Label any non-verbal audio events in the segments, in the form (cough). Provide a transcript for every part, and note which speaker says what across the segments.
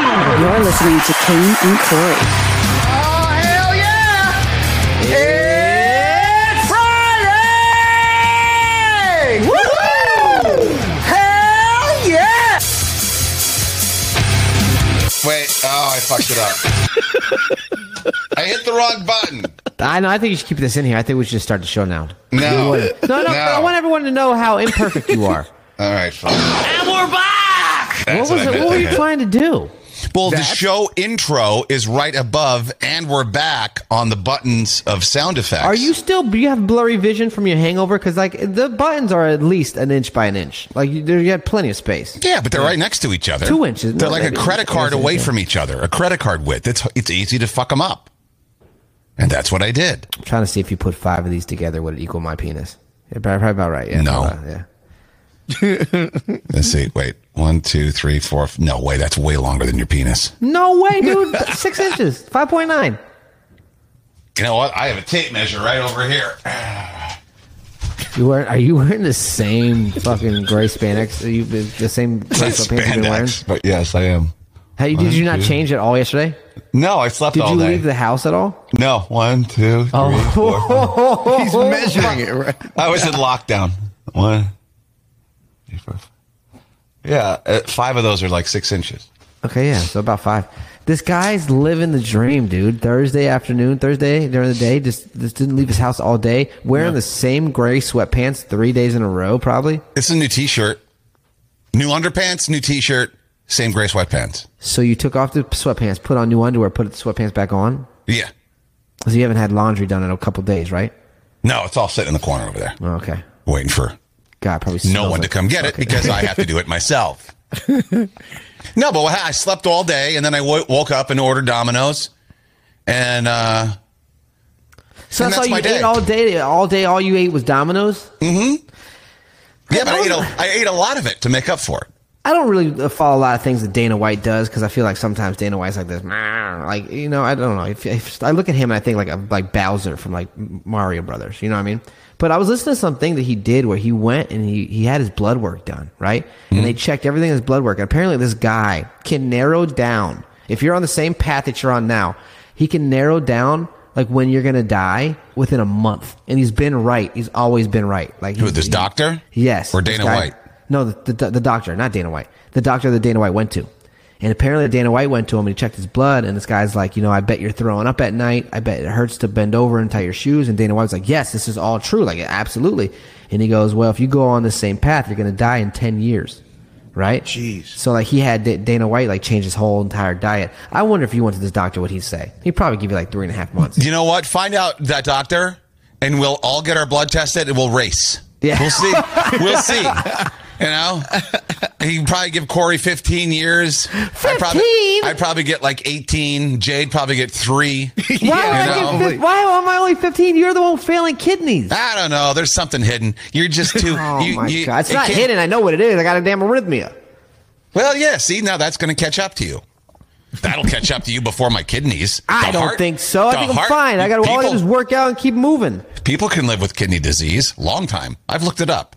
Speaker 1: You're listening to Kane and Corey.
Speaker 2: Oh, hell yeah! It's Friday! Woo! Hell yeah!
Speaker 3: Wait, oh, I fucked it up.
Speaker 4: (laughs)
Speaker 3: I hit the wrong button.
Speaker 4: I know. I think you should keep this in here. I think we should just start the show now.
Speaker 3: No.
Speaker 4: No, no. but I want everyone to know how imperfect you (laughs) are.
Speaker 3: All right, fine. And we're back.
Speaker 4: what was it? What were you trying to do?
Speaker 3: Well, the show intro is right above, and we're back on the buttons of sound effects.
Speaker 4: Are you still? Do you have blurry vision from your hangover? Because like the buttons are at least an inch by an inch. Like you, there, you have plenty of space.
Speaker 3: Yeah, but they're right next to each other.
Speaker 4: Two inches.
Speaker 3: They're
Speaker 4: No,
Speaker 3: like a
Speaker 4: maybe.
Speaker 3: credit card
Speaker 4: Yes, yes,
Speaker 3: away
Speaker 4: yes.
Speaker 3: from each other. A credit card width. It's it's easy to fuck them up, and that's what I did.
Speaker 4: I'm trying to see if you put five of these together would it equal my penis. Yeah, probably about right. Yeah.
Speaker 3: No.
Speaker 4: Uh, yeah.
Speaker 3: Let's see. Wait, one, two, three, four. f- No way. That's way longer than your penis.
Speaker 4: No way, dude. (laughs) Six inches. Five point nine.
Speaker 3: You know what? I have a tape measure right over here.
Speaker 4: You wearing? Are you wearing the same fucking gray spandex? Are you the the same gray sweatpants you've been wearing?
Speaker 3: Spandex, but yes, I am.
Speaker 4: Hey, did you
Speaker 3: One,
Speaker 4: not
Speaker 3: two.
Speaker 4: change at all yesterday?
Speaker 3: No, I slept
Speaker 4: Did
Speaker 3: all
Speaker 4: you
Speaker 3: day.
Speaker 4: leave the house at all?
Speaker 3: No, one, two, three, four, five.
Speaker 4: He's
Speaker 3: oh,
Speaker 5: measuring it right.
Speaker 3: I was in lockdown. One, three, four, five. Yeah, uh, five of those are like six inches.
Speaker 4: Okay, yeah, so about five. This guy's living the dream, dude. Thursday afternoon, Thursday during the day, just just didn't leave his house all day, wearing the same gray sweatpants three days in a row, probably.
Speaker 3: It's a new T-shirt, new underpants, new T-shirt, same gray sweatpants.
Speaker 4: So you took off the sweatpants, put on new underwear, put the sweatpants back on.
Speaker 3: Yeah,
Speaker 4: So you haven't had laundry done in a couple days, right?
Speaker 3: no, it's all sitting in the corner over there,
Speaker 4: Oh, Okay.
Speaker 3: waiting for
Speaker 4: God probably
Speaker 3: no
Speaker 4: smells
Speaker 3: one to
Speaker 4: like-
Speaker 3: come get it
Speaker 4: Okay.
Speaker 3: because I
Speaker 4: (laughs)
Speaker 3: have to do it myself. no, but what- I slept all day and then I w- woke up and ordered Domino's, and uh,
Speaker 4: So
Speaker 3: and
Speaker 4: that's, all
Speaker 3: that's
Speaker 4: you
Speaker 3: my
Speaker 4: ate
Speaker 3: day.
Speaker 4: all day. All day, all you ate was Domino's.
Speaker 3: yeah, but I ate, a, I ate a lot of it to make up for it.
Speaker 4: I don't really uh, follow a lot of things that Dana White does because I feel like sometimes Dana White's like this, "Nah," like you know, I don't know. If, if I look at him and I think like a, like Bowser from like Mario Brothers, you know what I mean? But I was listening to something that he did where he went and he, he had his blood work done, right?
Speaker 3: Hmm.
Speaker 4: And they checked everything in his blood work. And apparently, this guy can narrow down if you're on the same path that you're on now. He can narrow down like when you're gonna die within a month, and he's been right. He's always been right. Like
Speaker 3: Who,
Speaker 4: he-
Speaker 3: this
Speaker 4: he-
Speaker 3: doctor?
Speaker 4: Mm-hmm. Yes.
Speaker 3: Or
Speaker 4: this
Speaker 3: Dana
Speaker 4: guy-
Speaker 3: White?
Speaker 4: No, the, the, the doctor, not Dana White. The doctor that Dana White went to. And apparently Dana White went to him and he checked his blood and this guy's like, you know, I bet you're throwing up at night. I bet it hurts to bend over and tie your shoes. And Dana White's like, yes, this is all true. Like, absolutely. And he goes, well, if you go on the same path, you're going to die in 10 years. Right? Jeez. So like he had D- Dana White like change his whole entire diet. I wonder if you went to this doctor, what he'd say. He'd probably give you like three and a half
Speaker 3: (laughs)
Speaker 4: months.
Speaker 3: You know what? Find out that doctor, and we'll all get our blood tested, and we'll race.
Speaker 4: Yeah.
Speaker 3: we'll see.
Speaker 4: (laughs)
Speaker 3: We'll see. You know, he can probably give Corey fifteen years. I probably,
Speaker 4: 15?
Speaker 3: I'd probably get like eighteen. Jade probably get three.
Speaker 4: Why, would I
Speaker 3: you
Speaker 4: get
Speaker 3: know.
Speaker 4: fif- why am I only 15? You're the one failing kidneys.
Speaker 3: I don't know. There's something hidden. You're just too.
Speaker 4: (laughs) Oh
Speaker 3: you,
Speaker 4: my
Speaker 3: you-
Speaker 4: god, it's
Speaker 3: it
Speaker 4: not
Speaker 3: can't-
Speaker 4: hidden. I know what it is. I got a damn arrhythmia.
Speaker 3: Well, yeah. See, now that's going to catch up to you. That'll catch up to you before my kidneys.
Speaker 4: (laughs) I
Speaker 3: The
Speaker 4: don't
Speaker 3: heart-
Speaker 4: think so. I
Speaker 3: the
Speaker 4: think I'm
Speaker 3: heart-
Speaker 4: fine. I got to all I do
Speaker 3: people-
Speaker 4: is work out and keep moving.
Speaker 3: People can live with kidney disease long time. I've looked it
Speaker 4: (laughs)
Speaker 3: up.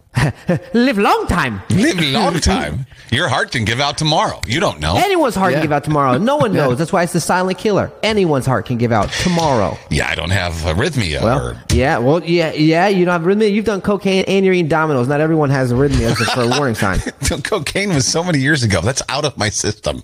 Speaker 4: Live long time.
Speaker 3: Live a long time. Your heart can give out tomorrow. You don't know.
Speaker 4: Anyone's heart
Speaker 5: Yeah.
Speaker 4: can give out tomorrow. No
Speaker 3: (laughs)
Speaker 4: one knows. That's why it's the silent killer. Anyone's heart can give out
Speaker 3: (laughs)
Speaker 4: tomorrow.
Speaker 3: yeah, I don't have arrhythmia.
Speaker 4: Well,
Speaker 3: or,
Speaker 4: yeah, well, yeah, yeah. You don't have arrhythmia. You've done cocaine and you're eating Dominoes. Not everyone
Speaker 3: (laughs)
Speaker 4: has arrhythmia That's for a warning sign.
Speaker 3: cocaine was so many years ago. That's out of my system.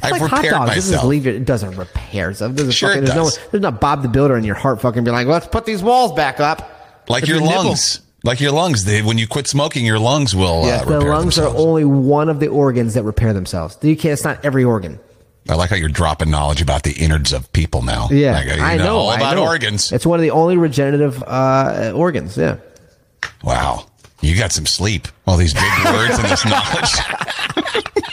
Speaker 3: I've
Speaker 4: It's like hot
Speaker 3: repaired
Speaker 4: dogs. This is
Speaker 3: myself.
Speaker 4: leave your, it doesn't repair. So it doesn't
Speaker 3: Sure
Speaker 4: fucking,
Speaker 3: it
Speaker 4: there's
Speaker 3: does.
Speaker 4: no there's not Bob the Builder in your heart fucking be like, let's put these walls back up.
Speaker 3: like
Speaker 4: If
Speaker 3: your
Speaker 4: you nibble.
Speaker 3: lungs. Like your lungs. They, when you quit smoking, your lungs will uh,
Speaker 4: the
Speaker 3: repair
Speaker 4: lungs
Speaker 3: themselves.
Speaker 4: are only one of the organs that repair themselves. You can't. It's not every organ.
Speaker 3: I like how you're dropping knowledge about the innards of people now.
Speaker 4: Yeah,
Speaker 3: Like, you know, all
Speaker 4: I
Speaker 3: about
Speaker 4: know.
Speaker 3: organs.
Speaker 4: It's one of the only regenerative uh, organs. Yeah.
Speaker 3: wow. You got some sleep. All these big words and this knowledge.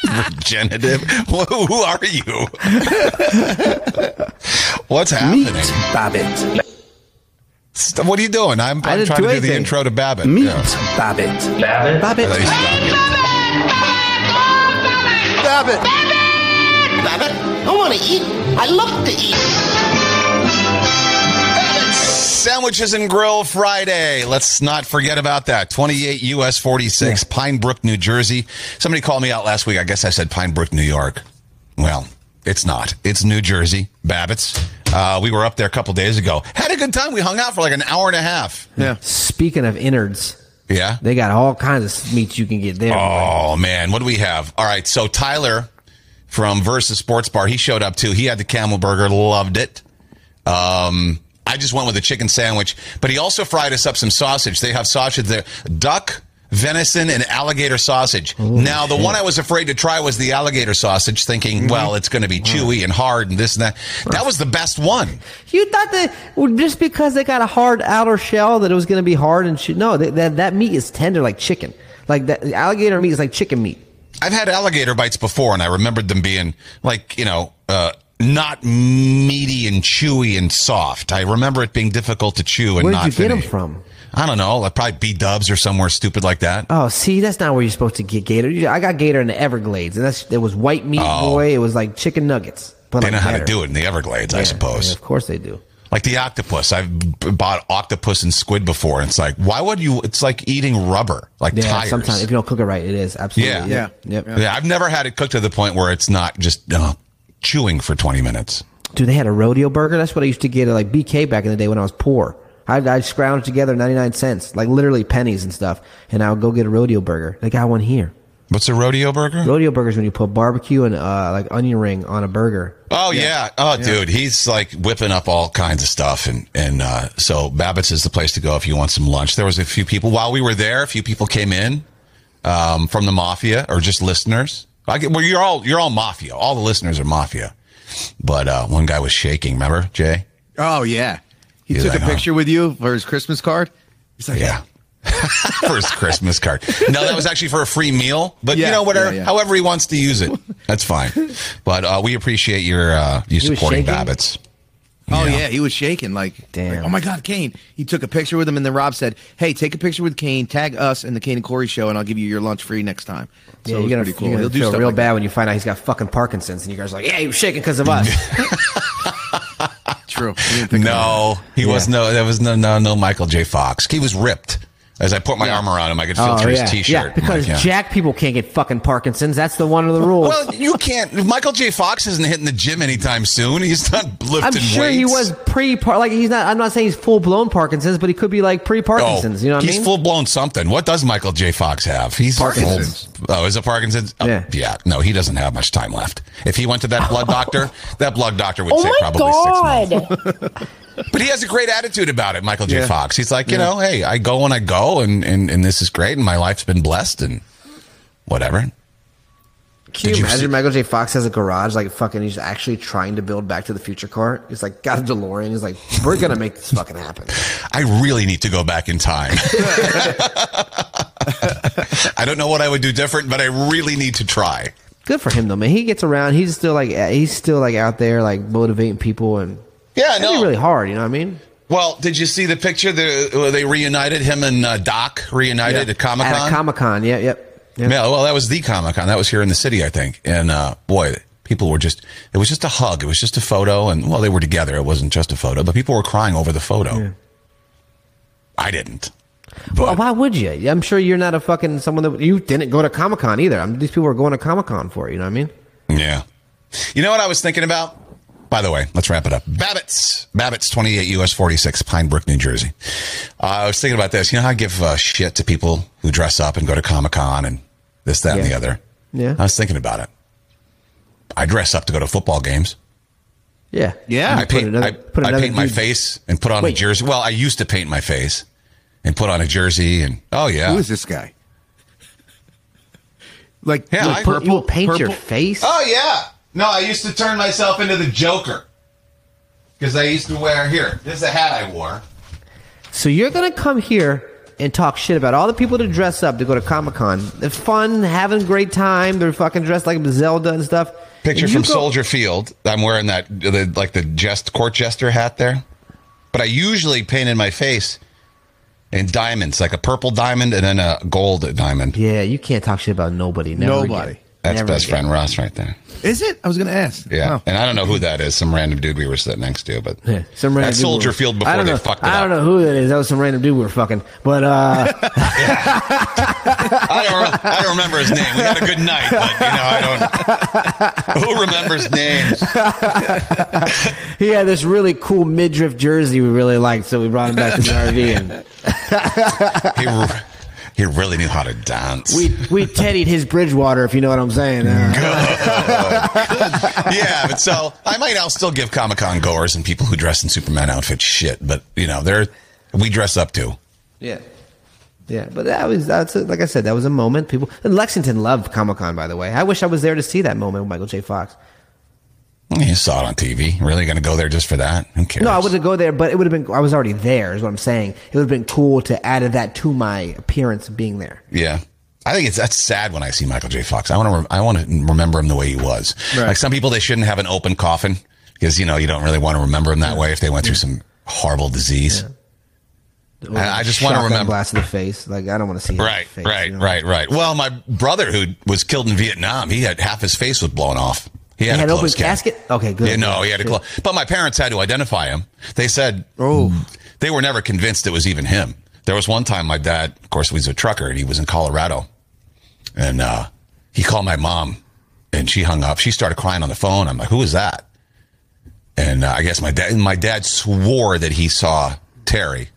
Speaker 3: (laughs) Regenerative. Who who are you? (laughs) What's happening?
Speaker 5: Babbitt.
Speaker 3: St- What are you doing? I'm,
Speaker 4: I
Speaker 3: I'm
Speaker 4: didn't
Speaker 3: trying to do
Speaker 4: do
Speaker 3: the
Speaker 4: anything.
Speaker 3: intro to Babbitt.
Speaker 5: Meet
Speaker 3: Yeah.
Speaker 5: Babbitt.
Speaker 4: Babbitt.
Speaker 3: At least-
Speaker 5: Babbitt.
Speaker 2: I want to eat. I love to eat.
Speaker 3: Sandwiches and Grill Friday. Let's not forget about that. 28 US 46, Pine Brook, New Jersey. Somebody called me out last week. I guess I said Pine Brook, New York. It's not. It's New Jersey, Babbitt's. Uh, we were up there a couple days ago. Had a good time. We hung out for like an hour and a half.
Speaker 5: Yeah.
Speaker 4: Speaking of innards,
Speaker 3: Yeah.
Speaker 4: they got all kinds of meats you can get there.
Speaker 3: Oh man, what do we have? All right, so Tyler from Versus Sports Bar, he showed up too. He had the camel burger, loved it. Um, I just went with a chicken sandwich, but he also fried us up some sausage. They have sausage there, duck, venison, and alligator sausage. now, the one I was afraid to try was the alligator sausage, thinking, well, it's going to be chewy and hard and this and that. That was the best one.
Speaker 4: You thought that well, just because they got a hard outer shell that it was going to be hard and shit. No, that, that that meat is tender like chicken. Like that alligator meat is like chicken meat.
Speaker 3: I've had alligator bites before, and I remembered them being like you know uh, not meaty and chewy and soft. I remember it being difficult to chew and
Speaker 4: Where
Speaker 3: not.
Speaker 4: did you get them
Speaker 3: finish.
Speaker 4: from?
Speaker 3: I don't know. Like probably B Dubs or somewhere stupid like that.
Speaker 4: Oh, see, that's not where you're supposed to get gator. You- I got gator in the Everglades, and that's it was white meat, boy. It was like chicken nuggets.
Speaker 3: Oh.
Speaker 4: But
Speaker 3: they
Speaker 4: like
Speaker 3: know how
Speaker 4: better.
Speaker 3: to do it in the Everglades, I
Speaker 4: Yeah,
Speaker 3: suppose.
Speaker 4: yeah, of course they do.
Speaker 3: Like the octopus. I've b- bought octopus and squid before, and it's like, why would you? It's like eating rubber, like
Speaker 4: Yeah,
Speaker 3: tires.
Speaker 4: sometimes if you don't cook it right, it is absolutely.
Speaker 3: Yeah.
Speaker 4: Yep,
Speaker 5: Yeah.
Speaker 4: yep.
Speaker 3: yeah, I've never had it cooked to the point where it's not just uh, chewing for twenty minutes.
Speaker 4: Dude, they had a rodeo burger. That's what I used to get at like BK back in the day when I was poor. I'd, I'd scrounge together 99 cents, like literally pennies and stuff, and I would go get a rodeo burger. They got one here.
Speaker 3: What's a rodeo burger?
Speaker 4: Rodeo burgers when you put barbecue and uh, like onion ring on a burger.
Speaker 3: Oh yeah. Oh dude, he's like whipping up all kinds of stuff and and uh so Babbitt's is the place to go if you want some lunch. There was a few people while we were there, a few people came in um from the mafia or just listeners. I get, well you're all you're all mafia. All the listeners are mafia. But uh one guy was shaking, remember, Jay?
Speaker 5: Oh yeah. He
Speaker 3: He's
Speaker 5: took
Speaker 3: like,
Speaker 5: a
Speaker 3: huh?
Speaker 5: picture with you for his Christmas card. He's like,
Speaker 3: Yeah. (laughs) for his Christmas card. No, that was actually for a free meal. But
Speaker 5: Yeah,
Speaker 3: you know, whatever,
Speaker 5: yeah, yeah.
Speaker 3: however he wants to use it, that's fine. But uh, we appreciate your uh, you
Speaker 4: He was
Speaker 3: supporting
Speaker 4: shaking?
Speaker 3: Babbitt's.
Speaker 5: Oh
Speaker 3: Yeah.
Speaker 5: yeah, he was shaking like,
Speaker 4: Damn.
Speaker 5: like, oh my god, Kane. He took a picture with him, and then Rob said, "Hey, take a picture with Kane. Tag us in the Kane and Corey show, and I'll give you your lunch free next time." So
Speaker 4: Yeah,
Speaker 5: it
Speaker 4: you're
Speaker 5: was
Speaker 4: gonna,
Speaker 5: pretty cool.
Speaker 4: you're
Speaker 5: He'll
Speaker 4: gonna
Speaker 5: do
Speaker 4: feel
Speaker 5: stuff
Speaker 4: real
Speaker 5: like
Speaker 4: bad
Speaker 5: that.
Speaker 4: when you find out he's got fucking Parkinson's, and you guys are like, "Yeah, you're shaking because of
Speaker 3: (laughs)
Speaker 4: us."
Speaker 5: True. He didn't think
Speaker 3: No,
Speaker 5: about
Speaker 3: he was no. There was no no no Michael J. Fox. He was ripped. As I put my arm around him, I could feel
Speaker 4: oh
Speaker 3: through
Speaker 4: yeah,
Speaker 3: his t-shirt.
Speaker 4: yeah,
Speaker 3: I'm like,
Speaker 4: because
Speaker 3: yeah.
Speaker 4: jack people can't get fucking Parkinson's. That's the one of the rules.
Speaker 3: Well, you can't. Michael J. Fox isn't hitting the gym anytime soon. He's not lifting
Speaker 4: I'm sure
Speaker 3: weights.
Speaker 4: he was pre par like he's not. I'm not saying he's full blown Parkinson's, but he could be like pre
Speaker 3: Oh,
Speaker 4: Parkinson's. you know what I
Speaker 3: he's
Speaker 4: mean?
Speaker 3: full blown something. What does Michael J. Fox have? He's
Speaker 5: Parkinson's.
Speaker 3: old- Oh, is it Parkinson's? Oh,
Speaker 4: Yeah.
Speaker 3: No, he doesn't have much time left. If he went to
Speaker 4: (laughs)
Speaker 3: that blood doctor, that blood doctor
Speaker 4: Oh
Speaker 3: would say probably six months. But he has a great attitude about it, Michael J.
Speaker 5: Yeah.
Speaker 3: Fox. He's like, you know, hey, I go when I go, and, and and this is great, and my life's been blessed, and whatever.
Speaker 4: Can
Speaker 3: Did
Speaker 4: you
Speaker 3: you
Speaker 4: imagine
Speaker 3: see-
Speaker 4: Michael J. Fox has a garage, like fucking, he's actually trying to build Back to the Future car. He's like, got a DeLorean. He's like, we're gonna make this fucking happen.
Speaker 3: I really need to go back in time. (laughs) I don't know what I would do different, but I really need to try.
Speaker 4: (laughs) Good for him though, man. He gets around. He's still like, he's still like out there, like motivating people, and
Speaker 3: Yeah,
Speaker 4: that'd
Speaker 3: no.
Speaker 4: be really hard. You know what I mean?
Speaker 3: Well, did you see the picture? The, uh, they reunited him and uh, Doc reunited at Comic
Speaker 4: At a
Speaker 3: Con.
Speaker 4: Comic Con, yeah, yep. Yeah.
Speaker 3: yeah, well, that was the Comic Con. That was here in the city, I think. And uh, boy, people were just. It was just a hug. It was just a photo, and well, they were together. It wasn't just a photo, but people were crying over the photo. I didn't.
Speaker 4: Well,
Speaker 3: But
Speaker 4: why would you? I'm sure you're not a fucking someone that you didn't go to Comic Con either. I mean, these people are going to Comic Con for it. You know what I mean?
Speaker 3: yeah, you know what I was thinking about. By the way, let's wrap it up. Babbitt's, Babbitt's, twenty-eight U.S. forty-six, Pinebrook, New Jersey. Uh, I was thinking about this. You know how I give uh, shit to people who dress up and go to Comic Con and this, that, and
Speaker 4: Yeah.
Speaker 3: the other.
Speaker 4: Yeah.
Speaker 3: I was thinking about it. I dress up to go to football games.
Speaker 4: Yeah.
Speaker 5: Yeah.
Speaker 3: I
Speaker 5: Put
Speaker 3: paint,
Speaker 4: another-
Speaker 3: I,
Speaker 4: put
Speaker 3: I
Speaker 4: another
Speaker 3: paint my
Speaker 4: dude-
Speaker 3: face and put on a
Speaker 4: Wait.
Speaker 3: jersey. Well, I used to paint my face and put on a jersey and oh
Speaker 5: it.
Speaker 3: yeah.
Speaker 5: Who is this guy? (laughs) Like
Speaker 3: Yeah,
Speaker 5: like
Speaker 3: I-
Speaker 4: Put- you will paint your
Speaker 5: purple-
Speaker 4: face.
Speaker 3: Oh yeah. No, I used to turn myself into the Joker. Cuz I used to wear here. This is the hat I wore.
Speaker 4: So you're gonna come here and talk shit about all the people that dress up to go to Comic Con. It's fun, having a great time. They're fucking dressed like Zelda and stuff.
Speaker 3: Picture
Speaker 4: And you
Speaker 3: from
Speaker 4: go-
Speaker 3: Soldier Field. I'm wearing that the, like the jest court jester hat there. But I usually painted my face in diamonds, like a purple diamond and then a gold diamond.
Speaker 4: Yeah, you can't talk shit about nobody. Never
Speaker 5: Nobody.
Speaker 4: again.
Speaker 3: That's
Speaker 4: Never
Speaker 3: best
Speaker 4: again.
Speaker 3: friend Ross right there.
Speaker 5: Is it? I was going to ask.
Speaker 3: Yeah,
Speaker 5: Oh.
Speaker 3: and I don't know who that is. Some random dude we were sitting next to, but
Speaker 4: Yeah, (laughs) some random
Speaker 3: at
Speaker 4: dude
Speaker 3: Soldier
Speaker 4: we were-
Speaker 3: Field
Speaker 4: I
Speaker 3: before
Speaker 4: don't
Speaker 3: they
Speaker 4: know,
Speaker 3: fucked it
Speaker 4: I
Speaker 3: up.
Speaker 4: don't know who that is. That was some random dude we were fucking. But uh,
Speaker 3: I don't, re- I don't remember his name. We had a good night, but you know, I
Speaker 4: (laughs)
Speaker 3: don't. Who remembers names?
Speaker 4: he had this really cool midriff jersey we really liked, so we brought him back to the
Speaker 3: (laughs)
Speaker 4: RV and
Speaker 3: He, re- he really knew how to dance.
Speaker 4: we we teddied his Bridgewater, if you know what I'm saying.
Speaker 3: (laughs)
Speaker 4: Uh,
Speaker 3: yeah, but so I might. I'll still give Comic Con goers and people who dress in Superman outfits shit, but you know, they're we dress up too.
Speaker 4: yeah, yeah. But that was that's it. like I said, that was a moment. People and Lexington loved Comic Con, by the way. I wish I was there to see that moment with Michael J. Fox.
Speaker 3: You saw it on TV. Really going to go there just for that? Who cares?
Speaker 4: No, I wouldn't go there, but it would have been. I was already there, is what I'm saying. It would have been cool to add that to my appearance being there.
Speaker 3: Yeah. I think it's that's sad when I see Michael J. Fox. I want to re- I want to remember him the way he was. Like some people, they shouldn't have an open coffin because you know you don't really want to remember him that way if they went through some horrible disease. I- I just wanna
Speaker 4: Shotgun
Speaker 3: remember-
Speaker 4: blast to the face. Like I don't want to see. his
Speaker 3: Right,
Speaker 4: face,
Speaker 3: right,
Speaker 4: you know?
Speaker 3: right, right. Well, my brother who was killed in Vietnam, he had half his face was blown off. He had,
Speaker 4: He had
Speaker 3: a
Speaker 4: open
Speaker 3: closed cap.
Speaker 4: casket. Okay, good.
Speaker 3: Yeah, no, he had a close. But my parents had to identify him. They said, "Oh, they were never convinced it was even him." There was one time my dad, of course, he was a trucker, and he was in Colorado, and uh, he called my mom, and she hung up. She started crying on the phone. I'm like, "Who is that?" And uh, I guess my dad, my dad swore that he saw Terry,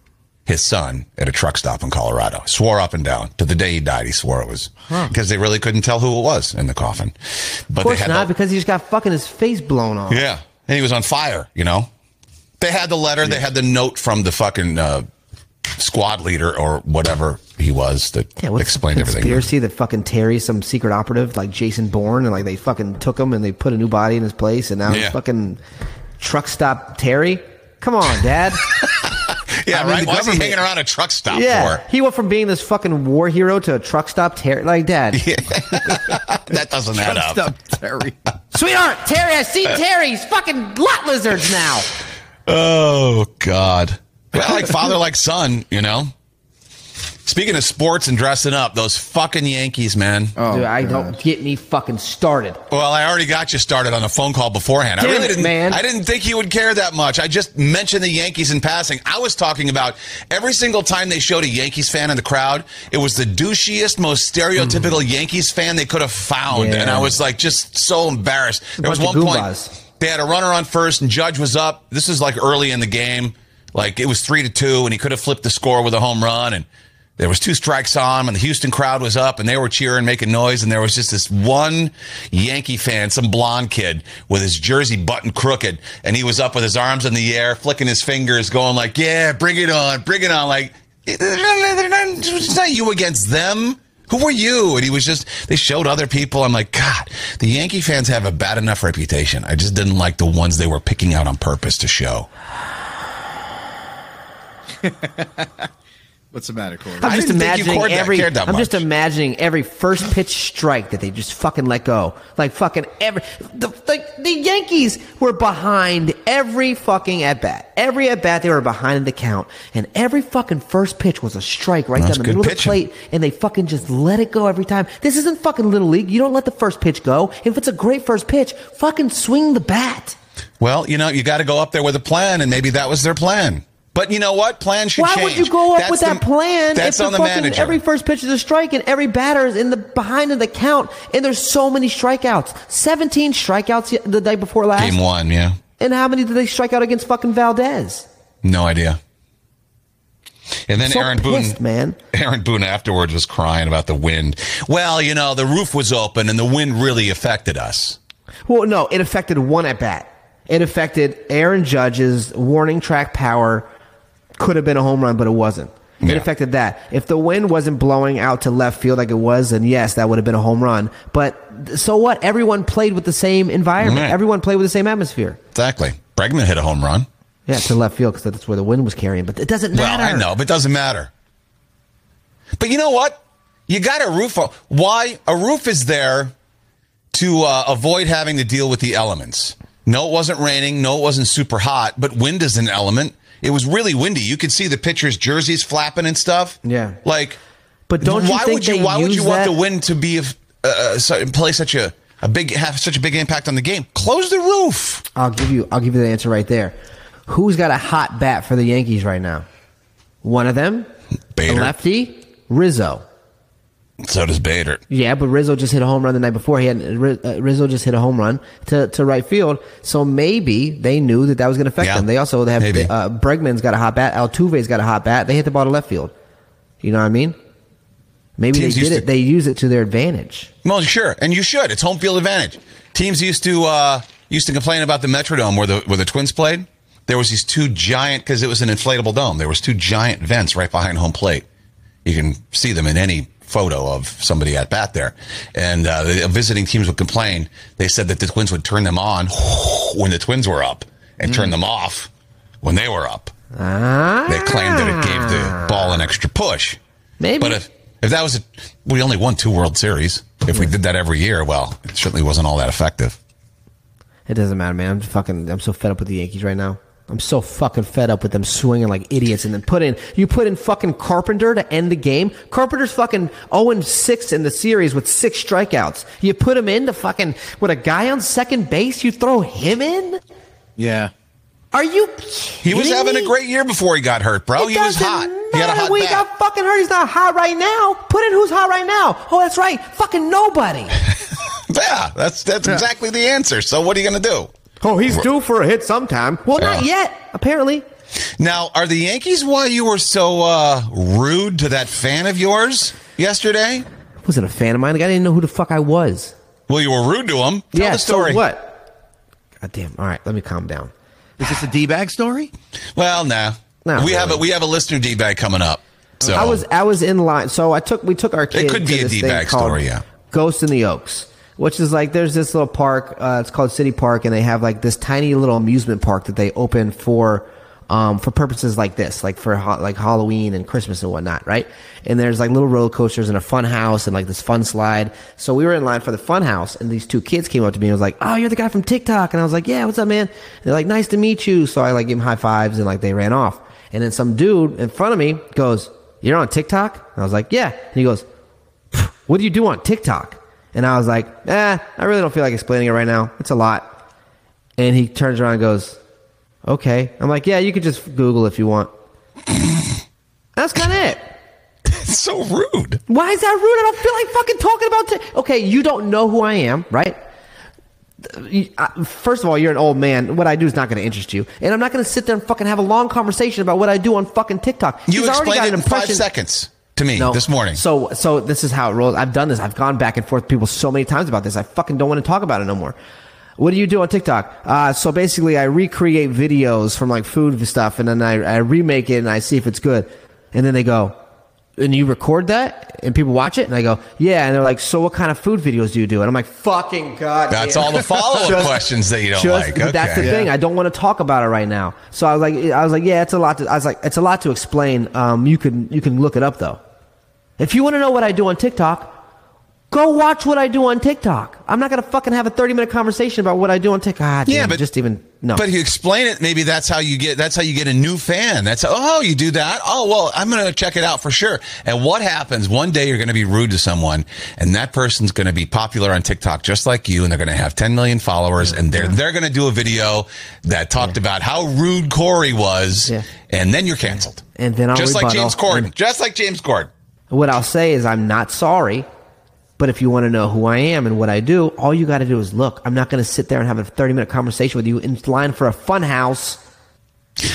Speaker 3: his son, at a truck stop in Colorado. Swore up and down to the day he died. He swore it was because they really couldn't tell who it was in the coffin. But
Speaker 4: Of course
Speaker 3: they had
Speaker 4: not,
Speaker 3: the-
Speaker 4: because he just got fucking his face blown off.
Speaker 3: yeah, and he was on fire. You know, they had the letter, they had the note from the fucking uh, squad leader or whatever he was that
Speaker 4: Yeah, what's
Speaker 3: explained
Speaker 4: the
Speaker 3: everything.
Speaker 4: Conspiracy that fucking Terry, some secret operative like Jason Bourne, and like they fucking took him and they put a new body in his place, and now
Speaker 3: Yeah.
Speaker 4: he's fucking truck stop Terry. Come
Speaker 3: (laughs)
Speaker 4: on, Dad.
Speaker 3: Yeah,
Speaker 5: I mean,
Speaker 3: right.
Speaker 5: the
Speaker 3: Why is he
Speaker 5: government-
Speaker 3: hanging around a truck stop
Speaker 4: yeah,
Speaker 3: for?
Speaker 4: he went from being this fucking war hero to a truck stop Terry. Like, Dad,
Speaker 3: That doesn't add up.
Speaker 5: Stop, Terry.
Speaker 4: sweetheart, Terry, I
Speaker 3: Uh.
Speaker 4: see Terry's fucking lot lizards now.
Speaker 3: Oh God! Well, like father, like son. You know. Speaking of sports and dressing up, those fucking Yankees, man.
Speaker 5: Oh,
Speaker 4: Dude, I don't get me fucking started.
Speaker 3: Well, I already got you started on a phone call beforehand. I
Speaker 4: Damn
Speaker 3: really
Speaker 4: it,
Speaker 3: didn't,
Speaker 4: man.
Speaker 3: I didn't think you would care that much. I just mentioned the Yankees in passing. I was talking about every single time they showed a Yankees fan in the crowd, it was the douchiest, most stereotypical Yankees fan they could have found,
Speaker 4: Mm-hmm. Yeah.
Speaker 3: and I was like just so embarrassed. There was
Speaker 4: bunch
Speaker 3: one
Speaker 4: of goombas.
Speaker 3: point they had a runner on first, and Judge was up. This is like early in the game, like it was three to two, and he could have flipped the score with a home run and. There was two strikes on him, and the Houston crowd was up, and they were cheering, making noise, and there was just this one Yankee fan, some blonde kid with his jersey button crooked, and he was up with his arms in the air, flicking his fingers, going like, "Yeah, bring it on, bring it on!" Like, they're not- it's not you against them. Who were you? And he was just, they showed other people. I'm like, God, the Yankee fans have a bad enough reputation. I just didn't like the ones they were picking out on purpose to show.
Speaker 5: What's the matter, Corey?
Speaker 4: I'm
Speaker 3: I
Speaker 4: just
Speaker 3: didn't think you
Speaker 4: imagining
Speaker 3: cared that-
Speaker 4: every.
Speaker 3: cared that
Speaker 4: I'm just
Speaker 3: much.
Speaker 4: imagining every first pitch strike that they just fucking let go. Like fucking every. The the, the Yankees were behind every fucking at bat. Every at bat they were behind the count, and every fucking first pitch was a strike right down
Speaker 3: That's
Speaker 4: the
Speaker 3: good
Speaker 4: middle
Speaker 3: pitching.
Speaker 4: of the plate, and they fucking just let it go every time. This isn't fucking little league. You don't let the first pitch go. If it's a great first pitch, fucking swing the bat.
Speaker 3: Well, you know, you got to go up there with a plan, and maybe that was their plan. But you know what? Plan should
Speaker 4: Why
Speaker 3: change.
Speaker 4: would you go up
Speaker 3: That's
Speaker 4: with
Speaker 3: the-
Speaker 4: that plan
Speaker 3: That's
Speaker 4: if
Speaker 3: on
Speaker 4: the
Speaker 3: the
Speaker 4: fucking,
Speaker 3: manager.
Speaker 4: every first pitch is a strike and every batter is in the behind of the count and there's so many strikeouts? 17 strikeouts y- the day before last.
Speaker 3: Game one, yeah.
Speaker 4: And how many did they strike out against fucking Valdez?
Speaker 3: No idea. And then
Speaker 4: So
Speaker 3: Aaron
Speaker 4: pissed,
Speaker 3: Boone,
Speaker 4: man.
Speaker 3: (laughs) Aaron Boone afterwards was crying about the wind. Well, you know, the roof was open, and the wind really affected us.
Speaker 4: Well, no, it affected one at bat. It affected Aaron Judge's warning track power. Could have been a home run, but it wasn't. It
Speaker 3: Yeah.
Speaker 4: affected that. If the wind wasn't blowing out to left field like it was, then yes, that would have been a home run. But th- so what? Everyone played with the same environment.
Speaker 3: Right.
Speaker 4: Everyone played with the same atmosphere.
Speaker 3: Exactly. Bregman hit a home run.
Speaker 4: Yeah, to left field because that's where the wind was carrying. But it doesn't matter.
Speaker 3: Well, I know, but it doesn't matter. But you know what? You got a roof. o- Why? A roof is there to uh, avoid having to deal with the elements. No, it wasn't raining. No, it wasn't super hot, but wind is an element. It was really windy. You could see the pitchers' jerseys flapping and stuff.
Speaker 4: Yeah.
Speaker 3: Like,
Speaker 4: But don't you
Speaker 3: why
Speaker 4: think
Speaker 3: would you?
Speaker 4: they
Speaker 3: Why would
Speaker 4: use
Speaker 3: you want
Speaker 4: that-
Speaker 3: the wind to be a, uh, so- and play such a, a big have such a big impact on the game? Close the roof.
Speaker 4: I'll give you. I'll give you the answer right there. Who's got a hot bat for the Yankees right now? One of them, the
Speaker 3: Bader.
Speaker 4: lefty Rizzo.
Speaker 3: So does Bader.
Speaker 4: Yeah, but Rizzo just hit a home run the night before. He had Ri- uh, Rizzo just hit a home run to, to right field. So maybe they knew that that was going to affect
Speaker 3: Yeah,
Speaker 4: them. They also they have
Speaker 3: maybe.
Speaker 4: uh, Bregman's got a hot bat. Altuve's got a hot bat. They hit the ball to left field. You know what I mean? Maybe
Speaker 3: Teams
Speaker 4: they
Speaker 3: used
Speaker 4: did
Speaker 3: to-
Speaker 4: it. They use it to their advantage.
Speaker 3: Well, sure, and you should. It's home field advantage. Teams used to uh, used to complain about the Metrodome where the where the Twins played. There was these two giant because it was an inflatable dome. There was two giant vents right behind home plate. You can see them in any photo of somebody at bat there. And uh, the visiting teams would complain. They said that the Twins would turn them on (laughs) when the Twins were up and turn them off when they were up. They claimed that it gave the ball an extra push.
Speaker 4: Ah. Maybe.
Speaker 3: But if if that was a, we only won two World Series. If we
Speaker 4: Hmm.
Speaker 3: did that every year, well, it certainly wasn't all that effective.
Speaker 4: It doesn't matter, man. I'm fucking. I'm so fed up with the Yankees right now. I'm so fucking fed up with them swinging like idiots, and then put in you put in fucking Carpenter to end the game. Carpenter's fucking 0 six in the series with six strikeouts. You put him in to fucking with a guy on second base. You throw him in?
Speaker 5: Yeah.
Speaker 4: Are you? Kidding
Speaker 3: He was having
Speaker 4: me?
Speaker 3: a great year before he got hurt, bro.
Speaker 4: It
Speaker 3: he was
Speaker 4: doesn't
Speaker 3: hot. He had a
Speaker 4: matter.
Speaker 3: hot
Speaker 4: we
Speaker 3: bat.
Speaker 4: got fucking hurt. He's not hot right now. Put in who's hot right now. Oh, that's right. Fucking nobody.
Speaker 3: yeah, that's that's exactly the answer. So what are you going to do?
Speaker 4: (laughs) oh, he's due for a hit sometime. Well, not yet. Apparently.
Speaker 3: Now, are the Yankees why you were so uh, rude to that fan of yours yesterday?
Speaker 4: wasn't a fan of mine. Like, I didn't know who the fuck I was.
Speaker 3: Well, you were rude to him. Tell
Speaker 4: yeah.
Speaker 3: the story.
Speaker 4: So what? God damn. All right. Let me calm down.
Speaker 5: Is this a D bag story?
Speaker 3: Well, nah.
Speaker 4: Not
Speaker 3: we have a
Speaker 4: really.
Speaker 3: we have a listener D bag coming up. So
Speaker 4: I was I was in line. So I took we took our kids.
Speaker 3: could
Speaker 4: to
Speaker 3: be a
Speaker 4: this thing
Speaker 3: D-bag
Speaker 4: called
Speaker 3: story, yeah.
Speaker 4: Ghost in the Oaks, which is like there's this little park. Uh, it's called City Park, and they have like this tiny little amusement park that they open for. Um, for purposes like this, like for ha- like Halloween and Christmas and whatnot, right? And there's like little roller coasters and a fun house and like this fun slide. So we were in line for the fun house, and these two kids came up to me and was like, "Oh, you're the guy from TikTok," and I was like, "Yeah, what's up, man?" And they're like, "Nice to meet you." So I like gave them high fives and like they ran off. And then some dude in front of me goes, You're on TikTok? And I was like, Yeah. And he goes, "Pff, What do you do on TikTok? And I was like, Eh, I really don't feel like explaining it right now. It's a lot. And he turns around and goes, Okay. I'm like, Yeah, you could just Google if you want. (coughs) That's kind of it.
Speaker 3: (laughs) so rude.
Speaker 4: Why is that rude? I don't feel like fucking talking about it. Okay, you don't know who I am, right? You- I- First of all, you're an old man. What I do is not going to interest you, and I'm not going to sit there and fucking have a long conversation about what I do on fucking TikTok.
Speaker 3: You
Speaker 4: He's already
Speaker 3: explained
Speaker 4: got
Speaker 3: it
Speaker 4: an
Speaker 3: in five
Speaker 4: impression-
Speaker 3: seconds to me
Speaker 4: No.
Speaker 3: this morning.
Speaker 4: So, so this is how it rolls. I've done this. I've gone back and forth with people so many times about this. I fucking don't want to talk about it no more. What do you do on TikTok? Uh, so basically, I recreate videos from like food stuff, and then I, I remake it and I see if it's good. And then they go, and you record that, and people watch it, and I go, yeah. And they're like, so what kind of food videos do you do? And I'm like, fucking god.
Speaker 3: That's
Speaker 4: damn.
Speaker 3: all the follow-up
Speaker 4: (laughs) Just-
Speaker 3: questions that you don't
Speaker 4: just-
Speaker 3: like.
Speaker 4: but That's
Speaker 3: Okay.
Speaker 4: the thing. I don't want to talk about it right now. So I was like, I was like, yeah, it's a lot. To, I was like, it's a lot to explain. Um, you can you can look it up though. If you want to know what I do on TikTok, go watch what I do on TikTok. I'm not gonna fucking have a 30 minute conversation about what I do on TikTok. Ah,
Speaker 3: Yeah,
Speaker 4: damn,
Speaker 3: but-
Speaker 4: just even no.
Speaker 3: But you explain it. Maybe that's how you get. That's how you get a new fan. That's oh, you do that. Oh well, I'm going to check it out for sure. And what happens? One day you're going to be rude to someone, and that person's going to be popular on TikTok just like you, and they're going to have 10 million followers, and they're they're going to do a video that talked about how rude Corey was,
Speaker 4: Yeah.
Speaker 3: and then you're canceled.
Speaker 4: And then I'll
Speaker 3: just like
Speaker 4: rebuttal
Speaker 3: James Corden.
Speaker 4: and-
Speaker 3: just like James Corden.
Speaker 4: what I'll say is I'm not sorry. But if you want to know who I am and what I do, all you got to do is look. I'm not going to sit there and have a 30 minute conversation with you in line for a fun house.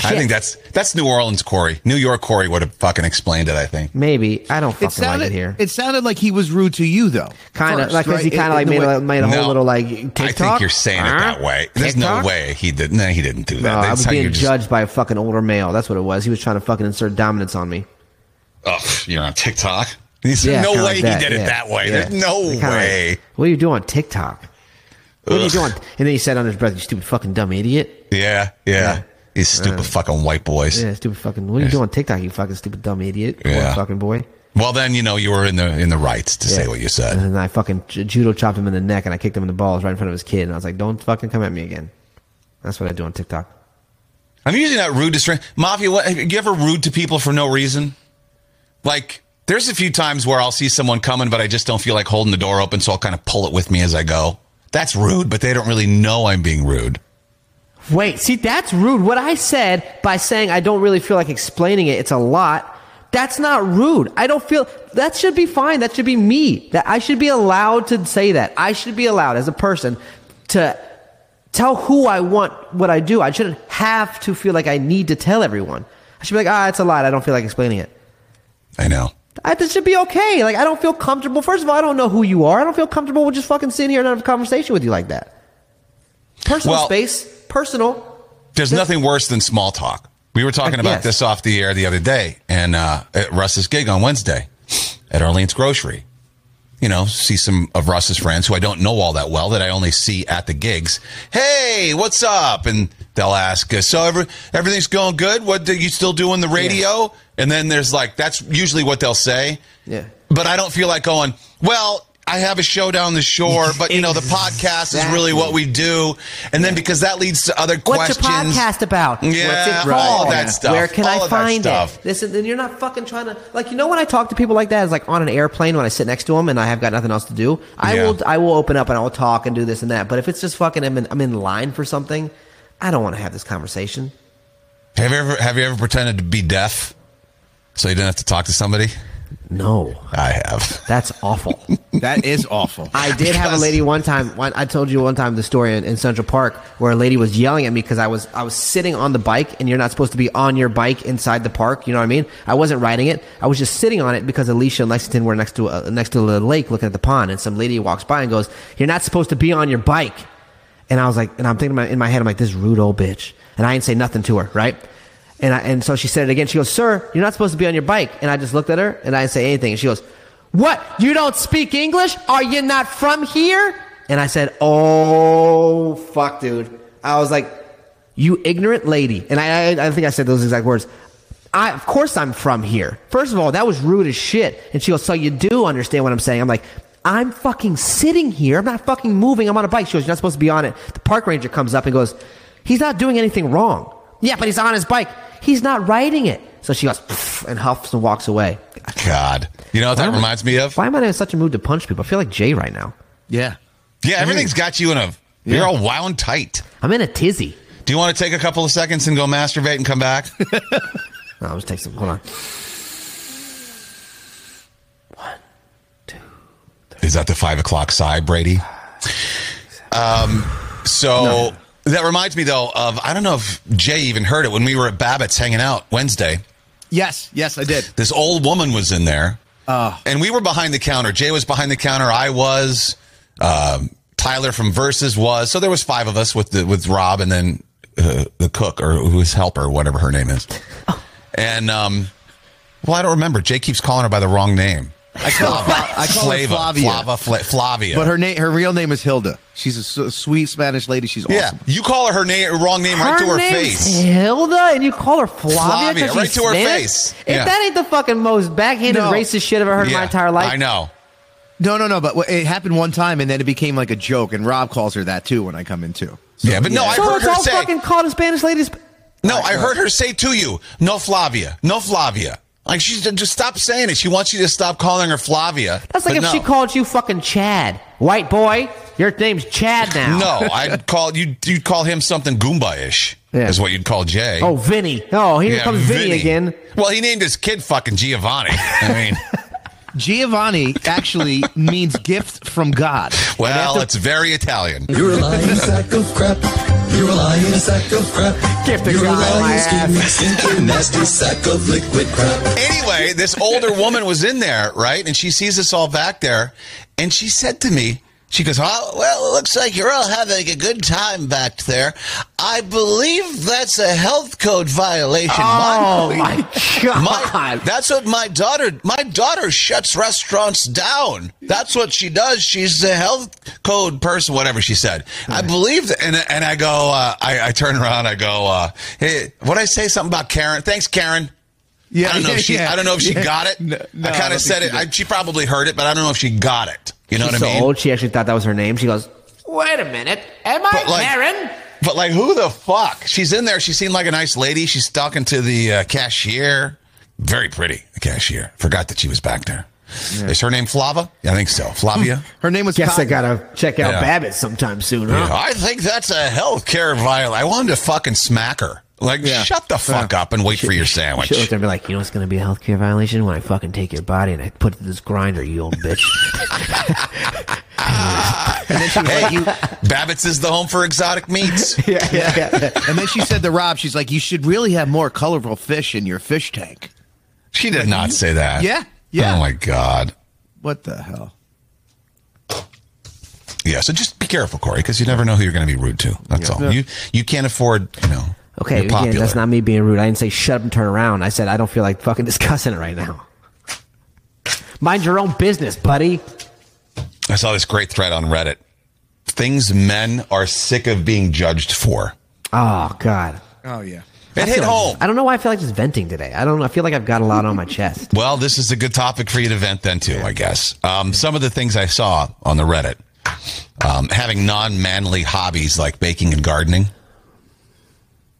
Speaker 3: I think that's that's New Orleans Corey. New York Corey would have fucking explained it. I think.
Speaker 4: Maybe I don't fucking
Speaker 5: It sounded
Speaker 4: like it here.
Speaker 5: it sounded like he was rude to you though.
Speaker 4: Kind of
Speaker 5: first,
Speaker 4: like 'cause he
Speaker 5: right?
Speaker 4: kind
Speaker 5: In-
Speaker 4: of like
Speaker 5: in the
Speaker 4: made
Speaker 5: way-
Speaker 4: a, made a
Speaker 3: No.
Speaker 4: whole little like TikTok.
Speaker 3: I think you're saying it that way. There's
Speaker 4: TikTok?
Speaker 3: no way he did. No, he didn't do that.
Speaker 4: No, I
Speaker 3: That's
Speaker 4: was
Speaker 3: how you
Speaker 4: Uh, being
Speaker 3: just.
Speaker 4: judged by a fucking older male. That's what it was. He was trying to fucking insert dominance on me.
Speaker 3: Ugh, you're on TikTok. He said,
Speaker 4: Yeah,
Speaker 3: no
Speaker 4: kinda
Speaker 3: way
Speaker 4: like that,
Speaker 3: he did
Speaker 4: yeah,
Speaker 3: it that way.
Speaker 4: yeah.
Speaker 3: There's no
Speaker 4: Kinda like,
Speaker 3: way.
Speaker 4: what do you do on TikTok? What are you
Speaker 3: Ugh.
Speaker 4: doing? And then he said under his breath, "You stupid fucking dumb idiot."
Speaker 3: yeah, yeah, These stupid fucking white boys.
Speaker 4: Uh, Yeah, stupid fucking. What are you doing on TikTok? You fucking stupid dumb idiot.
Speaker 3: Yeah.
Speaker 4: Fucking boy.
Speaker 3: Well, then you know you were in the in the rights to say what you said.
Speaker 4: And then I fucking j- judo chopped him in the neck, and I kicked him in the balls right in front of his kid. And I was like, "Don't fucking come at me again." That's what I do on TikTok.
Speaker 3: I'm usually not rude to strangers. Mafia, what, have you ever rude to people for no reason? Like There's a few times where I'll see someone coming, but I just don't feel like holding the door open, so I'll kind of pull it with me as I go. That's rude, but they don't really know I'm being rude.
Speaker 4: Wait, see, that's rude. What I said by saying I don't really feel like explaining it, it's a lot. That's not rude. I don't feel that should be fine. That should be me. That I should be allowed to say that. I should be allowed as a person to tell who I want what I do. I shouldn't have to feel like I need to tell everyone. I should be like, ah, it's a lot. I don't feel like explaining it.
Speaker 3: I know.
Speaker 4: I, this should be okay. Like, I don't feel comfortable. First of all, I don't know who you are. I don't feel comfortable with just fucking sitting here and having a conversation with you like that. Personal
Speaker 3: Well-
Speaker 4: space, personal.
Speaker 3: There's nothing worse than small talk. We were talking
Speaker 4: Uh,
Speaker 3: about
Speaker 4: yes.
Speaker 3: this off the air the other day, and uh, at Russ's gig on Wednesday at Arlene's Grocery. You know, see some of Russ's friends who I don't know all that well that I only see at the gigs. Hey, what's up? And they'll ask us. So every, everything's going good. What do you still do on the radio? And then there's like that's usually what they'll say.
Speaker 4: Yeah.
Speaker 3: But I don't feel like going. Well, I have a show down the shore, but you
Speaker 4: (laughs)
Speaker 3: know the podcast is really what we do. And then because that leads to other
Speaker 4: What's
Speaker 3: questions.
Speaker 4: your podcast about?
Speaker 3: Yeah,
Speaker 4: What's it
Speaker 3: right,
Speaker 4: called?
Speaker 3: all that stuff,
Speaker 4: Where can
Speaker 3: all
Speaker 4: I
Speaker 3: of that
Speaker 4: find
Speaker 3: stuff.
Speaker 4: it? This is, then you're not fucking trying to like you know when I talk to people like that is like on an airplane when I sit next to them and I have got nothing else to do. I
Speaker 3: Yeah.
Speaker 4: will I will open up and I will talk and do this and that. But if it's just fucking I'm in, I'm in line for something, I don't want to have this conversation.
Speaker 3: Have you ever have you ever pretended to be deaf so you didn't have to talk to somebody?
Speaker 4: No,
Speaker 3: I have.
Speaker 4: that's awful.
Speaker 5: (laughs)
Speaker 4: (laughs)
Speaker 5: That is awful.
Speaker 4: I did have a lady one time. One, I told you one time the story in, in Central Park where a lady was yelling at me because I was I was sitting on the bike and you're not supposed to be on your bike inside the park. You know what I mean? I wasn't riding it. I was just sitting on it because Alicia and Lexington were next to uh, next to the lake looking at the pond, and some lady walks by and goes, "You're not supposed to be on your bike." And I was like, and I'm thinking in my- in my head, I'm like, this rude old bitch, and I ain't say nothing to her, right? And I, and so she said it again. She goes, "Sir, you're not supposed to be on your bike." And I just looked at her and I didn't say anything. And she goes, "What? You don't speak English? Are you not from here?" And I said, "Oh fuck, dude." I was like, "You ignorant lady." And I I, I think I said those exact words. I, of course I'm from here. First of all, that was rude as shit. And she goes, so you do understand what I'm saying? I'm like, I'm fucking sitting here. I'm not fucking moving. I'm on a bike. She goes, you're not supposed to be on it. The park ranger comes up and goes, he's not doing anything wrong. Yeah, but he's on his bike. He's not riding it. So she goes "Pff," and huffs and walks away.
Speaker 3: God. You know what that reminds me of?
Speaker 4: Why am I in such a mood to punch people? I feel like Jay right now.
Speaker 5: Yeah.
Speaker 3: Yeah, everything's got you in a you're all wound tight.
Speaker 4: I'm in a tizzy.
Speaker 3: Do you want to take a couple of seconds and go masturbate and come back?
Speaker 4: No, I'll just take some. Hold on.
Speaker 3: Is that the five o'clock sigh, Brady? Um, so that reminds me though of I don't know if Jay even heard it when we were at Babbitt's hanging out Wednesday.
Speaker 5: Yes. Yes, I did.
Speaker 3: This old woman was in there, and we were behind the counter. Jay was behind the counter. I was. Um, Tyler from Versus was. So there was five of us with the with Rob and then uh, the cook or who's helper, whatever her name is. And um, well, I don't remember. Jay keeps calling her by the wrong name. I call,
Speaker 5: I call her Flavia.
Speaker 3: Flava, Fla- Flavia.
Speaker 5: But her name, her real name is Hilda. She's a s- sweet Spanish lady. She's
Speaker 3: yeah,
Speaker 5: awesome.
Speaker 3: you call her her name, wrong name right to her
Speaker 4: name's
Speaker 3: face.
Speaker 4: Hilda, and you call her Flavia,
Speaker 3: Flavia,
Speaker 4: 'cause
Speaker 3: right
Speaker 4: she's
Speaker 3: to her
Speaker 4: Spanish?
Speaker 3: face.
Speaker 4: If
Speaker 3: Yeah.
Speaker 4: that ain't the fucking most backhanded
Speaker 5: No.
Speaker 4: racist shit I've ever heard in
Speaker 3: Yeah,
Speaker 4: my entire life,
Speaker 3: I know.
Speaker 5: No, no, no. But wh- it happened one time, and then it became like a joke. And Rob calls her that too when I come in too. So,
Speaker 3: yeah, but no, I've
Speaker 4: So
Speaker 3: heard
Speaker 4: it's
Speaker 3: her
Speaker 4: all
Speaker 3: say.
Speaker 4: fucking called a Spanish ladies.
Speaker 3: No, I heard her say to you, no Flavia, no Flavia. Like she's just stop saying it. She wants you to stop calling her Flavia.
Speaker 4: That's like
Speaker 3: but
Speaker 4: if
Speaker 3: no.
Speaker 4: she called you fucking Chad, white boy. Your name's Chad now.
Speaker 3: No, I'd call you. You'd call him something Goomba-ish.
Speaker 4: Yeah.
Speaker 3: Is what you'd call Jay.
Speaker 4: Oh, Vinny. Oh, here comes Vinny, again.
Speaker 3: Well, he named his kid fucking Giovanni. I
Speaker 4: (laughs)
Speaker 3: mean,
Speaker 5: Giovanni actually means gift from God.
Speaker 3: well, it's very Italian.
Speaker 6: You're a lying sack of crap. You're a lying sack of crap.
Speaker 4: Gift of
Speaker 6: You're
Speaker 4: God, my
Speaker 6: a lying, skinny, stinky, nasty sack of liquid crap.
Speaker 3: anyway, this older woman was in there, right? And she sees us all back there, and she said to me, she goes, oh, well, it looks like you're all having a good time back there. I believe that's a health code violation.
Speaker 4: Oh my god.
Speaker 3: My, that's what my daughter. My daughter shuts restaurants down. That's what she does. She's a health code person, whatever she said. I believe that. And and I go. Uh, I, I turn around. I go. Uh, hey, what I say? Something about Karen? Thanks, Karen.
Speaker 5: Yeah,
Speaker 3: I don't know if she.
Speaker 5: (laughs) yeah,
Speaker 3: I don't know if she
Speaker 5: yeah.
Speaker 3: got it.
Speaker 5: No, no,
Speaker 3: I
Speaker 5: I don't
Speaker 3: kind of
Speaker 5: think
Speaker 3: said
Speaker 5: she
Speaker 3: it.
Speaker 5: did.
Speaker 3: I, she probably heard it, but I don't know if she got it. You know
Speaker 4: She's
Speaker 3: what I
Speaker 4: so
Speaker 3: mean?
Speaker 4: old. She actually thought that was her name. She goes, "Wait a minute, am I
Speaker 3: But like-
Speaker 4: Karen?"
Speaker 3: But like, who the fuck? She's in there. She seemed like a nice lady. She's talking to the uh, cashier. Very pretty, the cashier. Forgot that she was back there. Is her name Flava? Yeah, I think so. Flavia?
Speaker 5: (laughs) Her name was.
Speaker 4: Guess I
Speaker 5: Cotton.
Speaker 4: gotta check out
Speaker 3: Yeah.
Speaker 4: Babbitt sometime soon, huh?
Speaker 3: Yeah, I think that's a healthcare violation. I wanted to fucking smack her. Like, shut the fuck up and wait for your sandwich.
Speaker 4: She'll look there and be like, you know what's going to be a healthcare violation when I fucking take your body and I put it in this grinder, you old bitch.
Speaker 3: (laughs)
Speaker 4: (laughs)
Speaker 3: Hey, Babbitt's is the home for exotic
Speaker 5: (laughs)
Speaker 3: meats.
Speaker 4: yeah, yeah, (laughs) yeah.
Speaker 5: And then she said to Rob, she's like, "You should really have more colorful fish in your fish tank."
Speaker 3: She did not say that.
Speaker 5: Yeah, yeah.
Speaker 3: Oh my god.
Speaker 5: What the hell?
Speaker 3: Yeah. So just be careful, Corey, because you never know who you're going to be rude to. That's all. You you can't afford. You know.
Speaker 4: Okay,
Speaker 3: You're
Speaker 4: again,
Speaker 3: popular.
Speaker 4: that's not me being rude. I didn't say shut up and turn around. I said I don't feel like fucking (laughs) discussing it right now. Mind your own business, buddy.
Speaker 3: I saw this great thread on Reddit. Things men are sick of being judged for.
Speaker 4: Oh God,
Speaker 5: Oh yeah.
Speaker 3: It hit home.
Speaker 4: I don't know why I feel like just venting today. I don't. know. I feel like I've got a lot on my chest.
Speaker 3: Well, this is a good topic for you to vent then too, I guess. Um, some of the things I saw on the Reddit, um, having non-manly hobbies like baking and gardening.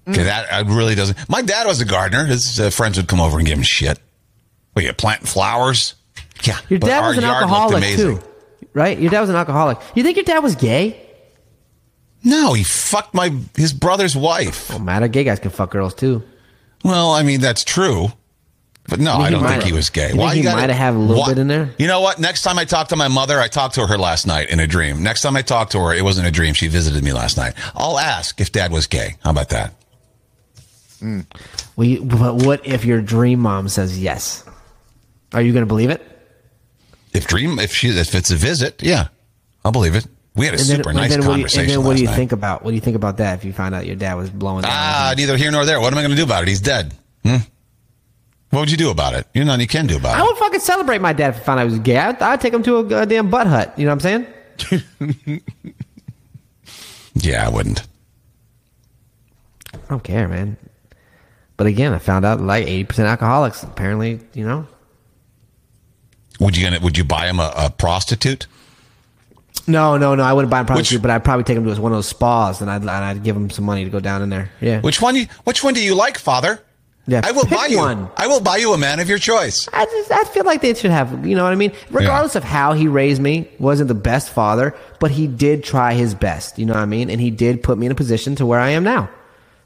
Speaker 3: Okay,
Speaker 4: Mm.
Speaker 3: that I really doesn't. My dad was a gardener. His uh, friends would come over and give him shit. Were you planting flowers? Yeah,
Speaker 4: Your
Speaker 3: but
Speaker 4: dad
Speaker 3: our
Speaker 4: was an
Speaker 3: yard looked
Speaker 4: alcoholic
Speaker 3: amazing.
Speaker 4: too, right? Your dad was an alcoholic. You think your dad was gay?
Speaker 3: No, he fucked my his brother's wife.
Speaker 4: Don't matter. Gay guys can fuck girls too.
Speaker 3: Well, I mean that's true, but no, I,
Speaker 4: he
Speaker 3: don't
Speaker 4: might
Speaker 3: think
Speaker 4: have-
Speaker 3: he was
Speaker 4: you
Speaker 3: gay.
Speaker 4: think he
Speaker 3: gotta-
Speaker 4: might have a little bit in there?
Speaker 3: You know what? Next time I talk to my mother, I talked to her last night in a dream. Next time I talked to her, it wasn't a dream. She visited me last night. I'll ask if Dad was gay. How about that?
Speaker 4: Well, you, but what if your dream mom says yes? Are you going to believe it?
Speaker 3: If dream, if she, if it's a visit, yeah, I'll believe it. We had a super nice
Speaker 4: what do you,
Speaker 3: conversation
Speaker 4: and then what
Speaker 3: last
Speaker 4: do you
Speaker 3: night.
Speaker 4: think about what do you think about that if you find out your dad was blowing? down?
Speaker 3: Ah, neither here nor there. What am I going to do about it? He's dead. Hmm? What would you do about it? You're none you can do about
Speaker 4: I
Speaker 3: it.
Speaker 4: would fucking celebrate my dad if I found out he was gay. I'd, I'd take him to a goddamn butt hut. You know what I'm saying?
Speaker 3: Yeah, I wouldn't.
Speaker 4: I don't care, man. But again, I found out like 80% alcoholics. Apparently, you know.
Speaker 3: Would you gonna? Would you buy him a, a prostitute?
Speaker 4: No, no, no. I wouldn't buy him prostitute,
Speaker 3: Which-
Speaker 4: but I'd probably take him to one of those spas and I'd, and I'd give him some money to go down in there. Yeah.
Speaker 3: Which one? You, which one do you like, Father?
Speaker 4: Yeah,
Speaker 3: I will
Speaker 4: pick
Speaker 3: buy you.
Speaker 4: one.
Speaker 3: I will buy you a man of your choice.
Speaker 4: I just I feel like they should have you know what I mean. Regardless of how he raised me, wasn't the best father, but he did try his best. You know what I mean, and he did put me in a position to where I am now.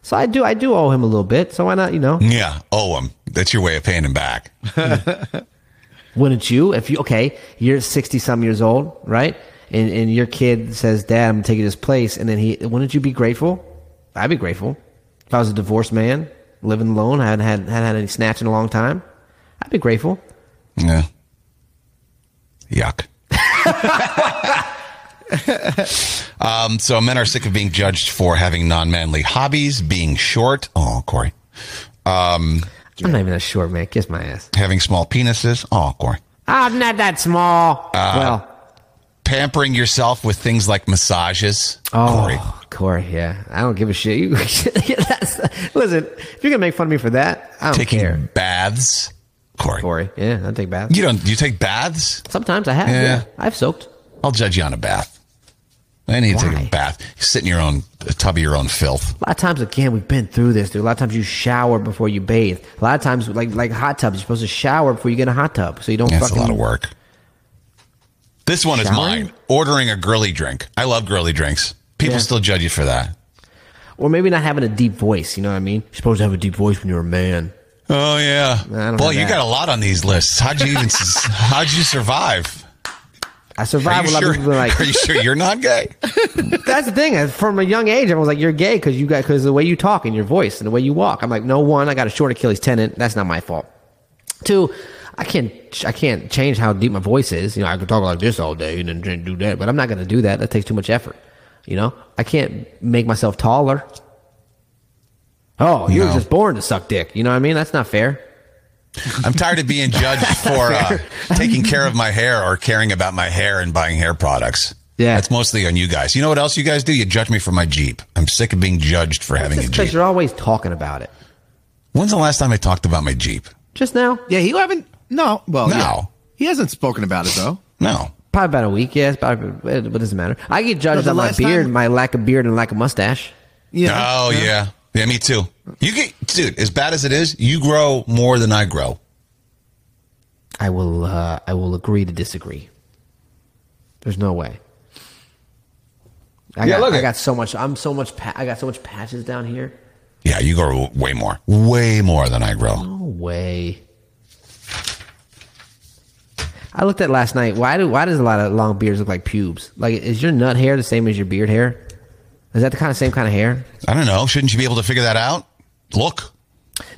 Speaker 4: So I do I do owe him a little bit. So why not you know?
Speaker 3: Yeah, owe him. That's your way of paying him back.
Speaker 4: Wouldn't you if you okay? You're sixty some years old, right? And and your kid says, "Dad, I'm gonna take you to this place," and then he wouldn't you be grateful? I'd be grateful if I was a divorced man living alone. I hadn't had hadn't had any snatch in a long time. I'd be grateful.
Speaker 3: (laughs) Yeah. Yuck. (laughs) um, so men are sick of being judged for having non-manly hobbies, being short. Oh, Corey. Um,
Speaker 4: I'm not even that short, man. Kiss my ass.
Speaker 3: having small penises. Oh, Corey.
Speaker 4: I'm not that small.
Speaker 3: Uh,
Speaker 4: well,
Speaker 3: Pampering yourself with things like massages.
Speaker 4: oh,
Speaker 3: Corey.
Speaker 4: Corey. yeah. I don't give a shit. You, (laughs) that's, listen, if you're gonna make fun of me for that, I don't
Speaker 3: Taking
Speaker 4: care.
Speaker 3: baths. Corey.
Speaker 4: Corey, yeah, I take baths.
Speaker 3: You don't. You take baths?
Speaker 4: Sometimes I have.
Speaker 3: Yeah.
Speaker 4: Yeah. I've soaked.
Speaker 3: I'll judge you on a bath. I need to take
Speaker 4: Why?
Speaker 3: a bath. You sit in your own a tub of your own filth.
Speaker 4: A lot of times, again, we've been through this, dude. A lot of times you shower before you bathe. A lot of times, like like hot tubs, you're supposed to shower before you get in a hot tub, so you don't.
Speaker 3: That's
Speaker 4: fucking,
Speaker 3: a lot of work. This one is
Speaker 4: Showering?
Speaker 3: mine. Ordering a girly drink. I love girly drinks. People
Speaker 4: Yeah.
Speaker 3: still judge you for that.
Speaker 4: Or maybe not having a deep voice. You know what I mean? You're supposed to have a deep voice when you're a man.
Speaker 3: Oh yeah.
Speaker 4: don't
Speaker 3: Boy,
Speaker 4: have
Speaker 3: you
Speaker 4: that.
Speaker 3: got a lot on these lists. How'd you even? s- (laughs) how'd you survive?
Speaker 4: I
Speaker 3: Are
Speaker 4: survived
Speaker 3: you,
Speaker 4: with a lot
Speaker 3: sure,
Speaker 4: of people being
Speaker 3: (laughs)
Speaker 4: like,
Speaker 3: are you sure you're not gay?
Speaker 4: That's the thing. is, From a young age, I was like, "You're gay because you got because the way you talk and your voice and the way you walk." I'm like, "No one, I got a short Achilles tendon. That's not my fault." Two, I can't I can't change how deep my voice is. You know, I could talk like this all day and then do that, but I'm not going to do that. That takes too much effort. You know, I can't make myself taller. Oh, you
Speaker 3: No.
Speaker 4: were just born to suck dick. You know what I mean? That's not fair.
Speaker 3: I'm tired of being judged for uh, taking care of my hair or caring about my hair and buying hair products.
Speaker 4: Yeah.
Speaker 3: that's mostly on you guys. You know what else you guys do? You judge me for my Jeep. I'm sick of being judged for having a
Speaker 4: Just because
Speaker 3: Jeep.
Speaker 4: you're always talking about it.
Speaker 3: When's the last time I talked about my Jeep?
Speaker 4: Just now,
Speaker 5: Yeah, he haven't. No, well,
Speaker 3: No.
Speaker 5: yeah. he hasn't spoken about it though.
Speaker 3: No.
Speaker 4: probably about a week. Yes, probably, but it doesn't matter. I get
Speaker 5: No,
Speaker 4: judged
Speaker 5: the
Speaker 4: on my
Speaker 5: last
Speaker 4: beard,
Speaker 5: time-
Speaker 4: my lack of beard, and lack of mustache.
Speaker 5: Yeah.
Speaker 3: Oh yeah. yeah, Yeah, me too. You get, dude, as bad as it is, you grow more than I grow.
Speaker 4: I will. Uh, I will agree to disagree. There's no way. I
Speaker 3: Yeah,
Speaker 4: got,
Speaker 3: look
Speaker 4: I
Speaker 3: at-
Speaker 4: got so much. I'm so much. Pa- I got so much patches down here.
Speaker 3: Yeah, you grow way more, way more than I grow.
Speaker 4: No way. I looked at last night. Why do why does a lot of long beards look like pubes? Like, is your nut hair the same as your beard hair? Is that the kind of same kind of hair?
Speaker 3: I don't know. Shouldn't you be able to figure that out? Look. (laughs)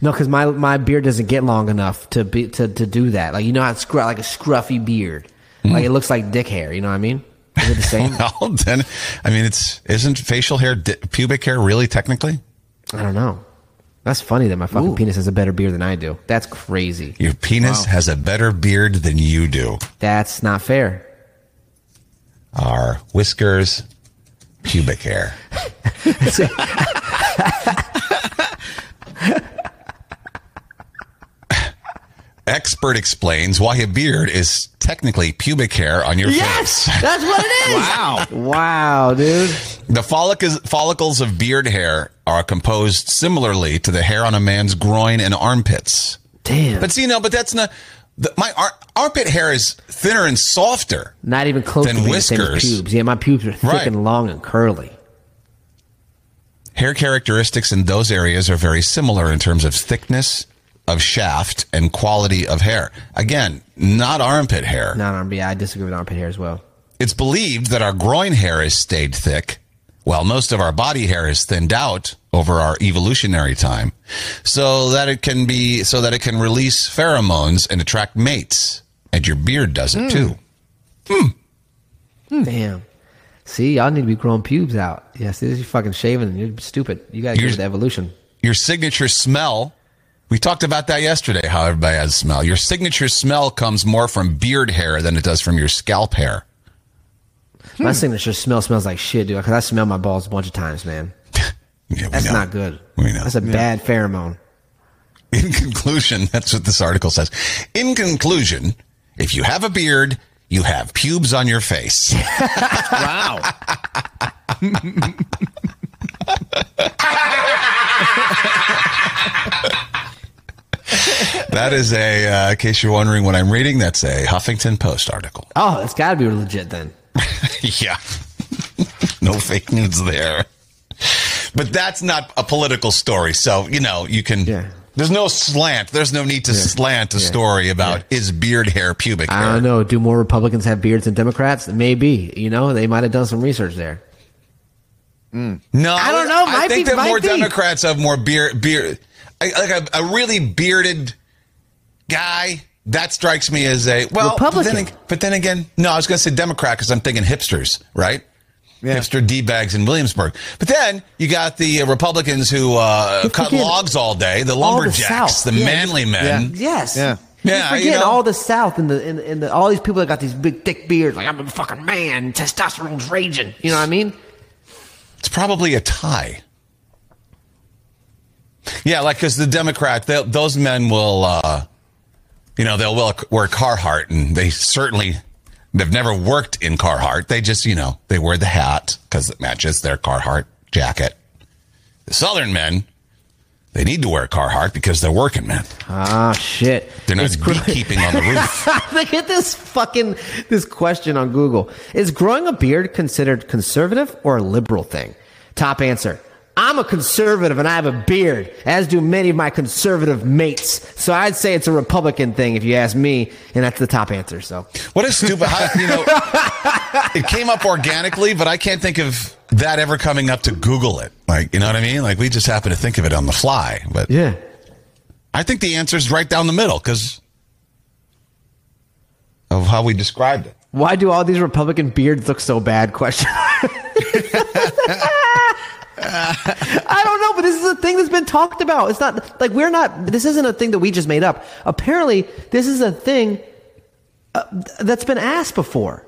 Speaker 4: No, because my my beard doesn't get long enough to be to, to do that. Like you know how it's scru- like a scruffy beard, like it looks like dick hair. You know what I mean? Is it the same?
Speaker 3: Well, then, I mean, it's isn't facial hair, di- pubic hair, really technically?
Speaker 4: I don't know. That's funny that my fucking penis has a better beard than I do. That's crazy.
Speaker 3: Your penis has a better beard than you do.
Speaker 4: That's not fair. (laughs)
Speaker 3: Our whiskers, pubic hair. Expert explains why a beard is technically pubic hair on your
Speaker 4: yes,
Speaker 3: face. (laughs)
Speaker 4: that's what it is.
Speaker 5: (laughs) Wow.
Speaker 4: wow, dude.
Speaker 3: The follic- follicles of beard hair are composed similarly to the hair on a man's groin and armpits.
Speaker 4: Damn.
Speaker 3: But see, no, but that's not. The, my ar- armpit hair is thinner and softer.
Speaker 4: Not even close
Speaker 3: Then
Speaker 4: to being the same as
Speaker 3: whiskers.
Speaker 4: pubes. Yeah, my pubes are thick
Speaker 3: Right.
Speaker 4: and long and curly.
Speaker 3: Hair characteristics in those areas are very similar in terms of thickness of shaft and quality of hair. Again, not armpit hair.
Speaker 4: Not armpit. Yeah, I disagree with armpit hair as well.
Speaker 3: It's believed that our groin hair is stayed thick, while most of our body hair is thinned out over our evolutionary time, so that it can be so that it can release pheromones and attract mates. And your beard does it too. Hmm.
Speaker 4: Damn. See, y'all need to be growing pubes out. Yes, this is fucking shaving. and You're stupid. You got to get
Speaker 3: Here's-
Speaker 4: with the evolution.
Speaker 3: Your signature smell. We talked about that yesterday. How everybody has smell. Your signature smell comes more from beard hair than it does from your scalp hair. Hmm.
Speaker 4: My signature smell smells like shit, dude. Because I smell my balls a bunch of times, man.
Speaker 3: Yeah, we
Speaker 4: That's
Speaker 3: know.
Speaker 4: not good.
Speaker 3: We know.
Speaker 4: That's a bad pheromone.
Speaker 3: In conclusion, (laughs) that's what this article says. In conclusion, if you have a beard, you have pubes on your
Speaker 4: (laughs)
Speaker 3: face.
Speaker 5: Wow.
Speaker 3: That is a, uh, in case you're wondering what I'm reading, that's a Huffington Post article.
Speaker 4: Oh, it's got to be legit then.
Speaker 3: (laughs) yeah. no fake news there. But that's not a political story. So, you know, you can.
Speaker 4: Yeah.
Speaker 3: There's no slant. There's no need to slant a story about is beard hair pubic hair.
Speaker 4: I don't know. Do more Republicans have beards than Democrats? Maybe. You know, they might have done some research there.
Speaker 3: No,
Speaker 4: I don't know.
Speaker 3: I
Speaker 4: Might
Speaker 3: think
Speaker 4: be-
Speaker 3: that more
Speaker 4: might be.
Speaker 3: Democrats have more beard, beard, I- like a, a really bearded guy. That strikes me as a well. But then,
Speaker 4: Republican.
Speaker 3: ag- but then again, no, I was going to say Democrat because I'm thinking hipsters, right? Hipster d bags in Williamsburg. But then you got the uh, Republicans who uh, cut
Speaker 4: forget-
Speaker 3: logs all day, the
Speaker 4: All the
Speaker 3: lumberjacks,
Speaker 4: South.
Speaker 3: the
Speaker 4: Yeah,
Speaker 3: manly men.
Speaker 4: Yes.
Speaker 5: Yeah.
Speaker 4: You
Speaker 3: Yeah,
Speaker 4: forget
Speaker 3: you know.
Speaker 4: all the South and the and, and the, all these people that got these big thick beards. Like I'm a fucking man. Testosterone's raging. You know what I mean?
Speaker 3: It's probably a tie. Yeah, like because the Democrat, they'll- those men will, uh, you know, they'll wel- wear Carhartt, and they certainly they've never worked in Carhartt. They just, you know, they wear the hat because it matches their Carhartt jacket. The Southern men, they need to wear Carhartt because they're working men.
Speaker 4: Ah, shit.
Speaker 3: They're not
Speaker 4: It's gr-
Speaker 3: beekeeping on the roof.
Speaker 4: (laughs) Look at this fucking this question on Google. Is growing a beard considered conservative or a liberal thing? Top answer. I'm a conservative and I have a beard, as do many of my conservative mates. So I'd say it's a Republican thing if you ask me, and that's the top answer. So
Speaker 3: What a stupid, how, you know, it came up organically, but I can't think of that ever coming up to Google it. Like, you know what I mean? Like, we just happen to think of it on the fly. But
Speaker 4: Yeah.
Speaker 3: I think the answer is right down the middle because of how we described it.
Speaker 4: Why do all these Republican beards look so bad? Question.
Speaker 3: (laughs)
Speaker 4: I don't know, but this is a thing that's been talked about. It's not like we're not. This isn't a thing that we just made up. Apparently, this is a thing uh, that's been asked before.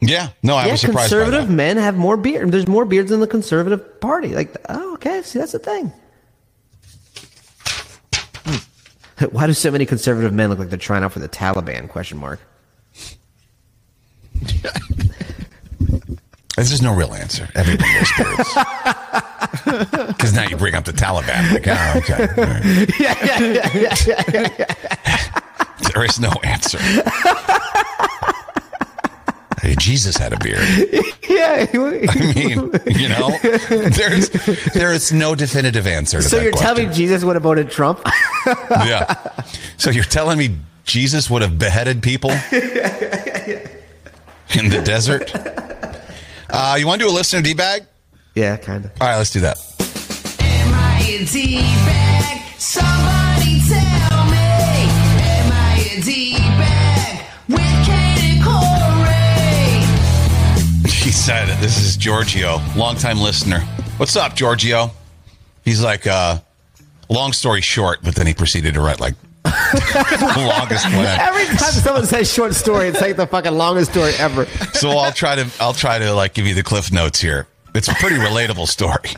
Speaker 3: Yeah. No, I
Speaker 4: yeah,
Speaker 3: was surprised. by
Speaker 4: conservative
Speaker 3: that.
Speaker 4: men have more beard. There's more beards in the conservative party. Like, oh, okay, see, that's the thing. Hmm. (laughs) Why do so many conservative men look like they're trying out for the Taliban? Question
Speaker 3: (laughs)
Speaker 4: mark. (laughs)
Speaker 3: This is no real answer. Everybody knows Because Because now you bring up the Taliban. Like, oh, okay. all right.
Speaker 4: yeah, yeah, yeah, yeah, yeah.
Speaker 3: There is no answer. Hey, Jesus had a beard. (laughs)
Speaker 4: yeah.
Speaker 3: I mean, you know, there's there is no definitive answer. To
Speaker 4: So
Speaker 3: that
Speaker 4: you're
Speaker 3: question.
Speaker 4: telling me Jesus would have voted Trump? (laughs)
Speaker 3: yeah. So you're telling me Jesus would have beheaded
Speaker 4: (laughs)
Speaker 3: people in the desert? Uh, you want to do a listener D bag?
Speaker 4: yeah, kind of.
Speaker 3: All right, let's do that.
Speaker 7: Am I a D-bag? Somebody tell me. Am I a D-bag? With Kate and Corey.
Speaker 3: She said, it. "This is Giorgio, longtime listener. What's up, Giorgio?" He's like, uh, "Long story short," but then he proceeded to write like (laughs) the longest one.
Speaker 4: Every time someone says short story, it's like the fucking longest story ever.
Speaker 3: so I'll try to I'll try to like give you the cliff notes here. It's a pretty relatable story.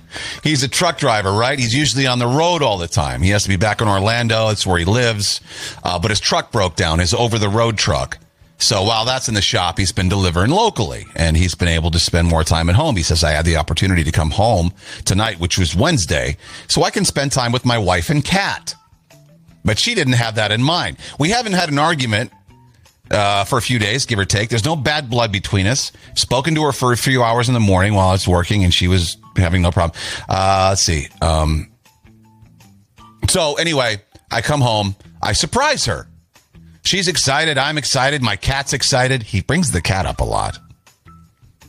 Speaker 3: He's a truck driver, right? He's usually on the road all the time. He has to be back in Orlando. It's where he lives. Uh, but his truck broke down, his over the road truck. So while that's in the shop, he's been delivering locally and he's been able to spend more time at home. He says, I had the opportunity to come home tonight, which was Wednesday, so I can spend time with my wife and cat. But she didn't have that in mind. We haven't had an argument uh, for a few days, give or take. There's no bad blood between us. Spoken to her for a few hours in the morning while I was working, and she was having no problem. Uh, let's see. Um, so anyway, I come home. I surprise her. She's excited. I'm excited. My cat's excited. He brings the cat up a lot.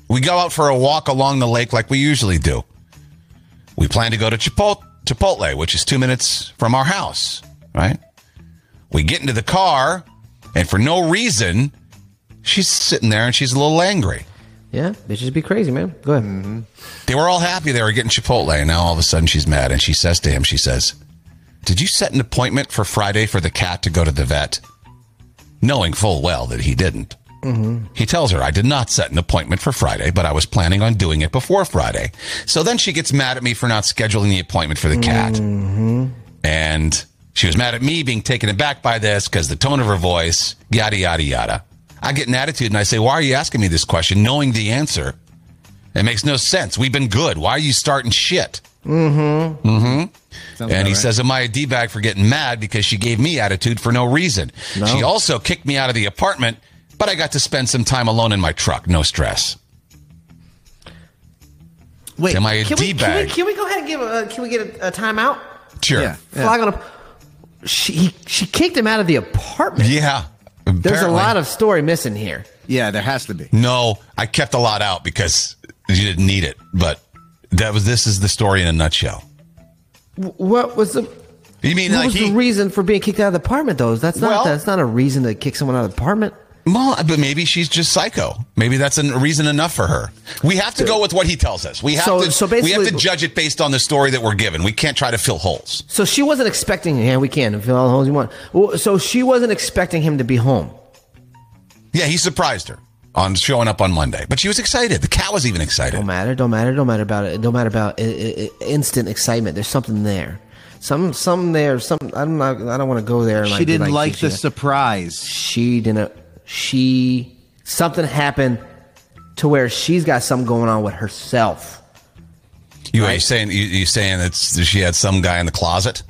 Speaker 3: We go out for a walk along the lake like we usually do. We plan to go to Chipotle, Chipotle which is two minutes from our house, right? We get into the car, and for no reason, she's sitting there and she's a little angry.
Speaker 4: Yeah, bitches be crazy, man. Go ahead.
Speaker 3: They were all happy they were getting Chipotle, and now all of a sudden she's mad. And she says to him, She says, Did you set an appointment for Friday for the cat to go to the vet? Knowing full well that he didn't. He tells her, I did not set an appointment for Friday, but I was planning on doing it before Friday. So then she gets mad at me for not scheduling the appointment for the cat. And she was mad at me being taken aback by this because the tone of her voice, yada, yada, yada. I get an attitude and I say, Why are you asking me this question knowing the answer? It makes no sense. We've been good. Why are you starting shit?
Speaker 5: Sounds
Speaker 3: And
Speaker 5: about
Speaker 3: he
Speaker 5: right.
Speaker 3: says, Am I a D bag for getting mad because she gave me attitude for no reason? She also kicked me out of the apartment, but I got to spend some time alone in my truck. No stress.
Speaker 5: "Wait,
Speaker 3: Am I a
Speaker 4: Can we,
Speaker 3: D
Speaker 4: can, we,
Speaker 3: bag?
Speaker 4: can we go ahead and give a? Can we get a, a timeout?
Speaker 3: Sure.
Speaker 5: Yeah.
Speaker 3: Yeah.
Speaker 4: Flag on a. She he, she kicked him out of the apartment. There's a
Speaker 3: Apparently.
Speaker 4: lot of story missing here.
Speaker 5: yeah, there has to be."
Speaker 3: No, I kept a lot out because you didn't need it. But that was this is the story in a nutshell.
Speaker 4: W- What was the?
Speaker 3: You mean
Speaker 4: what
Speaker 3: like
Speaker 4: was
Speaker 3: he
Speaker 4: the reason for being kicked out of the apartment? Though that's not
Speaker 3: Well-
Speaker 4: that's not a reason to kick someone out of the apartment.
Speaker 3: Well, but maybe she's just psycho. Maybe that's a reason enough for her. We have to go with what he tells us. We have
Speaker 4: So-
Speaker 3: to
Speaker 4: so
Speaker 3: we have to
Speaker 4: basically-
Speaker 3: judge it based on the story that we're given. We can't try to fill holes.
Speaker 4: So she wasn't expecting. Yeah, we can fill all the holes you want. Well, so she wasn't expecting him to be home.
Speaker 3: Yeah, he surprised her on showing up on Monday, but she was excited. The cat was even excited.
Speaker 4: Don't matter. Don't matter. Don't matter about it. Don't matter about i i i- instant excitement. There's something there. Some some there. Some I'm not. I don't want to go there. and,
Speaker 5: She
Speaker 4: be
Speaker 5: didn't like
Speaker 4: teaching
Speaker 5: the
Speaker 4: it.
Speaker 5: surprise.
Speaker 4: she didn't she something happened to where she's got something going on with herself
Speaker 3: you are you saying you, you saying that she had some guy in the closet?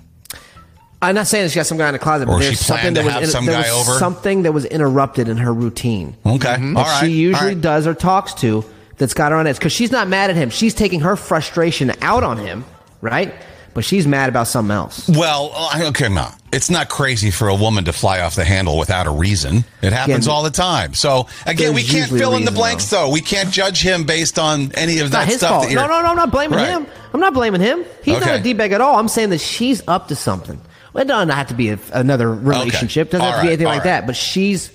Speaker 4: i'm not saying that she got some guy in the closet
Speaker 3: Or
Speaker 4: but
Speaker 3: she
Speaker 4: there's something
Speaker 3: planned to
Speaker 4: that was,
Speaker 3: have
Speaker 4: in-
Speaker 3: some
Speaker 4: there
Speaker 3: guy
Speaker 4: was
Speaker 3: over?
Speaker 4: something that was interrupted in her routine
Speaker 3: Okay, all
Speaker 4: that
Speaker 3: right.
Speaker 4: she usually
Speaker 3: all right.
Speaker 4: does or talks to that's got her on edge because she's not mad at him she's taking her frustration out on him right but she's mad about something else
Speaker 3: Well, I- okay, no, it's not crazy for a woman to fly off the handle without a reason. It happens
Speaker 4: Yeah,
Speaker 3: all the time. So again, we
Speaker 4: there's
Speaker 3: can't
Speaker 4: usually a
Speaker 3: fill in the
Speaker 4: reason,
Speaker 3: blanks, though. We can't judge him based on any of
Speaker 4: It's not
Speaker 3: that
Speaker 4: his
Speaker 3: stuff.
Speaker 4: fault.
Speaker 3: that you're-
Speaker 4: No, no, no. I'm not blaming
Speaker 3: Right.
Speaker 4: him. I'm not blaming him. He's not
Speaker 3: Okay.
Speaker 4: a d-bag at all. I'm saying that she's up to something. Well, It doesn't have to be a, another relationship. Doesn't
Speaker 3: All
Speaker 4: have to be
Speaker 3: right,
Speaker 4: anything
Speaker 3: all
Speaker 4: like
Speaker 3: right.
Speaker 4: that. But she's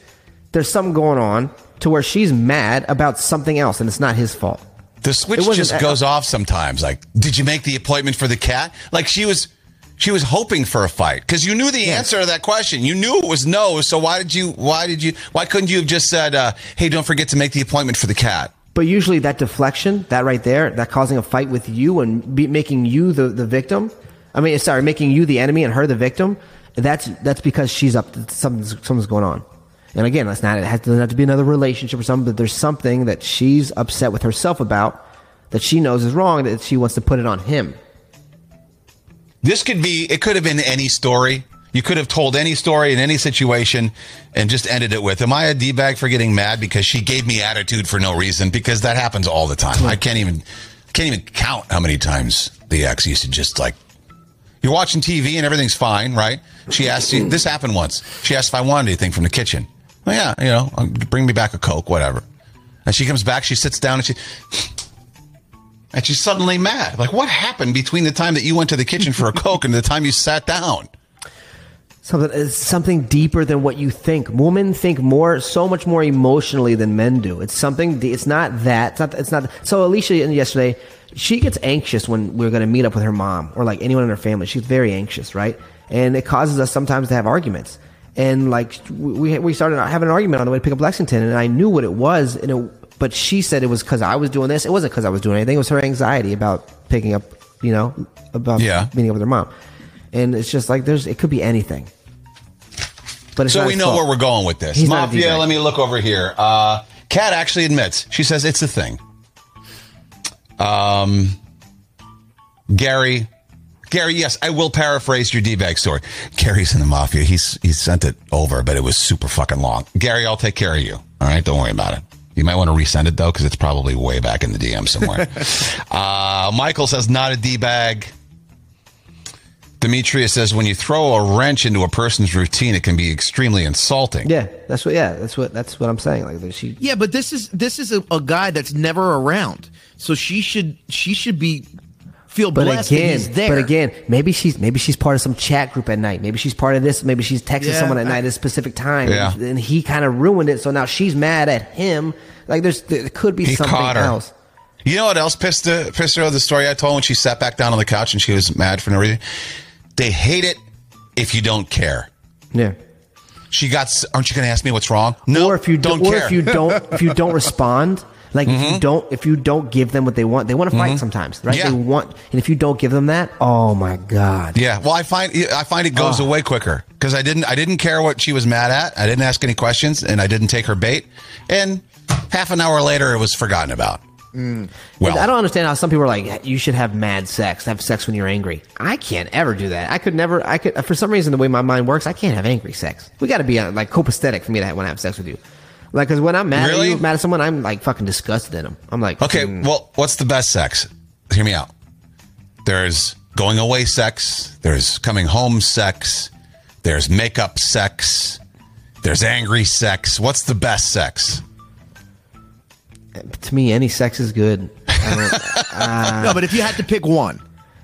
Speaker 4: there's something going on to where she's mad about something else, and it's not his fault.
Speaker 3: The switch
Speaker 4: It wasn't
Speaker 3: just
Speaker 4: that-
Speaker 3: goes off sometimes. Like, did you make the appointment for the cat? Like she was she was hoping for a fight because you knew the answer to that question. You knew it was no. So why did you why did you why couldn't you have just said, uh, hey, don't forget to make the appointment for the cat?
Speaker 4: But usually that deflection, that right there, that causing a fight with you and be, making you the, the victim. I mean, sorry, making you the enemy and her the victim. That's that's because she's up. To, something's something's going on. And again, that's not. It has, doesn't have to be another relationship or something. But there's something that she's upset with herself about that she knows is wrong. That she wants to put it on him.
Speaker 3: This could be, it could have been any story. You could have told any story in any situation and just ended it with, Am I a D bag for getting mad because she gave me attitude for no reason? Because that happens all the time. I can't even, can't even count how many times the ex used to just like, you're watching TV and everything's fine, right? She asked you, this happened once. She asked if I wanted anything from the kitchen. Well, yeah, you know, uh, bring me back a Coke, whatever. And she comes back, she sits down and she, and she's suddenly mad. Like, what happened between the time that you went to the kitchen
Speaker 4: (laughs)
Speaker 3: for a Coke and the time you sat down?
Speaker 4: Something it's something deeper than what you think. Women think more, so much more emotionally than men do. It's something. de- It's not that. It's not. It's not. So Alicia yesterday, she gets anxious when we're going to meet up with her mom or like anyone in her family. She's very anxious, right? And it causes us sometimes to have arguments. And like we we started having an argument on the way to pick up Lexington, and I knew what it was, and it, but she said it was because I was doing this. It wasn't because I was doing anything. It was her anxiety about picking up, you know, about
Speaker 3: Yeah.
Speaker 4: meeting up with her mom. And it's just like there's it could be anything. But it's
Speaker 3: So
Speaker 4: not
Speaker 3: we
Speaker 4: his
Speaker 3: know
Speaker 4: fault.
Speaker 3: where we're going with this.
Speaker 4: He's not a
Speaker 3: Mafia,
Speaker 4: DJ.
Speaker 3: let me look over here. Uh, Kat actually admits, she says it's a thing. Um, Gary, Gary, yes, I will paraphrase your D bag story. Gary's in the Mafia. He's he sent it over, but it was super fucking long. Gary, I'll take care of you. All right, don't worry about it. You might want to resend it though, because it's probably way back in the DM
Speaker 4: (laughs)
Speaker 3: somewhere. uh, Michael says not a D bag. Demetrius says when you throw a wrench into a person's routine, it can be extremely insulting.
Speaker 4: Yeah, that's what. Yeah, that's what. That's what I'm saying. Like that she.
Speaker 5: Yeah, but this is this is a, a guy that's never around, so she should she should be feel
Speaker 4: But
Speaker 5: blessed that
Speaker 4: again,
Speaker 5: he's there.
Speaker 4: but again, maybe she's maybe she's part of some chat group at night. Maybe she's part of this. Maybe she's texting
Speaker 5: Yeah,
Speaker 4: someone at
Speaker 5: I-
Speaker 4: night at a specific time.
Speaker 3: Yeah.
Speaker 4: And, and he kind of ruined it, so now she's mad at him. Like there's there could be
Speaker 3: He
Speaker 4: something
Speaker 3: caught her.
Speaker 4: else.
Speaker 3: You know what else pissed the pissed her off? The story I told when she sat back down on the couch and she was mad for no reason. They hate it if you don't care.
Speaker 4: Yeah.
Speaker 3: She got. s- Aren't you going to ask me what's wrong? No,
Speaker 4: or if you
Speaker 3: don't
Speaker 4: do, or
Speaker 3: care. Mm-hmm.
Speaker 4: if you don't if you
Speaker 3: (laughs)
Speaker 4: don't respond like if you don't if you don't give them what they want they want to fight sometimes right
Speaker 3: Yeah.
Speaker 4: they want and if you don't give them that oh my god
Speaker 3: yeah. Well, I find I find it
Speaker 4: Ah.
Speaker 3: goes away quicker because I didn't I didn't care what she was mad at. I didn't ask any questions and I didn't take her bait. And half an hour later, it was forgotten about. Well,
Speaker 4: Mm. I don't understand how some people are like, you should have mad sex, have sex when you're angry. I can't ever do that. I could never. I could for some reason the way my mind works, I can't have angry sex. We got to be uh, like copacetic for me to have, when I have sex with you. Like, because when I'm mad
Speaker 3: Really?
Speaker 4: at you, mad at someone, I'm like fucking disgusted in them. I'm like,
Speaker 3: Okay,
Speaker 4: mm,
Speaker 3: well, what's the best sex? Hear me out. There's going away sex, there's coming home sex, there's makeup sex, there's angry sex. What's the best sex?
Speaker 4: to me, any sex is good.
Speaker 3: (laughs)
Speaker 4: I
Speaker 5: no, but if you had to
Speaker 4: (laughs)
Speaker 5: pick one,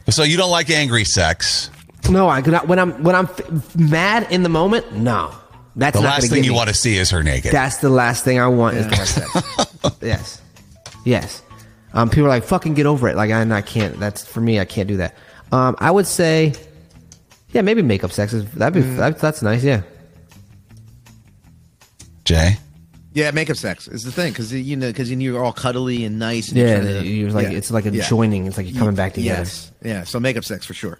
Speaker 3: So you don't like angry sex.
Speaker 4: don't- no, I could not. When I'm when I'm f- mad in the moment, no, that's
Speaker 3: The
Speaker 4: not
Speaker 3: last
Speaker 4: gonna
Speaker 3: thing
Speaker 4: get
Speaker 3: you
Speaker 4: me.
Speaker 3: want to see is her naked.
Speaker 4: That's the last thing I want is to have sex. yes, yes. Um, people are like, "Fucking get over it." Like, I, I can't. That's for me. I can't do that. Um, I would say, yeah, maybe makeup sex is that'd be that, that's nice. Yeah,
Speaker 3: Jay?
Speaker 5: yeah, makeup sex is the thing because you know because you're all cuddly and nice. And
Speaker 4: yeah.
Speaker 5: you're trying to-
Speaker 4: You're like,
Speaker 5: yeah,
Speaker 4: it's like a
Speaker 5: yeah.
Speaker 4: joining. It's like you're coming back together,
Speaker 5: Yes, yeah. So makeup sex for sure.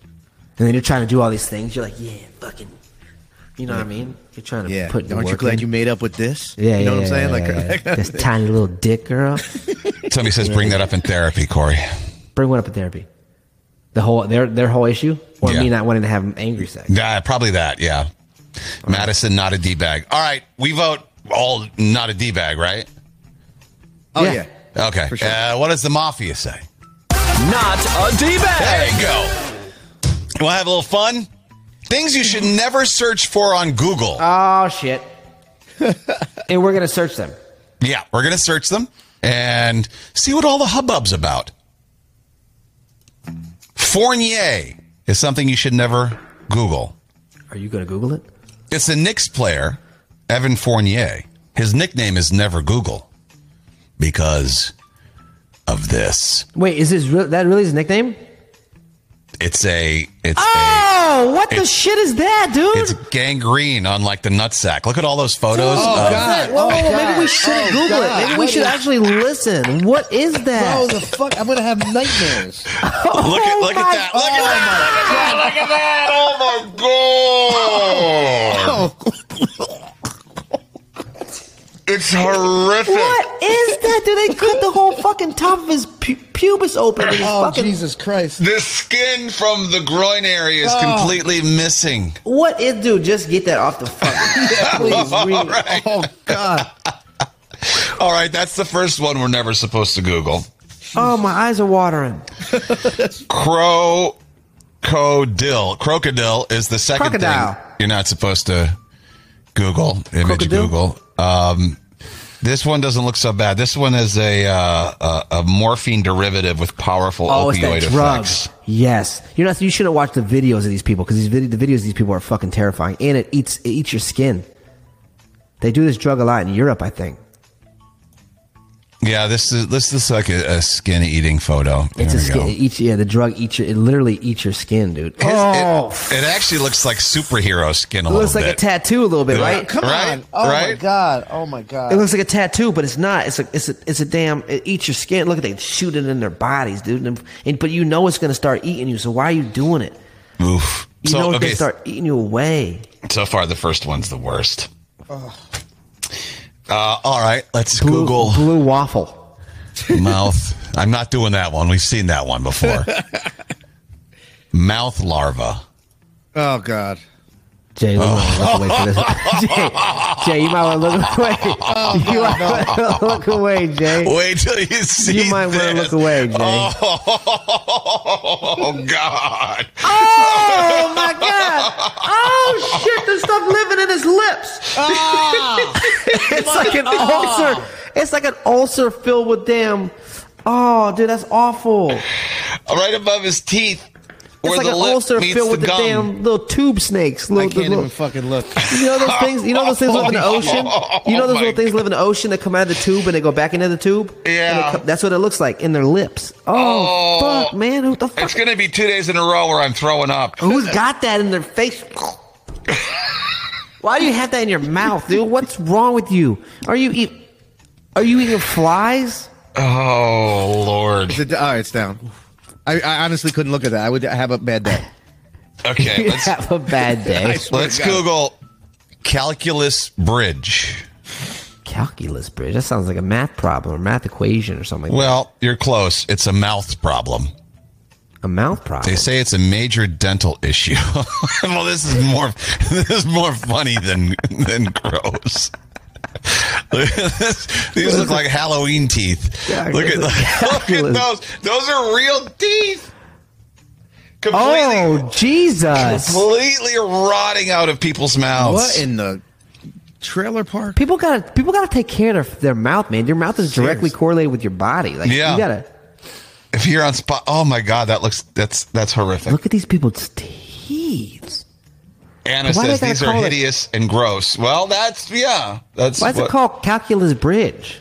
Speaker 4: and then you're trying to do all these things. You're like, yeah, fucking. You know what I mean? You're trying to
Speaker 5: Yeah,
Speaker 4: put. The
Speaker 5: aren't you
Speaker 4: work
Speaker 5: glad
Speaker 4: in.
Speaker 5: you made up with this?
Speaker 4: Yeah,
Speaker 5: you know
Speaker 4: yeah,
Speaker 5: what I'm saying?
Speaker 4: yeah,
Speaker 5: like,
Speaker 4: yeah,
Speaker 5: (laughs)
Speaker 4: yeah. this tiny little dick girl.
Speaker 3: Somebody says bring that up in therapy, Corey.
Speaker 4: Bring one up in therapy. The whole their their whole issue, or
Speaker 3: Yeah.
Speaker 4: me not wanting to have angry sex.
Speaker 3: Yeah, probably that, yeah. Madison, not a D bag. All right, we vote all not a D bag, right?
Speaker 5: oh
Speaker 4: Yeah.
Speaker 5: yeah.
Speaker 3: Okay.
Speaker 5: For sure.
Speaker 3: Uh, what does the mafia say?
Speaker 8: Not a D
Speaker 3: There
Speaker 8: bag.
Speaker 3: you go. Want to have a little fun? Things you should never search for on Google.
Speaker 5: Uh,
Speaker 3: (laughs)
Speaker 4: Oh shit. and we're gonna search them.
Speaker 3: yeah, we're going to search them and see what all the hubbub's about. Fournier is something you should never Google.
Speaker 4: Are you gonna Google it?
Speaker 3: It's a Knicks player, Evan Fournier. His nickname is Never Google because of this.
Speaker 4: Wait, is this real that really his nickname?
Speaker 3: It's a it's a
Speaker 4: Oh, what the
Speaker 3: It's-
Speaker 4: shit is that,
Speaker 3: it's
Speaker 4: dude?
Speaker 3: gangrene on like the nutsack. Look at all those photos. of-
Speaker 5: Oh, God!
Speaker 4: Whoa, maybe
Speaker 5: Oh,
Speaker 4: we shouldn't Google it. Maybe we should actually listen.
Speaker 3: (laughs)
Speaker 4: What is
Speaker 5: Oh
Speaker 4: that?
Speaker 5: the fuck! I'm gonna have (laughs)
Speaker 3: (laughs)
Speaker 5: nightmares.
Speaker 3: Look at look
Speaker 5: Oh,
Speaker 3: at
Speaker 4: my
Speaker 3: that! Look at that! Look at that! Look at that! Oh my god! It's horrific.
Speaker 4: What is that? Do they cut the whole fucking top of his pu-
Speaker 9: pubis open. With his
Speaker 5: Oh,
Speaker 9: fucking,
Speaker 5: Jesus Christ.
Speaker 3: The skin from the groin area
Speaker 5: Oh.
Speaker 3: is completely missing.
Speaker 9: What is, dude? Just get that off
Speaker 3: (laughs)
Speaker 9: the fucking. please, read.
Speaker 5: Oh, God.
Speaker 3: All right, that's the first one we're never supposed to Google.
Speaker 4: Oh, my eyes are watering.
Speaker 3: Crow crocodile. Crocodile is the second
Speaker 4: Crocodile.
Speaker 3: thing you're not supposed to Google. Image
Speaker 4: Crocodile?
Speaker 3: Google. Um, this one doesn't look so bad. This one is a uh, a, a morphine derivative with powerful
Speaker 4: Oh, it's
Speaker 3: opioid
Speaker 4: that drug.
Speaker 3: effects.
Speaker 4: Yes, you're not. You shouldn't watch the videos of these people because these vid- the videos of these people are fucking terrifying, and it eats it eats your skin. They do this drug a lot in Europe, I think.
Speaker 3: Yeah, this is this looks like a, a skin eating photo. there
Speaker 4: It's a
Speaker 3: we
Speaker 4: skin. e-
Speaker 3: go.
Speaker 4: It eats, yeah, the drug eats your. It literally eats your skin, dude.
Speaker 3: His- it-
Speaker 4: oh,
Speaker 3: it, actually looks like superhero skin a
Speaker 4: it
Speaker 3: little
Speaker 4: looks like
Speaker 3: bit.
Speaker 4: a tattoo a little bit,
Speaker 3: Yeah.
Speaker 4: right?
Speaker 5: Come
Speaker 3: Right?
Speaker 5: on. Oh, my
Speaker 3: Right?
Speaker 5: God. Oh, my God.
Speaker 4: It looks like a tattoo, but it's not. It's a it's a it's a damn. It eats your skin. Look at they shoot it in their bodies, dude. And, and- but you know it's gonna start eating you. So why are you doing it?
Speaker 3: Oof.
Speaker 4: You know it's gonna start eating you away.
Speaker 3: So far, the first one's the worst. Uh, all right, let's
Speaker 4: Blue,
Speaker 3: Google
Speaker 4: blue waffle.
Speaker 3: mouth. I'm not doing that one. We've seen that one
Speaker 4: (laughs)
Speaker 3: before. mouth larva.
Speaker 5: oh, God.
Speaker 4: Jay, you might wanna look away
Speaker 3: (laughs)
Speaker 4: for this. (laughs) Jay, Jay, you might want to look away.
Speaker 3: Oh,
Speaker 4: you might want to look away, Jay.
Speaker 3: Wait till you see.
Speaker 4: You might want to
Speaker 3: this.
Speaker 4: look away, Jay.
Speaker 3: Oh (laughs) God!
Speaker 9: Oh my god!
Speaker 3: (laughs)
Speaker 9: Oh shit! There's stuff living in his lips.
Speaker 4: Ah! it's like an
Speaker 3: Oh.
Speaker 4: ulcer. It's like an ulcer filled with damn. Oh, dude, that's awful. It's
Speaker 3: Right above his teeth, where
Speaker 4: like
Speaker 3: the
Speaker 4: an
Speaker 3: lip
Speaker 4: ulcer
Speaker 3: meets
Speaker 4: filled with
Speaker 3: the
Speaker 4: the
Speaker 3: gum.
Speaker 4: damn little tube snakes.
Speaker 5: I
Speaker 4: Little, the
Speaker 5: can't
Speaker 4: little-
Speaker 5: even fucking look. (laughs)
Speaker 4: You know those things. You know those things live in the ocean. You know
Speaker 3: (laughs) Oh
Speaker 4: those
Speaker 3: my
Speaker 4: little things live in the ocean that come out of the tube and they go back into the tube. And they
Speaker 3: Yeah.
Speaker 4: come- that's what it looks like in their lips. Oh,
Speaker 3: Oh.
Speaker 4: fuck, man, who the fuck?
Speaker 3: It's gonna be two days in a row where I'm throwing up.
Speaker 4: Who's got that in their face? Why do you have that in your mouth, dude? What's wrong with you? Are you eat? Are you eating flies?
Speaker 3: Oh Lord.
Speaker 5: Is it- All right, it's down. I, I honestly couldn't look at that. I would have a
Speaker 4: (laughs)
Speaker 5: bad day.
Speaker 3: Okay,
Speaker 4: You (laughs)
Speaker 3: let's
Speaker 4: have
Speaker 3: (laughs)
Speaker 4: a bad day.
Speaker 3: Let's Google calculus bridge.
Speaker 4: Calculus bridge. That sounds like a math problem or math equation or something. Like
Speaker 3: Well, you're close. It's a mouth problem.
Speaker 4: that. A mouth problem.
Speaker 3: They say it's a major dental issue. (laughs) well, this is more (laughs) this is more funny than than gross. (laughs) These look like Halloween teeth.
Speaker 4: Yeah,
Speaker 3: (laughs) look at look at
Speaker 4: calculus.
Speaker 3: those. Those are real teeth. Completely,
Speaker 4: oh Jesus!
Speaker 3: completely rotting out of people's mouths.
Speaker 5: What in the trailer park?
Speaker 4: People gotta people gotta take care of their, their mouth, man. Your mouth is directly
Speaker 5: Seriously.
Speaker 4: correlated with your body. Like
Speaker 3: Yeah.
Speaker 4: you gotta
Speaker 3: if you're on spot, oh my god, that looks that's that's horrific.
Speaker 4: look at these people's teeth.
Speaker 3: Anna
Speaker 4: Why do
Speaker 3: says
Speaker 4: they gotta
Speaker 3: these are
Speaker 4: call it-
Speaker 3: hideous and gross. Well, that's yeah. That's
Speaker 4: Why is
Speaker 3: what-
Speaker 4: it called calculus bridge?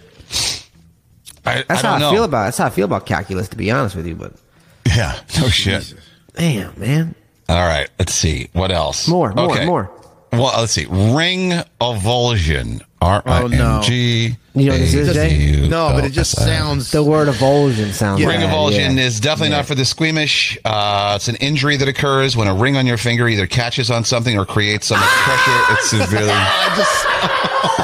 Speaker 3: I,
Speaker 4: That's
Speaker 3: I
Speaker 4: how
Speaker 3: don't
Speaker 4: I
Speaker 3: know.
Speaker 4: feel about that's how I feel about calculus, to be honest with you. But
Speaker 3: (laughs) Yeah. No Oh, shit.
Speaker 4: damn, man,
Speaker 3: All right. Let's see. What else?
Speaker 4: More, more,
Speaker 3: Okay.
Speaker 4: more.
Speaker 3: Well, let's see. Ring avulsion.
Speaker 5: Oh,
Speaker 3: R I N G.
Speaker 4: You know what this is, Jay?
Speaker 5: No, but it just sounds.
Speaker 4: Oh, the word avulsion sounds.
Speaker 5: Yeah.
Speaker 4: bad,
Speaker 3: Ring avulsion
Speaker 4: yeah.
Speaker 3: is definitely not for the squeamish. Uh, it's an injury that occurs when a ring on your finger either catches on something or creates so much pressure.
Speaker 4: (laughs)
Speaker 3: It's severely. (laughs)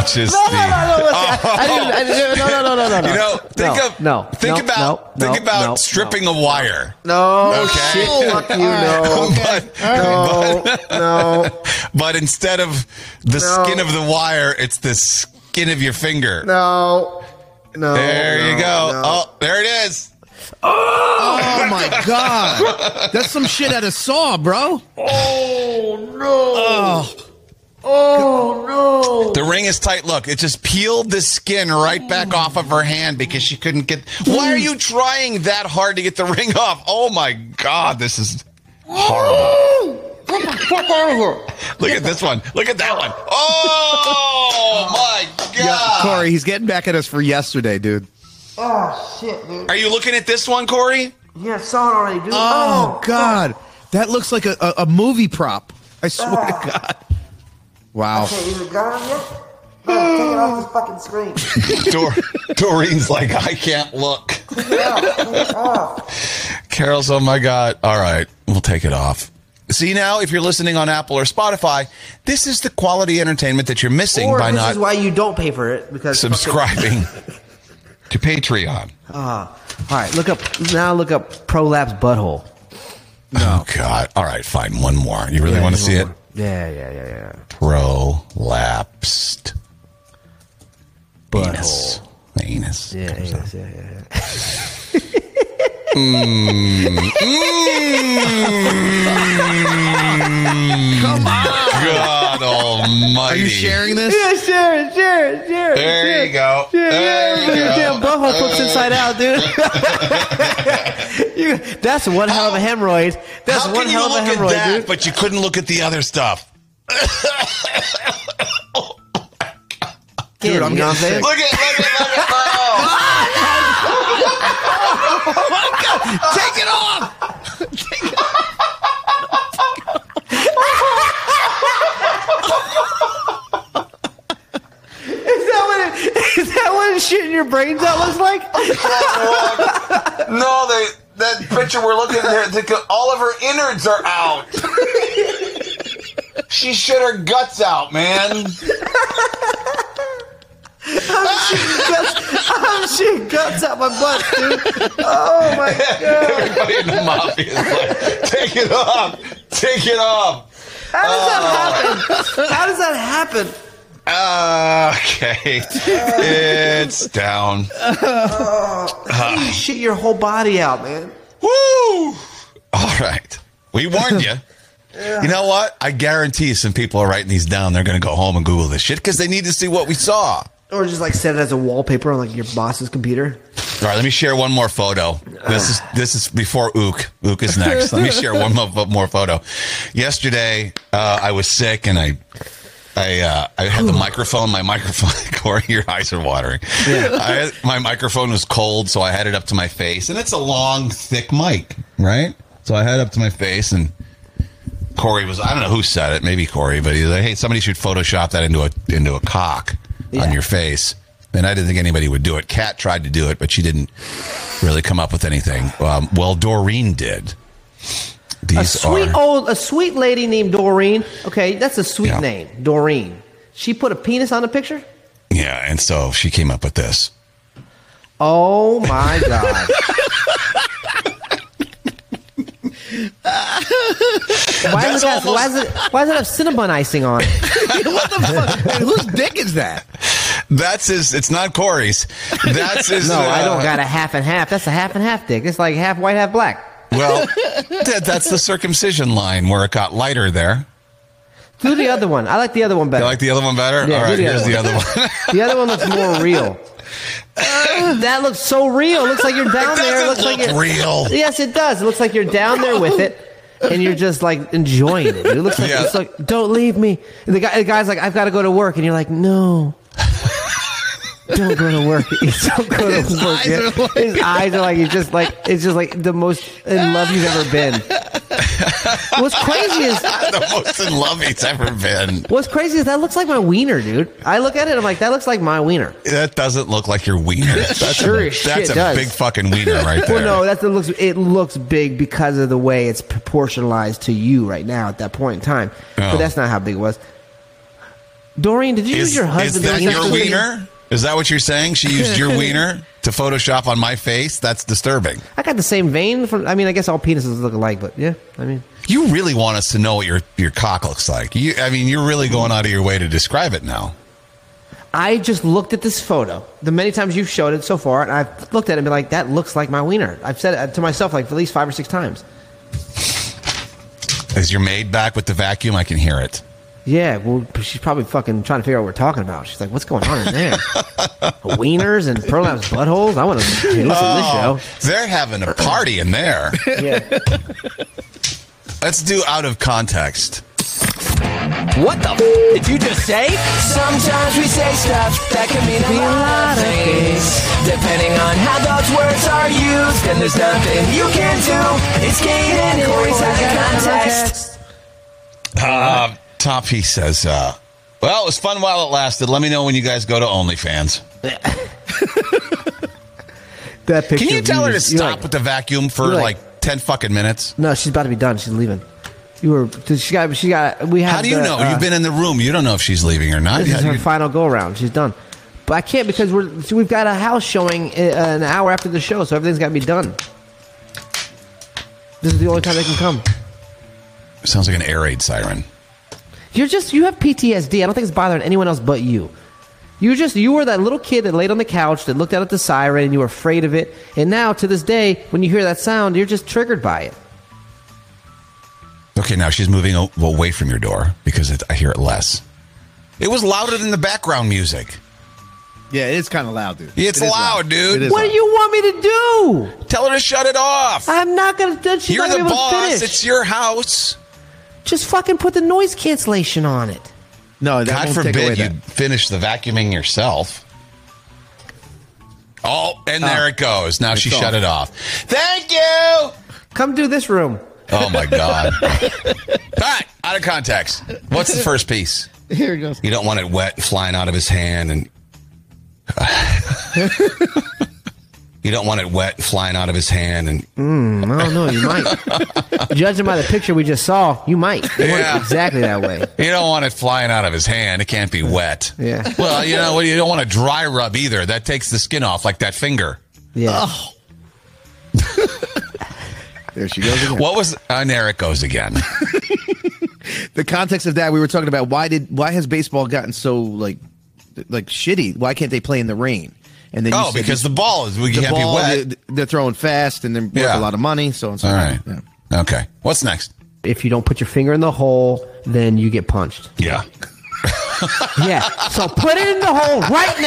Speaker 3: It's just
Speaker 4: No,
Speaker 3: the-
Speaker 4: no, no, no,
Speaker 3: Oh.
Speaker 4: listen, I didn't- I didn't- no, no, no, no, no, no.
Speaker 3: You know, think
Speaker 4: no,
Speaker 3: of
Speaker 4: no,
Speaker 3: think
Speaker 4: no,
Speaker 3: about
Speaker 4: no,
Speaker 3: think
Speaker 4: no,
Speaker 3: about (laughs)
Speaker 4: no,
Speaker 3: stripping a wire.
Speaker 4: No,
Speaker 3: Okay. (laughs)
Speaker 4: shit, fuck you, no,
Speaker 3: But,
Speaker 4: no, no.
Speaker 3: (laughs) but instead of the
Speaker 4: No.
Speaker 3: skin of the wire, it's the skin of your finger.
Speaker 4: No. No.
Speaker 3: there you
Speaker 4: no,
Speaker 3: go.
Speaker 4: no.
Speaker 3: Oh, there it is.
Speaker 5: Oh my
Speaker 4: (laughs)
Speaker 5: god, that's some shit out of Saw, bro.
Speaker 3: The ring is tight. Look, it just peeled the skin right back off of her hand because she couldn't get. Why are you trying that hard to get the ring off? Oh my God, this is horrible. Look at this one. Look at that one. Oh my
Speaker 5: Yeah,
Speaker 3: God.
Speaker 5: Corey, he's getting back at us for yesterday, dude.
Speaker 3: Are you looking at this one, Corey?
Speaker 9: Yeah, I saw it already, dude.
Speaker 5: Oh god, that looks like a, a, a movie prop. I swear
Speaker 8: Ah.
Speaker 5: to God. Wow.
Speaker 9: Is it gone yet? Oh, take it off the fucking screen.
Speaker 3: Dor- Doreen's like, I can't look. Carol's, oh my God. All right, we'll take it off. See now, if you're listening on Apple or Spotify, this is the quality entertainment that you're missing
Speaker 9: Or
Speaker 3: by
Speaker 9: this
Speaker 3: not
Speaker 9: is why you don't pay for it because fucking-
Speaker 3: subscribing. to Patreon.
Speaker 9: uh,
Speaker 4: All right, look up now. Look up prolapse butthole.
Speaker 3: Oh God! All right, fine. One more. You really want to see it?
Speaker 4: Yeah, yeah, yeah, yeah.
Speaker 3: Prolapsed. Anus. Anus.
Speaker 4: Yeah, anus, yeah, yeah, yeah.
Speaker 3: God Almighty!
Speaker 5: Are you sharing this?
Speaker 4: Yeah, share it, share it, share it.
Speaker 3: There
Speaker 4: share
Speaker 3: you
Speaker 4: it.
Speaker 3: go.
Speaker 4: Share it,
Speaker 3: There
Speaker 4: yeah,
Speaker 3: you
Speaker 4: your
Speaker 3: go.
Speaker 4: damn butthole flips inside out, dude. (laughs) you, that's one hell of a hemorrhoid. That's
Speaker 3: How
Speaker 4: one
Speaker 3: can you
Speaker 4: hell of a
Speaker 3: look at
Speaker 4: hemorrhoid,
Speaker 3: that,
Speaker 4: dude.
Speaker 3: but you couldn't look at the other stuff?
Speaker 4: Dude, I'm you know what I'm saying?
Speaker 3: Look at, look at, look at. Oh,
Speaker 5: Take it off!
Speaker 4: Is that what it, (laughs) is that what shitting your brains out
Speaker 3: (laughs)
Speaker 4: looks like?
Speaker 3: no, they, that picture we're looking at, they go- all of her innards are out. she shit her guts out, man.
Speaker 4: I'm shitting guts out my butt, dude. Oh my god.
Speaker 3: Everybody in the mafia is like, take it off, take it off.
Speaker 4: How does that happen? How does that happen?
Speaker 3: Uh, okay, it's down.
Speaker 4: You shit your whole body out, man.
Speaker 3: Woo! (laughs) All right. We warned you. You know what? I guarantee some people are writing these down. They're going to go home and Google this shit because they need to see what we saw.
Speaker 4: Or just like set it as a wallpaper on like your boss's computer.
Speaker 3: All right, let me share one more photo. This is this is before Ook. Ook is next. Let me share one more, more photo. Yesterday, uh, I was sick and I I uh, I had
Speaker 4: Oh.
Speaker 3: the microphone. My microphone, (laughs) Corey, your eyes are watering. I, my microphone was cold, so I had it up to my face, and it's a long, thick mic, right? So I had it up to my face, and Corey was I don't know who said it, maybe Corey, but he's like, "Hey, somebody should Photoshop that into a into a cock on
Speaker 4: Yeah.
Speaker 3: your face." And I didn't think anybody would do it. Kat tried to do it, but she didn't really come up with anything. Um, well, Doreen did. These
Speaker 4: A sweet
Speaker 3: are
Speaker 4: old, a sweet lady named Doreen. Okay, that's a sweet
Speaker 3: Yeah.
Speaker 4: name, Doreen. She put a penis on the picture.
Speaker 3: yeah, and so she came up with this.
Speaker 4: Oh my god! why, is it got, why is it? Why does it have cinnamon icing on? it?
Speaker 5: what the fuck? Hey, whose dick is that?
Speaker 3: That's his. It's not Corey's. That's his.
Speaker 4: No, I don't
Speaker 3: uh,
Speaker 4: got a half and half. That's a half and half dick. It's like half white, half black.
Speaker 3: Well, that, that's the circumcision line where it got lighter. There,
Speaker 4: Do the other one. I like the other one
Speaker 3: you
Speaker 4: better.
Speaker 3: like the other one better.
Speaker 4: Yeah,
Speaker 3: All right,
Speaker 4: do the
Speaker 3: here's
Speaker 4: other
Speaker 3: the other one.
Speaker 4: The other one looks more real. Uh, that looks so real. Looks like you're down there.
Speaker 3: Doesn't
Speaker 4: looks like
Speaker 3: look
Speaker 4: you're,
Speaker 3: real.
Speaker 4: Yes, it does. It looks like you're down there with it, and you're just like enjoying it. It looks like
Speaker 3: Yeah.
Speaker 4: it's like, don't leave me. And the guy, the guy's like, I've got to go to work, and you're like, no. Don't go to work. (laughs) Don't go to
Speaker 5: His
Speaker 4: work.
Speaker 5: eyes
Speaker 4: yeah.
Speaker 5: are like-
Speaker 4: His eyes are like he's just like it's just like the most in love you've ever been. What's crazy
Speaker 3: (laughs)
Speaker 4: is
Speaker 3: the most in love he's ever been.
Speaker 4: what's crazy is that looks like my wiener, dude. I look at it, I'm like, that looks like my wiener.
Speaker 3: That doesn't look like your wiener. That's
Speaker 4: Sure
Speaker 3: a,
Speaker 4: as
Speaker 3: that's
Speaker 4: shit
Speaker 3: a
Speaker 4: does.
Speaker 3: big fucking wiener right there.
Speaker 4: Well, no, that's it looks it looks big because of the way it's proportionalized to you right now at that point in time.
Speaker 3: Oh.
Speaker 4: But that's not how big it was. Doreen, did you
Speaker 3: is,
Speaker 4: use your
Speaker 3: is
Speaker 4: husband?
Speaker 3: that
Speaker 4: as
Speaker 3: your
Speaker 4: something?
Speaker 3: wiener? Is that what you're saying? She used
Speaker 4: (laughs)
Speaker 3: your wiener to Photoshop on my face? That's disturbing.
Speaker 4: I got the same vein from. I mean, I guess all penises look alike, but yeah, I mean,
Speaker 3: You really want us to know what your your cock looks like. You, I mean, you're really going out of your way to describe it now.
Speaker 4: I just looked at this photo. The many times you've showed it so far, and I've looked at it and been like, "That looks like my wiener." I've said it to myself like at least five or six times.
Speaker 3: Is your maid back with the vacuum? I can hear it.
Speaker 4: Yeah, well, she's probably fucking trying to figure out what we're talking about. She's like, "What's going on in
Speaker 3: (laughs)
Speaker 4: there? Wieners and prolapse buttholes." I want to listen to this
Speaker 3: Oh.
Speaker 4: show.
Speaker 3: They're having a party in
Speaker 4: (laughs)
Speaker 3: there.
Speaker 4: Yeah.
Speaker 3: Let's do out of context.
Speaker 8: What the f- did you just say? Sometimes we say stuff that can mean a lot of things. Depending on how those words are used, and there's nothing you can do. It's Kate and Corey's out of context.
Speaker 3: Top he says, uh, "Well, it was fun while it lasted. Let me know when you guys go to OnlyFans."
Speaker 4: That picture.
Speaker 3: Can you
Speaker 4: of
Speaker 3: tell her to
Speaker 4: just- you're
Speaker 3: stop
Speaker 4: like-
Speaker 3: with the vacuum for
Speaker 4: you're
Speaker 3: like,
Speaker 4: like-
Speaker 3: 10 fucking minutes?
Speaker 4: no, she's about to be done. She's leaving. You were. She got. She got. We have.
Speaker 3: How do you
Speaker 4: the,
Speaker 3: know?
Speaker 4: uh,
Speaker 3: You've been in the room. You don't know if she's leaving or not.
Speaker 4: This is
Speaker 3: Yeah,
Speaker 4: her
Speaker 3: you-
Speaker 4: final go round. She's done. But I can't because we're so we've got a house showing i- uh, an hour after the show, so everything's got to be done. This is the only time they can come.
Speaker 3: Sounds like an air raid siren.
Speaker 4: You're just you have PTSD. I don't think it's bothering anyone else but you. You just you were that little kid that laid on the couch that looked out at the siren and you were afraid of it. And now to this day, when you hear that sound, you're just triggered by it.
Speaker 3: Okay, now she's moving a- away from your door because it, I hear it less. It was louder than the background music.
Speaker 5: Yeah, it is kind of loud, dude.
Speaker 3: It's
Speaker 5: It is
Speaker 3: loud, dude.
Speaker 5: It is
Speaker 4: What do
Speaker 5: loud.
Speaker 4: you want me to do?
Speaker 3: Tell her to shut it off.
Speaker 4: I'm not gonna. She's
Speaker 3: You're
Speaker 4: not gonna
Speaker 3: the
Speaker 4: be able to
Speaker 3: boss.
Speaker 4: finish.
Speaker 3: It's your house.
Speaker 4: Just fucking put the noise cancellation on it.
Speaker 5: No, that
Speaker 3: God
Speaker 5: won't take away
Speaker 3: forbid you
Speaker 5: that.
Speaker 3: finish the vacuuming yourself. Oh, and there it goes. Now she
Speaker 5: Ah. It's
Speaker 3: shut
Speaker 5: off.
Speaker 3: it off. Thank you.
Speaker 4: Come do this room.
Speaker 3: Oh my
Speaker 5: (laughs)
Speaker 3: god! All right, out of context. What's the first piece?
Speaker 5: (laughs) Here it goes.
Speaker 3: You don't want it wet and flying out of his hand, and (laughs) you don't want it wet and flying out of his hand, and
Speaker 4: I don't know. You (laughs) might. Judging by the picture we just saw, you might. It worked
Speaker 3: Yeah.
Speaker 4: exactly that way.
Speaker 3: you don't want it flying out of his hand. It can't be wet.
Speaker 4: Yeah.
Speaker 3: Well, you know, you don't want to dry rub either. That takes the skin off, like that finger.
Speaker 4: Yeah.
Speaker 5: There she goes again.
Speaker 3: What was? And there it goes again.
Speaker 5: the context of that we were talking about why did why has baseball gotten so like like shitty why can't they play in the rain and then you
Speaker 3: Oh,
Speaker 5: said
Speaker 3: because the ball is we can't be wet.
Speaker 5: they- they're throwing fast and they're worth
Speaker 3: Yeah.
Speaker 5: a lot of money so and so
Speaker 3: All right.
Speaker 5: Yeah.
Speaker 3: Okay. What's next?
Speaker 4: If you don't put your finger in the hole, then you get punched.
Speaker 3: Yeah.
Speaker 4: Yeah. So put it in the hole right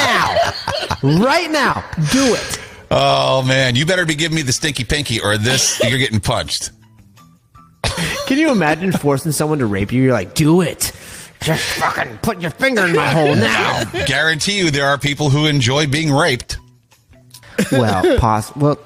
Speaker 4: now. Right now. Do it.
Speaker 3: Oh man, you better be giving me the stinky pinky, or this you're getting punched.
Speaker 4: Can you imagine forcing someone to rape you? You're like, do it. Just fucking put your finger in my hole (laughs) now.
Speaker 3: Guarantee you, there are people who enjoy being raped.
Speaker 4: Well, pos- well,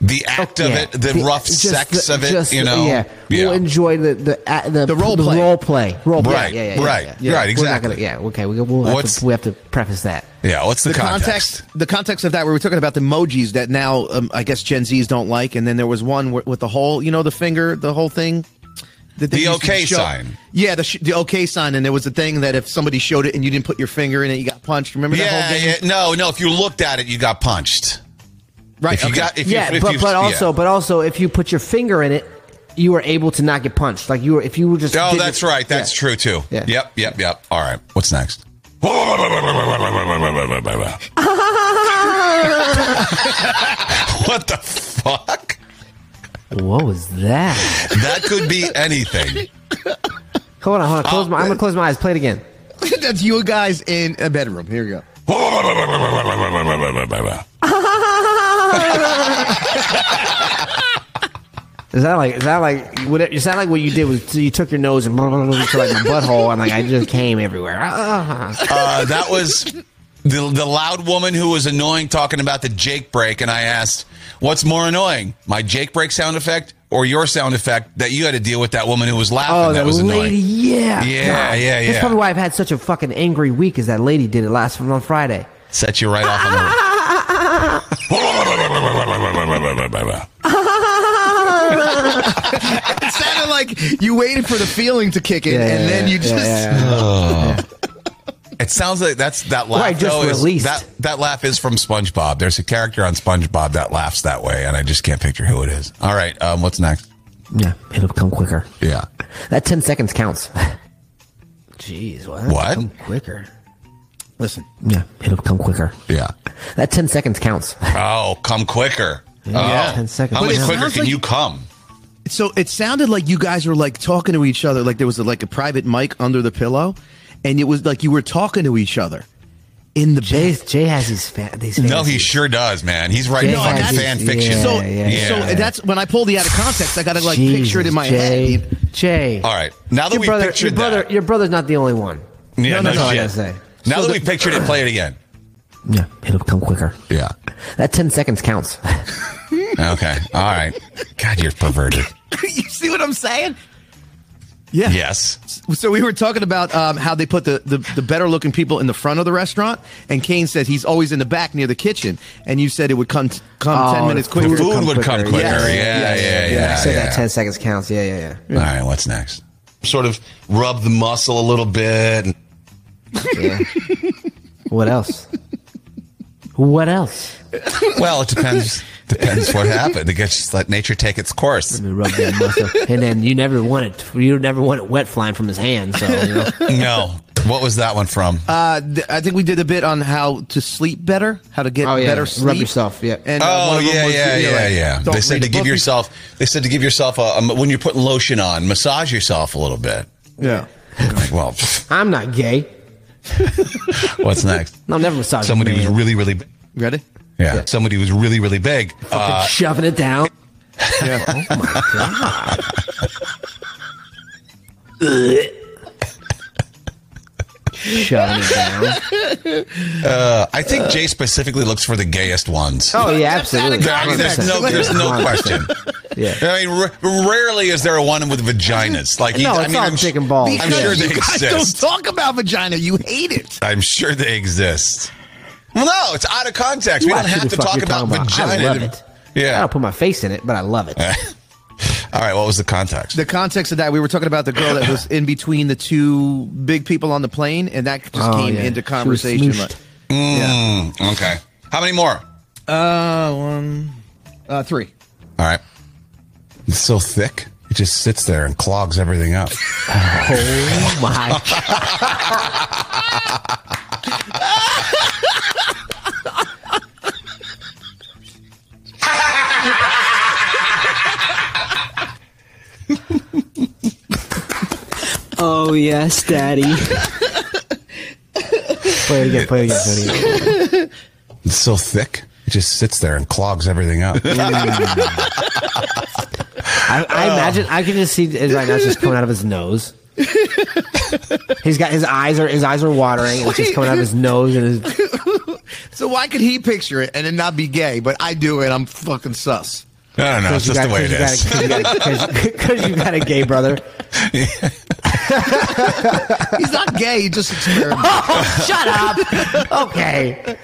Speaker 3: The act of
Speaker 4: yeah.
Speaker 3: it, the, rough
Speaker 4: just
Speaker 3: sex
Speaker 4: the-
Speaker 3: of it,
Speaker 4: just
Speaker 3: you
Speaker 4: the-
Speaker 3: know.
Speaker 4: Yeah. We'll enjoy the the uh, the,
Speaker 5: The role play.
Speaker 4: role play. Role play.
Speaker 3: Right,
Speaker 4: Yeah, yeah, yeah,
Speaker 3: right,
Speaker 4: yeah, yeah.
Speaker 3: right,
Speaker 4: We're not gonna-
Speaker 3: exactly.
Speaker 4: yeah. Okay. We, we'll have
Speaker 3: What's-
Speaker 4: to, we have to preface that.
Speaker 3: Yeah, What's the,
Speaker 5: the
Speaker 3: context?
Speaker 5: context, the context of that we were talking about the emojis that now um, i guess gen z's don't like and then there was one wi- with the whole you know the finger the whole thing that they
Speaker 3: The
Speaker 5: used to
Speaker 3: okay
Speaker 5: show-
Speaker 3: sign.
Speaker 5: yeah the, sh- the okay sign and there was a thing that if somebody showed it and you didn't put your finger in it you got punched remember that whole
Speaker 3: Yeah,
Speaker 5: game
Speaker 3: yeah. No, no. If you looked at it, you got punched.
Speaker 5: right
Speaker 3: If you
Speaker 5: okay.
Speaker 3: got, if
Speaker 4: yeah,
Speaker 3: you, if
Speaker 4: but
Speaker 3: you,
Speaker 4: but
Speaker 3: yeah.
Speaker 4: also but also if you put your finger in it, you were able to not get punched. Like you were if you were just.
Speaker 3: Oh,
Speaker 4: didn't-
Speaker 3: that's right. That's
Speaker 4: yeah.
Speaker 3: true too.
Speaker 4: Yeah.
Speaker 3: Yep, yep, yep. All right. What's next? (laughs) what the fuck?
Speaker 4: What was that?
Speaker 3: That could be anything.
Speaker 4: Hold on, hold on. Close my. I'm gonna close my eyes. Play it again.
Speaker 5: (laughs) that's you guys in a bedroom here we go
Speaker 3: Uh,
Speaker 4: Is that like? Is that like? What it, it sound like what you did was you took your nose and blah, blah, blah, to like my butthole and like I just came everywhere. Ah.
Speaker 3: Uh, that was the, the loud woman who was annoying talking about the Jake break. And I asked, what's more annoying, my Jake break sound effect or your sound effect that you had to deal with that woman who was laughing?
Speaker 4: Oh,
Speaker 3: that,
Speaker 4: that
Speaker 3: was
Speaker 4: lady.
Speaker 3: annoying.
Speaker 4: Yeah.
Speaker 3: Yeah,
Speaker 4: God.
Speaker 3: yeah,
Speaker 4: That's
Speaker 3: yeah.
Speaker 4: probably why I've had such a fucking angry week. Is that lady did it last from on Friday?
Speaker 3: Set you right off on the.
Speaker 5: It sounded like you waited for the feeling to kick in,
Speaker 4: Yeah,
Speaker 5: and
Speaker 4: yeah,
Speaker 5: then you just.
Speaker 4: yeah, yeah.
Speaker 3: (laughs) It sounds like that's that laugh.
Speaker 4: Well, I just
Speaker 3: though, is-
Speaker 4: released.
Speaker 3: that that laugh is from SpongeBob. There's a character on SpongeBob that laughs that way, and I just can't picture who it is. All right, um, what's next?
Speaker 4: yeah. It'll come quicker.
Speaker 3: Yeah,
Speaker 4: That ten seconds counts. (laughs) Jeez, what?
Speaker 3: What?
Speaker 4: Come quicker.
Speaker 5: (laughs) Listen,
Speaker 4: Yeah, it'll come quicker.
Speaker 3: yeah.
Speaker 4: That ten seconds counts. (laughs)
Speaker 3: Oh, come quicker!
Speaker 4: Yeah.
Speaker 3: Oh,
Speaker 4: 10 seconds.
Speaker 3: How
Speaker 4: But
Speaker 3: much
Speaker 4: it
Speaker 3: quicker
Speaker 5: sounds
Speaker 3: can
Speaker 5: like-
Speaker 3: you come?
Speaker 5: so it sounded like you guys were like talking to each other, like there was like a private mic under the pillow, and it was like you were talking to each other in the
Speaker 4: Jay,
Speaker 5: bed.
Speaker 4: Jay has these fa- these.
Speaker 3: No, he
Speaker 4: fantasies.
Speaker 3: sure does, man. He's writing
Speaker 4: Yeah,
Speaker 3: fucking
Speaker 4: that's-
Speaker 3: fan fiction.
Speaker 4: yeah,
Speaker 5: So,
Speaker 4: yeah, yeah.
Speaker 5: so that's when I pulled the out of context. I got to like picture it in my
Speaker 4: Jay,
Speaker 5: head.
Speaker 4: Jay.
Speaker 3: All right, now that
Speaker 4: Your
Speaker 3: we
Speaker 4: brother,
Speaker 3: pictured
Speaker 4: your brother,
Speaker 3: that,
Speaker 4: your brother's not the only one.
Speaker 3: yeah,
Speaker 4: no, that's all I
Speaker 3: shit.
Speaker 4: gotta say.
Speaker 3: Now that we pictured it, play it
Speaker 4: (clears throat)
Speaker 3: again.
Speaker 4: Yeah, it'll come quicker.
Speaker 3: Yeah.
Speaker 4: That ten seconds counts. (laughs)
Speaker 3: Okay. All right. God, you're perverted.
Speaker 5: you see what I'm saying? Yeah.
Speaker 3: Yes.
Speaker 5: So we were talking about um, how they put the, the, the better looking people in the front of the restaurant, and Kane said he's always in the back near the kitchen, and you said it would come come
Speaker 4: Oh,
Speaker 5: ten minutes
Speaker 4: the
Speaker 5: quicker.
Speaker 3: Food would come quicker.
Speaker 5: Yes.
Speaker 3: Yeah, yeah, yeah.
Speaker 4: I said that
Speaker 3: yeah.
Speaker 4: ten seconds counts. Yeah, yeah, yeah.
Speaker 3: All right, what's next? Sort of rub the muscle a little bit.
Speaker 4: What else? What else?
Speaker 3: Well, it depends. depends what happened. I guess just let nature take its course.
Speaker 4: And rub that muscle. and then you never want it. You never want it wet flying from his hand. So you know.
Speaker 3: No. What was that one from?
Speaker 5: Uh, th- I think we did a bit on how to sleep better, how to get
Speaker 4: Oh, yeah.
Speaker 5: better
Speaker 4: Rub
Speaker 5: sleep.
Speaker 4: yourself, yeah.
Speaker 5: And, uh, one
Speaker 3: Oh
Speaker 5: of them
Speaker 3: yeah,
Speaker 5: was,
Speaker 3: yeah,
Speaker 5: you know,
Speaker 3: yeah,
Speaker 5: like,
Speaker 3: yeah.
Speaker 5: don't
Speaker 3: They
Speaker 5: read
Speaker 3: said to
Speaker 5: a
Speaker 3: give
Speaker 5: book.
Speaker 3: yourself. They said to give yourself a, a when you're putting lotion on, massage yourself a little bit.
Speaker 5: Yeah.
Speaker 3: Like, well, pff,
Speaker 4: I'm not gay.
Speaker 3: what's next?
Speaker 4: I'm never massaging.
Speaker 3: Somebody
Speaker 4: a man.
Speaker 3: who's really, really, b-
Speaker 5: Ready?
Speaker 3: yeah. Somebody who's really, really big. Uh,
Speaker 4: shoving it down. oh
Speaker 5: Yeah.
Speaker 4: Shoving it down.
Speaker 3: I think Jay specifically looks for the gayest ones.
Speaker 4: Oh yeah, absolutely.
Speaker 3: I mean, there's no,
Speaker 4: 100%.
Speaker 3: there's no
Speaker 4: 100%.
Speaker 3: question.
Speaker 4: Yeah.
Speaker 3: I mean, r- rarely is there a one with vaginas. Like, he-
Speaker 4: No,
Speaker 3: I
Speaker 4: it's
Speaker 3: mean,
Speaker 4: all
Speaker 3: I'm
Speaker 4: dick and
Speaker 5: Oh,
Speaker 4: balls.
Speaker 3: I'm sure they
Speaker 5: you guys don't
Speaker 3: exist.
Speaker 5: talk about vagina. You hate it.
Speaker 3: I'm sure they exist. Well, no, it's out of context. We
Speaker 4: Why
Speaker 3: don't
Speaker 4: should
Speaker 3: have to
Speaker 4: fuck
Speaker 3: talk
Speaker 4: you're
Speaker 3: about
Speaker 4: talking
Speaker 3: vagina.
Speaker 4: I love it. I
Speaker 3: Yeah.
Speaker 4: don't put my face in it, but I love it.
Speaker 3: All right. What was the context?
Speaker 5: The context of that, we were talking about the girl that was in between the two big people on the plane, and that just
Speaker 4: Oh,
Speaker 5: came
Speaker 4: yeah. She
Speaker 5: into
Speaker 4: was
Speaker 5: conversation.
Speaker 4: smooshed.
Speaker 3: Mm, okay. How many more?
Speaker 5: Uh, one, uh, three.
Speaker 3: All right. It's so thick. It just sits there and clogs everything up.
Speaker 4: Oh my!
Speaker 10: Oh, yes, daddy.
Speaker 4: Play it again. Play it again. Play it again.
Speaker 3: It's so thick. It just sits there and clogs everything up.
Speaker 4: I, I imagine I can just see it right now. It's just coming out of his nose. He's got his eyes are his eyes are watering. It's just coming out of his nose and his.
Speaker 5: So why could he picture it and then not be gay, but I do it? I'm fucking sus.
Speaker 3: I don't know. It's just the way it is.
Speaker 4: Because you got a gay brother.
Speaker 5: He's not gay. He (laughs) just experimented. Oh,
Speaker 4: Shut up. Okay.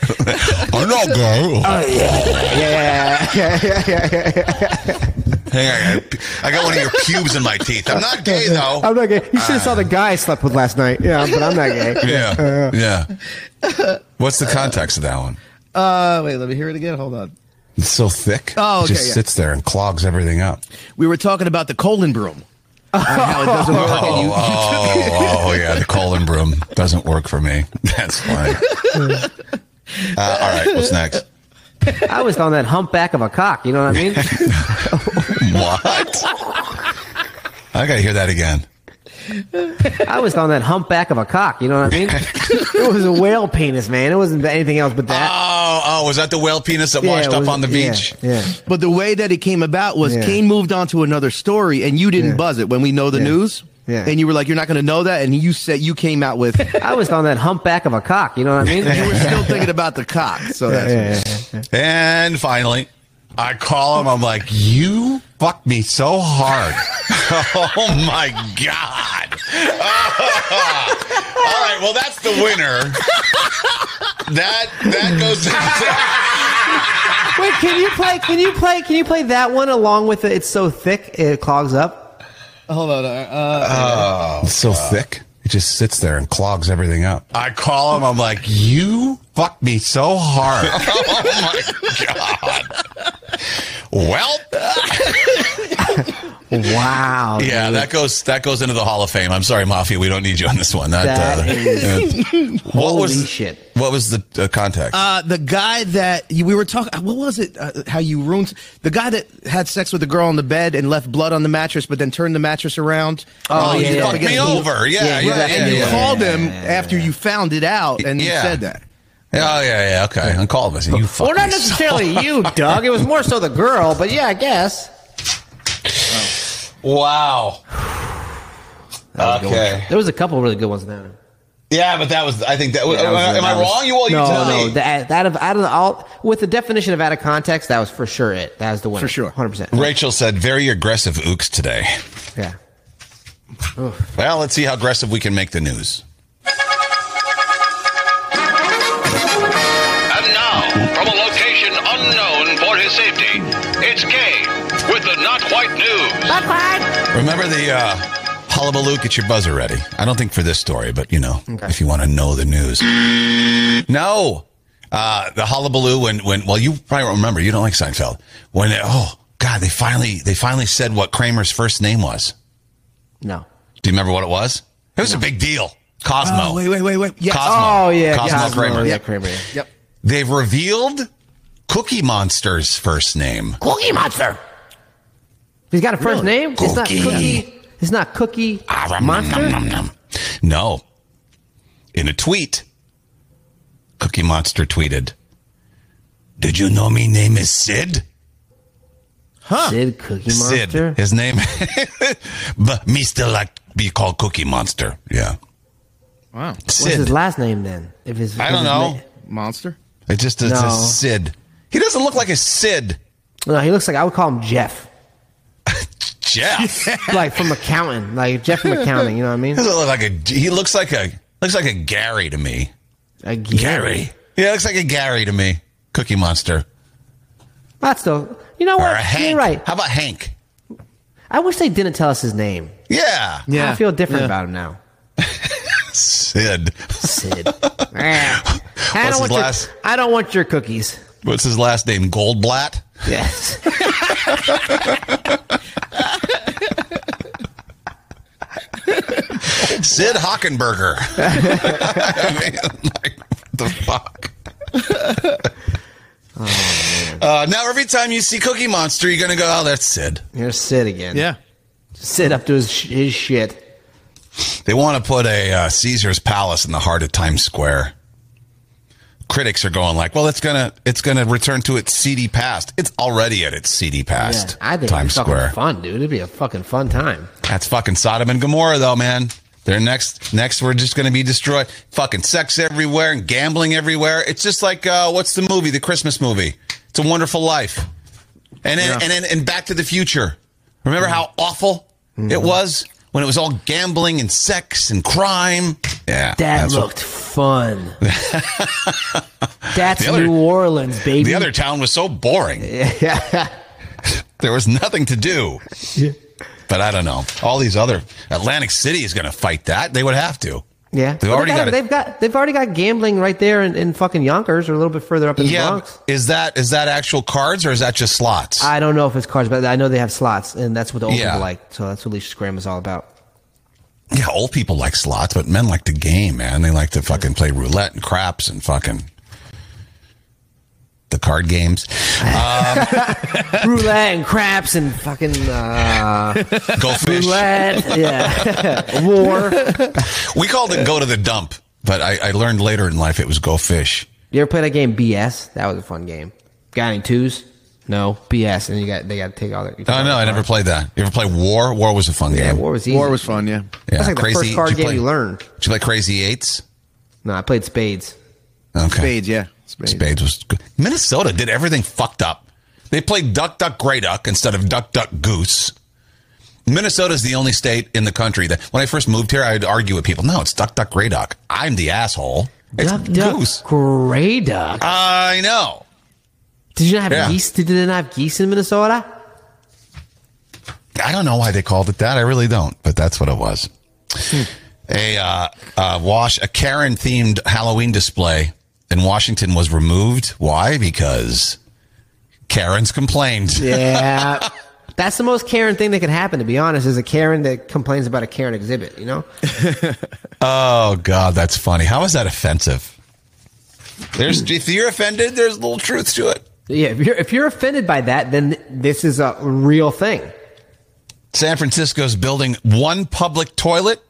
Speaker 3: I'm not
Speaker 4: (laughs)
Speaker 3: gay.
Speaker 4: Yeah. yeah, yeah, yeah, yeah.
Speaker 3: Hang on, I got- I got one of your pubes in my teeth. I'm not gay
Speaker 4: I'm
Speaker 3: though.
Speaker 4: not gay. You should have saw the guy I slept with last night. Yeah, but I'm not gay.
Speaker 3: Yeah, yeah. What's the context of that one?
Speaker 5: Uh, wait, let me hear it again. Hold on.
Speaker 3: It's so thick.
Speaker 5: Oh,
Speaker 3: it
Speaker 5: okay,
Speaker 3: just
Speaker 5: yeah.
Speaker 3: sits there and clogs everything up.
Speaker 5: We were talking about the colon broom. and how it doesn't work. and
Speaker 3: (laughs) Oh,
Speaker 5: you-
Speaker 3: oh, oh, yeah. The colon broom doesn't work for me. (laughs) That's fine. Uh, all right, what's next?
Speaker 4: I was on that humpback of a cock. You know what I mean?
Speaker 3: What? I gotta hear that again.
Speaker 4: I was on that humpback of a cock. You know what I mean? It was a whale penis, man. It wasn't anything else but that.
Speaker 3: Oh, oh, was that the whale penis that
Speaker 4: Yeah,
Speaker 3: washed
Speaker 4: it
Speaker 3: up
Speaker 4: was-
Speaker 3: on the
Speaker 4: yeah,
Speaker 3: beach?
Speaker 4: Yeah.
Speaker 5: But the way that it came about was
Speaker 4: Yeah.
Speaker 5: Kane moved on to another story, and you didn't
Speaker 4: Yeah.
Speaker 5: buzz it when we know the
Speaker 4: Yeah.
Speaker 5: news.
Speaker 4: Yeah.
Speaker 5: And you were like, "You're not going to know that," and you said you came out
Speaker 3: (laughs)
Speaker 5: with
Speaker 4: I was on that humpback of a cock. You know what I
Speaker 5: (laughs)
Speaker 4: mean?
Speaker 5: you were still thinking about the cock. So that's
Speaker 3: And finally, I call him. I'm like, you fucked me so hard. (laughs) oh my God. (laughs) All right. Well, that's the winner. That that goes to
Speaker 4: Wait, can you play? Can you play? Can you play that one along with it? It's so thick it clogs up.
Speaker 5: hold on. Uh,
Speaker 3: so thick. It just sits there and clogs everything up. I call him. I'm like, you fucked me so hard. (laughs) oh my God. Well,
Speaker 4: Wow.
Speaker 3: yeah, that goes that goes into the Hall of Fame. I'm sorry, Mafia. We don't need you on this one. That,
Speaker 4: That
Speaker 3: uh,
Speaker 5: (laughs)
Speaker 4: is-
Speaker 3: what
Speaker 4: holy
Speaker 3: was
Speaker 4: shit. Oh,
Speaker 3: What was the uh, context?
Speaker 5: uh, the guy that you, we were talking, what was it? Uh, how you ruined the guy that had sex with the girl on the bed and left blood on the mattress, but then turned the mattress around.
Speaker 4: Oh,
Speaker 5: you
Speaker 4: yeah, yeah.
Speaker 5: thought
Speaker 3: fuck
Speaker 5: again-
Speaker 3: me
Speaker 5: he-
Speaker 3: over. Yeah, yeah,
Speaker 4: you
Speaker 3: yeah.
Speaker 4: got-
Speaker 3: yeah,
Speaker 5: And you
Speaker 3: yeah.
Speaker 5: called him after you found it out, and
Speaker 3: Yeah.
Speaker 5: you said that.
Speaker 3: Oh yeah, yeah. Okay, and called us. You fuck.
Speaker 4: well, not
Speaker 3: me so-
Speaker 4: necessarily you, Doug. It was more so the girl. But yeah, I guess.
Speaker 3: Wow. Okay.
Speaker 4: There was a couple really good ones there.
Speaker 3: Yeah, but that was. I think that. was
Speaker 4: That
Speaker 3: am
Speaker 4: was-
Speaker 3: I, am
Speaker 4: that
Speaker 3: I
Speaker 4: was-
Speaker 3: wrong? You all.
Speaker 4: no,
Speaker 3: you tell
Speaker 4: no,
Speaker 3: me.
Speaker 4: That, that of out of the, all with the definition of out of context, that was for sure it. That was the winner
Speaker 5: For sure.
Speaker 4: hundred percent.
Speaker 3: Rachel said, "Very aggressive ooks today."
Speaker 4: Yeah.
Speaker 3: Well, let's see how aggressive we can make the news.
Speaker 11: And now, from a location unknown for his safety, it's Kane with the Not White News.
Speaker 3: Remember the uh, hullabaloo? Get your buzzer ready. I don't think for this story, but you know, if you want to know the news. No, Uh, the hullabaloo when when well you probably don't remember you don't like Seinfeld when they, oh god they finally they finally said what Kramer's first name was.
Speaker 4: No.
Speaker 3: Do you remember what it was? It was a big deal. Cosmo.
Speaker 5: Oh, wait, wait, wait, wait. Yes.
Speaker 3: Cosmo.
Speaker 4: Oh yeah,
Speaker 3: Cosmo Kramer.
Speaker 4: Yeah, Kramer. yeah.
Speaker 5: Yep.
Speaker 3: They've revealed Cookie Monster's first name.
Speaker 2: Cookie Monster.
Speaker 4: He's got a first name. It's not
Speaker 3: Cookie.
Speaker 4: Cookie. It's not Cookie
Speaker 3: Ah, rum, nom,
Speaker 4: Monster.
Speaker 3: nom, nom. No. In a tweet, Cookie Monster tweeted, Did you know me name is Sid?
Speaker 4: Sid Cookie
Speaker 3: Sid.
Speaker 4: Monster.
Speaker 3: His name. (laughs) but me still like to be called Cookie Monster. Yeah.
Speaker 5: Wow.
Speaker 4: What's his
Speaker 3: Sid.
Speaker 4: last name then? If his,
Speaker 3: I
Speaker 4: if
Speaker 3: don't
Speaker 4: his
Speaker 3: know.
Speaker 5: Monster.
Speaker 3: It just is
Speaker 4: No.
Speaker 3: Sid. He doesn't look like a Sid.
Speaker 4: na- no, he looks like I would call him Jeff, (laughs)
Speaker 3: Jeff. he
Speaker 4: like from accounting, like Jeff from accounting. You know what I
Speaker 3: (laughs)
Speaker 4: mean?
Speaker 3: doesn't look like a. He looks like a. Looks like a Gary to me.
Speaker 4: Again.
Speaker 3: Yeah, looks like a Gary to me. Cookie Monster.
Speaker 4: That's still. You know
Speaker 3: Or
Speaker 4: what?
Speaker 3: a Hank.
Speaker 4: You're right.
Speaker 3: How about Hank?
Speaker 4: I wish they didn't tell us his name.
Speaker 3: Yeah.
Speaker 5: Yeah.
Speaker 4: I feel different
Speaker 5: Yeah.
Speaker 4: about him now.
Speaker 3: Sid. (laughs)
Speaker 4: Sid. Ah. I
Speaker 3: his
Speaker 4: don't want
Speaker 3: last-
Speaker 4: your, I don't want your cookies.
Speaker 3: What's his last name? Goldblatt?
Speaker 4: Yes. (laughs)
Speaker 3: Sid
Speaker 4: (laughs)
Speaker 3: Hockenberger. I mean, like, what (laughs) the fuck? uh, now, every time you see Cookie Monster, you're going to go, oh, that's Sid.
Speaker 4: Here's Sid again.
Speaker 5: Yeah.
Speaker 4: Sid up to his, sh- his shit.
Speaker 3: They want to put a uh, Caesar's Palace in the heart of Times Square. Critics are going like, well, it's gonna it's gonna return to its seedy past. It's already at its seedy past.
Speaker 4: I think
Speaker 3: Times
Speaker 4: Times fucking
Speaker 3: Square.
Speaker 4: fun, dude. It'd be a fucking fun time.
Speaker 3: That's fucking Sodom and Gomorrah, though, man. They're next. Next, we're just going to be destroyed. Fucking sex everywhere and gambling everywhere. It's just like uh, what's the movie? The Christmas movie. It's a Wonderful Life. And then, and then, and Back to the Future. Remember how awful it was when it was all gambling and sex and crime. Yeah,
Speaker 4: That
Speaker 3: that's what-
Speaker 4: looked fun. That's
Speaker 3: (laughs) The other-
Speaker 4: New Orleans, baby.
Speaker 3: the other town was so boring. (laughs) there was nothing to do. But I don't know. All these other Atlantic City is going to fight that. They would have to.
Speaker 4: yeah,
Speaker 3: They've
Speaker 4: Well,
Speaker 3: already
Speaker 4: they
Speaker 3: got it.
Speaker 4: They've got they've already got gambling right there in, in fucking Yonkers or a little bit further up in the Bronx.
Speaker 3: Is that is that actual cards or is that just slots?
Speaker 4: I don't know if it's cards, but I know they have slots, and that's what the old
Speaker 3: Yeah.
Speaker 4: people like. So that's what Leisha Scram is all about. (laughs)
Speaker 3: yeah, old people like slots, but men like to game, man. They like to fucking play roulette and craps and fucking the card
Speaker 4: (laughs)
Speaker 3: games.
Speaker 4: Roulette and craps and fucking uh,
Speaker 3: Go fish.
Speaker 4: roulette, yeah, (laughs) war.
Speaker 3: We called it go to the dump, but I, I learned later in life it was go fish.
Speaker 4: You ever play that game BS? That was a fun game. Got any twos? No BS, and you got they got to take all their. you take
Speaker 3: Oh
Speaker 4: all
Speaker 3: no,
Speaker 4: their
Speaker 3: I never
Speaker 4: cards.
Speaker 3: played that. You ever play War? War was a fun
Speaker 4: Yeah,
Speaker 3: game.
Speaker 4: war was easy.
Speaker 5: War was fun. Yeah.
Speaker 3: Yeah,
Speaker 4: That's like the first card
Speaker 3: did
Speaker 4: game
Speaker 3: play-
Speaker 4: you learned.
Speaker 3: Did you play Crazy Eights?
Speaker 4: No, I played spades.
Speaker 3: Okay.
Speaker 5: Spades. Yeah. Spades.
Speaker 3: Spades was good. Minnesota did everything fucked up. They played Duck Duck Grey Duck instead of Duck Duck Goose. Minnesota's the only state in the country that when I first moved here, I'd argue with people. No, it's Duck Duck Grey Duck. I'm the asshole. It's
Speaker 4: Duck, duck,
Speaker 3: Goose.
Speaker 4: gray duck.
Speaker 3: I know.
Speaker 4: Did you not have
Speaker 3: yeah.
Speaker 4: geese? Did they not have geese in Minnesota?
Speaker 3: I don't know why they called it that. I really don't, but that's what it was. a uh, uh, wash a Karen themed Halloween display in Washington was removed. Why? Because Karen's complained.
Speaker 4: Yeah. (laughs) That's the most Karen thing that could happen, to be honest, is a Karen that complains about a Karen exhibit, you know?
Speaker 3: Oh God, that's funny. How is that offensive? There's if you're offended, there's a little truth to it.
Speaker 4: Yeah, if you're, if you're offended by that, then this is a real thing.
Speaker 3: San Francisco's building one public toilet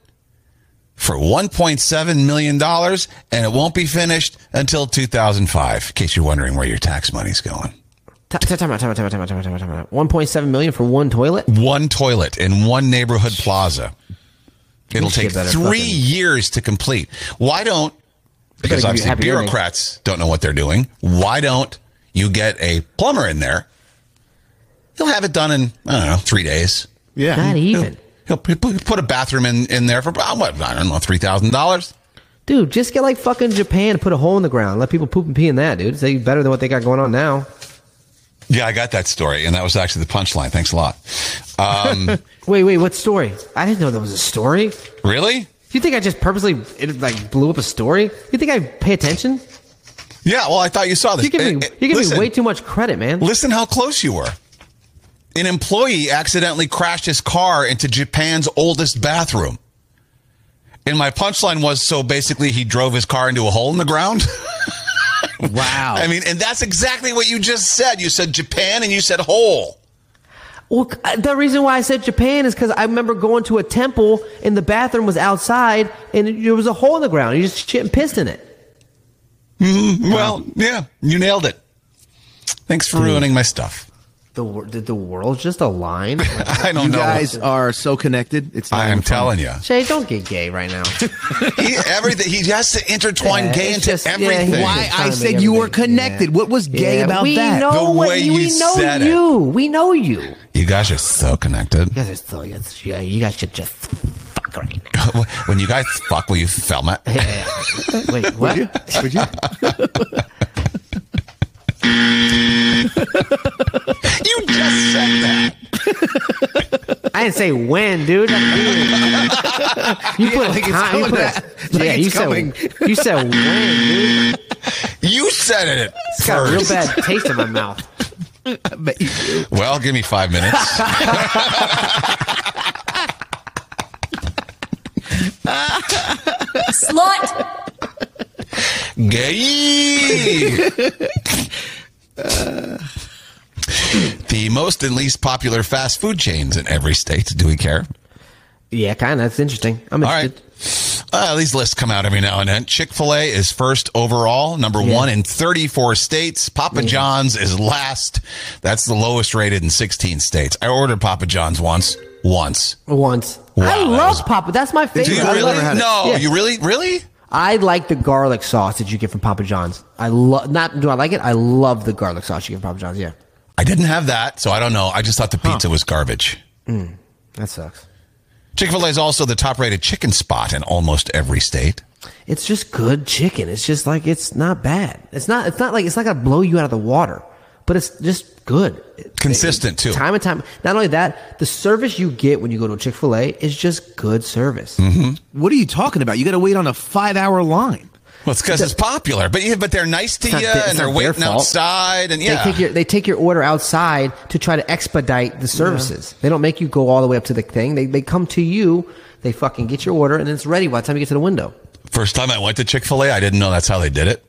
Speaker 3: for 1.7 million dollars, and it won't be finished until 2005. In case you're wondering where your tax money's going,
Speaker 4: Ti- ti- Time out, time out, time out, time out, time out, time out, time out. 1.7 million for one toilet?
Speaker 3: one toilet in one neighborhood plaza. It'll
Speaker 4: should
Speaker 3: take
Speaker 4: give that a
Speaker 3: three
Speaker 4: fucking-
Speaker 3: years to complete. Why don't? Because
Speaker 4: give you
Speaker 3: obviously
Speaker 4: happy earning.
Speaker 3: bureaucrats don't know what they're doing. Why don't you get a plumber in there? He'll have it done in I don't know three days.
Speaker 5: Yeah.
Speaker 4: Not even.
Speaker 3: He'll, he'll put put a bathroom in, in there for about, what I don't know three thousand dollars.
Speaker 4: Dude, just get like fucking Japan, put a hole in the ground, let people poop and pee in that, dude. It's like better than what they got going on now.
Speaker 3: Yeah, I got that story, and that was actually the punchline. Thanks a lot. Um, (laughs)
Speaker 4: Wait, wait, what story? I didn't know there was a story.
Speaker 3: really?
Speaker 4: You think I just purposely it, like blew up a story? You think I pay attention?
Speaker 3: Yeah, well, I thought you saw this.
Speaker 4: You give me,
Speaker 3: Eh, eh,
Speaker 4: you give
Speaker 3: listen.
Speaker 4: me way too much credit, man.
Speaker 3: Listen how close you were. An employee accidentally crashed his car into Japan's oldest bathroom. And my punchline was so basically he drove his car into a hole in the ground. (laughs)
Speaker 5: Wow.
Speaker 3: I mean, and that's exactly what you just said. You said Japan and you said hole.
Speaker 4: Well, c- uh, the reason why I said Japan is because I remember going to a temple and the bathroom was outside and it- there was a hole in the ground. You just shit and pissed in it.
Speaker 3: Well, Um, yeah, you nailed it. Thanks
Speaker 4: Hmm.
Speaker 3: for ruining my stuff. (laughs)
Speaker 4: The wor- did the world just (laughs) align?
Speaker 3: I don't
Speaker 5: You
Speaker 3: know.
Speaker 5: guys are so connected. It's not
Speaker 3: I am
Speaker 5: even funny.
Speaker 3: telling you.
Speaker 4: Shay, don't get gay right
Speaker 5: (laughs)
Speaker 4: now.
Speaker 3: He, everything, he has to intertwine
Speaker 4: Yeah,
Speaker 3: gay
Speaker 4: it's
Speaker 3: into
Speaker 4: just- yeah, he
Speaker 3: everything.
Speaker 4: just
Speaker 5: Why I
Speaker 4: trying to
Speaker 5: said
Speaker 4: make
Speaker 5: you were
Speaker 4: everything-
Speaker 5: connected.
Speaker 4: yeah.
Speaker 5: What was gay
Speaker 4: Yeah,
Speaker 5: about
Speaker 4: we
Speaker 5: that?
Speaker 4: Know
Speaker 3: The
Speaker 4: what
Speaker 3: way
Speaker 4: you,
Speaker 3: you
Speaker 4: we know
Speaker 3: said it.
Speaker 4: you. We know you. You
Speaker 3: You guys are so connected. (laughs)
Speaker 4: guys are so, yeah, you guys should just fuck right
Speaker 3: (laughs)
Speaker 4: now.
Speaker 3: When you guys fuck, will you film it?
Speaker 4: Wait, what?
Speaker 5: Would you?
Speaker 3: You just said that.
Speaker 4: I didn't say when,
Speaker 3: (laughs)
Speaker 4: dude. you put
Speaker 5: like
Speaker 4: time.
Speaker 5: it's
Speaker 4: You
Speaker 5: coming
Speaker 4: put,
Speaker 5: back. Like
Speaker 4: yeah,
Speaker 5: it's
Speaker 4: you
Speaker 5: coming.
Speaker 4: said you said when, dude.
Speaker 3: You said it
Speaker 4: It's got a real
Speaker 3: first.
Speaker 4: bad taste in my
Speaker 3: (laughs)
Speaker 4: mouth.
Speaker 5: But you-
Speaker 3: Well, give me five minutes.
Speaker 7: Slut!
Speaker 3: Gay. the most and least popular fast food chains in every state. Do we care?
Speaker 4: Yeah, kind of. It's interesting. I'm
Speaker 3: All right.
Speaker 4: interested.
Speaker 3: Uh, these lists come out every now and then. Chick fil A is first overall, number one in 34 states. Papa John's is last. That's the lowest rated in 16 states. I ordered Papa John's once. Once.
Speaker 4: Once.
Speaker 3: Wow,
Speaker 4: I
Speaker 3: that
Speaker 4: love
Speaker 3: was-
Speaker 4: Papa. That's my favorite.
Speaker 3: Do you
Speaker 4: I
Speaker 3: really?
Speaker 4: love it.
Speaker 3: No,
Speaker 4: Yeah.
Speaker 3: you really? Really?
Speaker 4: I like the garlic sauce that you get from Papa John's. I love not do I like it? I love the garlic sauce you get from Papa John's. Yeah,
Speaker 3: I didn't have that, so I don't know. I just thought the pizza was garbage.
Speaker 4: that sucks.
Speaker 3: Chick fil A is also the top rated chicken spot in almost every state.
Speaker 4: It's just good chicken. It's just like it's not bad. It's not. It's not like it's not gonna blow you out of the water, but it's just good.
Speaker 3: Consistent, too.
Speaker 4: Time and time. Not only that, the service you get when you go to a Chick Fil A is just good service.
Speaker 3: Mm-hmm.
Speaker 5: what are you talking about? You got to wait on a five-hour line.
Speaker 3: Well, it's because it's popular, but yeah, but they're nice to
Speaker 4: It's not
Speaker 3: you,
Speaker 4: their- it's
Speaker 3: and they're
Speaker 4: not their
Speaker 3: waiting
Speaker 4: fault.
Speaker 3: outside, and yeah,
Speaker 4: They take your they take your order outside to try to expedite the services. They don't make you go all the way up to the thing. They they come to you. They fucking get your order and it's ready by the time you get to the window.
Speaker 3: First time I went to Chick fil A, I didn't know that's how they did it.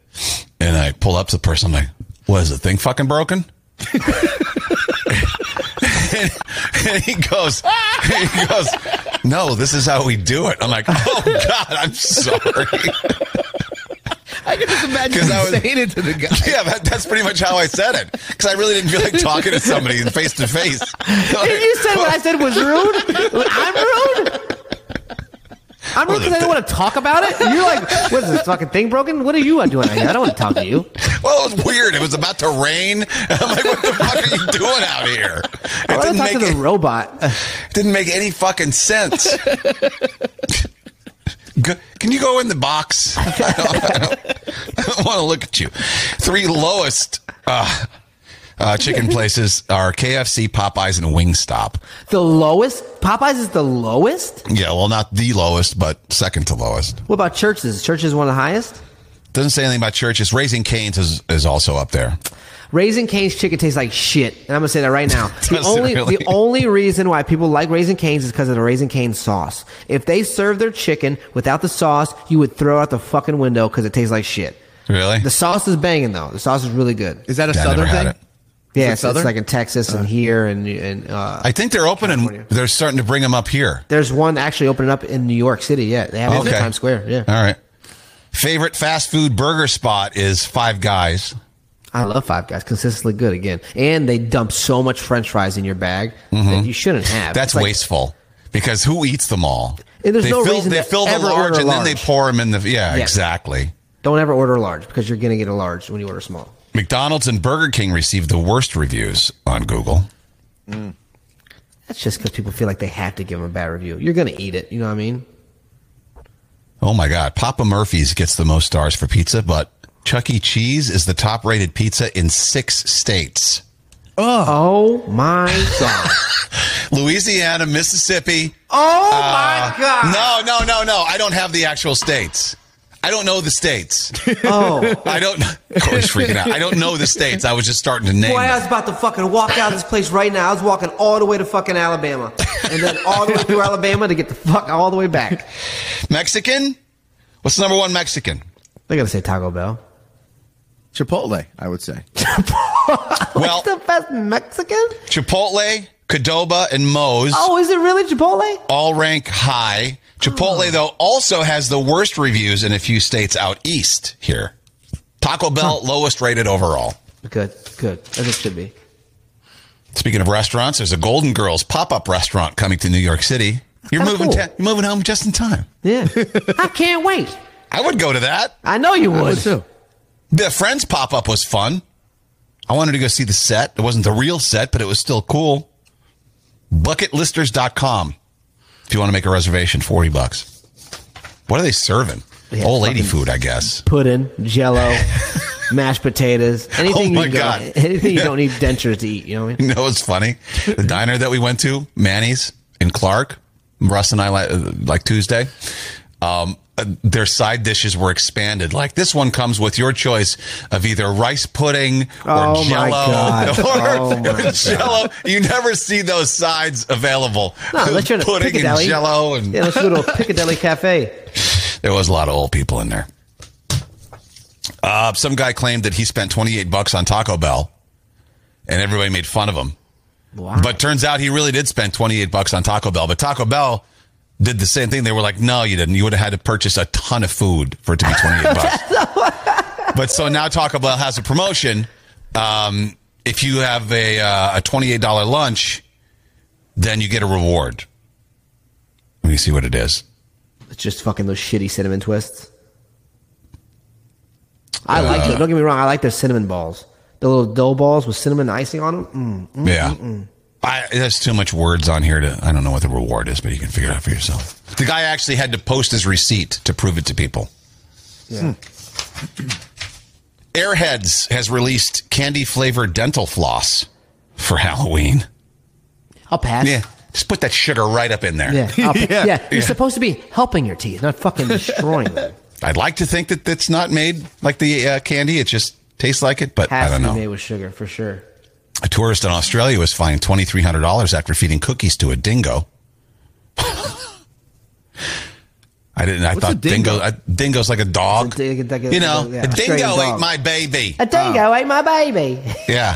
Speaker 3: And I pull up to the person, I'm like, what is the thing fucking broken? (laughs) and, and he goes, he goes, no, this is how we do it. I'm like, oh God, I'm sorry.
Speaker 5: I can just imagine
Speaker 3: 'Cause I was-
Speaker 5: saying it to
Speaker 3: (laughs)
Speaker 5: the guy.
Speaker 3: yeah, that, that's pretty much how I said it. Because I really didn't feel like talking to somebody face to face. Like,
Speaker 4: you said what I said was rude. I'm rude. I'm rude because I don't want to talk about it. You're like, what is this fucking thing broken? What are you doing out here? I don't want to talk to you.
Speaker 3: Well, it was weird. It was about to rain. (laughs) I'm like, what the fuck are you doing out here?
Speaker 4: I
Speaker 3: It
Speaker 4: want to
Speaker 3: didn't
Speaker 4: talk to
Speaker 3: make
Speaker 4: the
Speaker 3: it-
Speaker 4: robot.
Speaker 3: Didn't make any fucking
Speaker 4: (laughs)
Speaker 3: sense. G- Can you go in the box? (laughs) I don't, (laughs) want to look at you. Three lowest uh, uh, chicken places are KFC, Popeyes, and Wingstop.
Speaker 4: The lowest Popeyes is the lowest.
Speaker 3: Yeah, well, not the lowest, but second to lowest.
Speaker 4: What about churches? Churches is one of the highest.
Speaker 3: Doesn't say anything about churches. Raising Canes is, is also up there.
Speaker 4: Raising Cane's chicken tastes like shit, and I'm gonna say that
Speaker 3: (laughs)
Speaker 4: right now. the
Speaker 3: Does it
Speaker 4: only
Speaker 3: really?
Speaker 4: the only reason why people like Raising Cane's is because of the Raising Cane sauce. If they serve their chicken without the sauce, you would throw out the fucking window because it tastes like shit.
Speaker 3: Really?
Speaker 4: The sauce is banging though. The sauce is really good.
Speaker 5: Is that a
Speaker 3: Yeah, I never
Speaker 5: southern
Speaker 3: had
Speaker 5: thing?
Speaker 3: it.
Speaker 4: Yeah,
Speaker 5: it
Speaker 4: it's, it's
Speaker 5: Southern?
Speaker 4: like in Texas and here and and uh,
Speaker 3: I think they're opening. They're starting to bring them up here.
Speaker 4: there's one actually opening up in New York City. Yeah, they have it in
Speaker 3: Okay. Uh.
Speaker 4: Times Square. Yeah,
Speaker 3: All right. Favorite fast food burger spot is Five Guys.
Speaker 4: I love Five Guys. Consistently good again, and they dump so much French fries in your bag that you shouldn't have.
Speaker 3: That's
Speaker 4: It's like-
Speaker 3: wasteful because who eats them all?
Speaker 4: And there's
Speaker 3: they
Speaker 4: no
Speaker 3: fill,
Speaker 4: reason
Speaker 3: they
Speaker 4: to
Speaker 3: fill the
Speaker 4: ever
Speaker 3: large
Speaker 4: order
Speaker 3: and then they
Speaker 4: large.
Speaker 3: pour them in the yeah,
Speaker 4: Yeah.
Speaker 3: exactly.
Speaker 4: Don't ever order a large because you're gonna get a large when you order small.
Speaker 3: McDonald's and Burger King received the worst reviews on Google.
Speaker 4: That's just because people feel like they have to give them a bad review. You're gonna eat it. You know what I mean?
Speaker 3: Oh my God! Papa Murphy's gets the most stars for pizza, but Chuck E. Cheese is the top-rated pizza in six states:
Speaker 4: Oh my god!
Speaker 3: Louisiana, Mississippi. Uh,
Speaker 4: oh my god!
Speaker 3: No, no, no, no! I don't have the actual states. I don't know the states.
Speaker 4: Oh.
Speaker 3: I don't. (laughs) Corey's freaking out. I don't know the states. I was just starting to name.
Speaker 4: Boy, I
Speaker 3: them.
Speaker 4: was about to fucking walk out of this place right now. I was walking all the way to fucking Alabama. And then all the way (laughs) through Alabama to get the fuck all the way back.
Speaker 3: Mexican. What's the number one Mexican?
Speaker 4: They gotta say Taco Bell.
Speaker 5: Chipotle, I would say.
Speaker 3: Well,
Speaker 4: The best Mexican?
Speaker 3: Chipotle, Cadoba, and Moe's
Speaker 4: Oh, is it really Chipotle?
Speaker 3: all rank high. Chipotle,
Speaker 4: Oh.
Speaker 3: though, also has the worst reviews in a few states out east here. Taco Bell, lowest rated overall.
Speaker 4: Good, good. As it should be.
Speaker 3: Speaking of restaurants, there's a Golden Girls pop up restaurant coming to New York City. You're
Speaker 4: kinda
Speaker 3: moving,
Speaker 4: Oh, cool.
Speaker 3: ta- you're moving home just in time.
Speaker 4: Yeah. (laughs) I can't wait.
Speaker 3: I would go to that.
Speaker 4: I know you would.
Speaker 3: The Friends pop up was fun. I wanted to go see the set. It wasn't the real set, but it was still cool. Bucketlisters.com if you want to make a reservation, 40 bucks. What are they serving?
Speaker 4: Yeah,
Speaker 3: Old lady
Speaker 4: fucking-
Speaker 3: food, I guess.
Speaker 4: Pudding, (laughs) jello, mashed potatoes, anything
Speaker 3: my
Speaker 4: you don't-
Speaker 3: God.
Speaker 4: anything you don't need dentures to eat, you know what I (laughs)
Speaker 3: (laughs)
Speaker 4: mean?
Speaker 3: You know what's funny? The diner that we went to, Manny's in Clark, Russ and I like, like Tuesday. Um, uh, their side dishes were expanded. Like this one comes with your choice of either rice pudding or
Speaker 4: Oh, my
Speaker 3: jello
Speaker 4: God. Oh,
Speaker 3: (laughs) or
Speaker 4: my God.
Speaker 3: jello. You never see those sides available.
Speaker 4: No, unless you're at a
Speaker 3: pudding and
Speaker 4: Piccadilly.
Speaker 3: jello, and
Speaker 4: Yeah, let's go to a Piccadilly Cafe.
Speaker 3: there was a lot of old people in there. Uh, some guy claimed that he spent twenty eight bucks on Taco Bell, and everybody made fun of him.
Speaker 4: Wow.
Speaker 3: But turns out he really did spend 28 bucks on Taco Bell. But Taco Bell did the same thing. They were like, no, you didn't. You would have had to purchase a ton of food for it to be 28 bucks. but so now Taco Bell has a promotion. Um, if you have a, uh, a $28 lunch, then you get a reward. Let me see what it is.
Speaker 4: It's just fucking those shitty cinnamon twists.
Speaker 3: Uh,
Speaker 4: I like it. Don't get me wrong. I like their cinnamon balls. The little dough balls with cinnamon icing on them. Mm.
Speaker 3: Yeah. I, there's too much words on here to, I don't know what the reward is, but you can figure it out for yourself. The guy actually had to post his receipt to prove it to people. Hmm.
Speaker 4: Yeah.
Speaker 3: Airheads has released candy flavored dental floss for Halloween.
Speaker 4: I'll pass.
Speaker 3: Yeah. Just put that sugar right up in there. (laughs)
Speaker 4: Yeah, I'll pa-
Speaker 5: Yeah.
Speaker 4: yeah. You're supposed to be helping your teeth, not fucking destroying them.
Speaker 3: I'd like to think that that's not made like the uh, candy. It just tastes like it, but (laughs) I
Speaker 4: Has
Speaker 3: don't
Speaker 4: to be
Speaker 3: know.
Speaker 4: made with sugar for sure.
Speaker 3: A tourist in Australia was fined twenty three hundred dollars after feeding cookies to a dingo. (laughs) I didn't. I
Speaker 5: What's a
Speaker 3: thought dingo?
Speaker 5: dingo?
Speaker 3: I, dingo's like a dog.
Speaker 4: It's a dig- dig-
Speaker 3: you know,
Speaker 4: yeah,
Speaker 3: a dingo
Speaker 4: Australian
Speaker 3: ate
Speaker 4: dog. Oh.
Speaker 3: my baby.
Speaker 4: A dingo ate my baby. (laughs)
Speaker 3: yeah.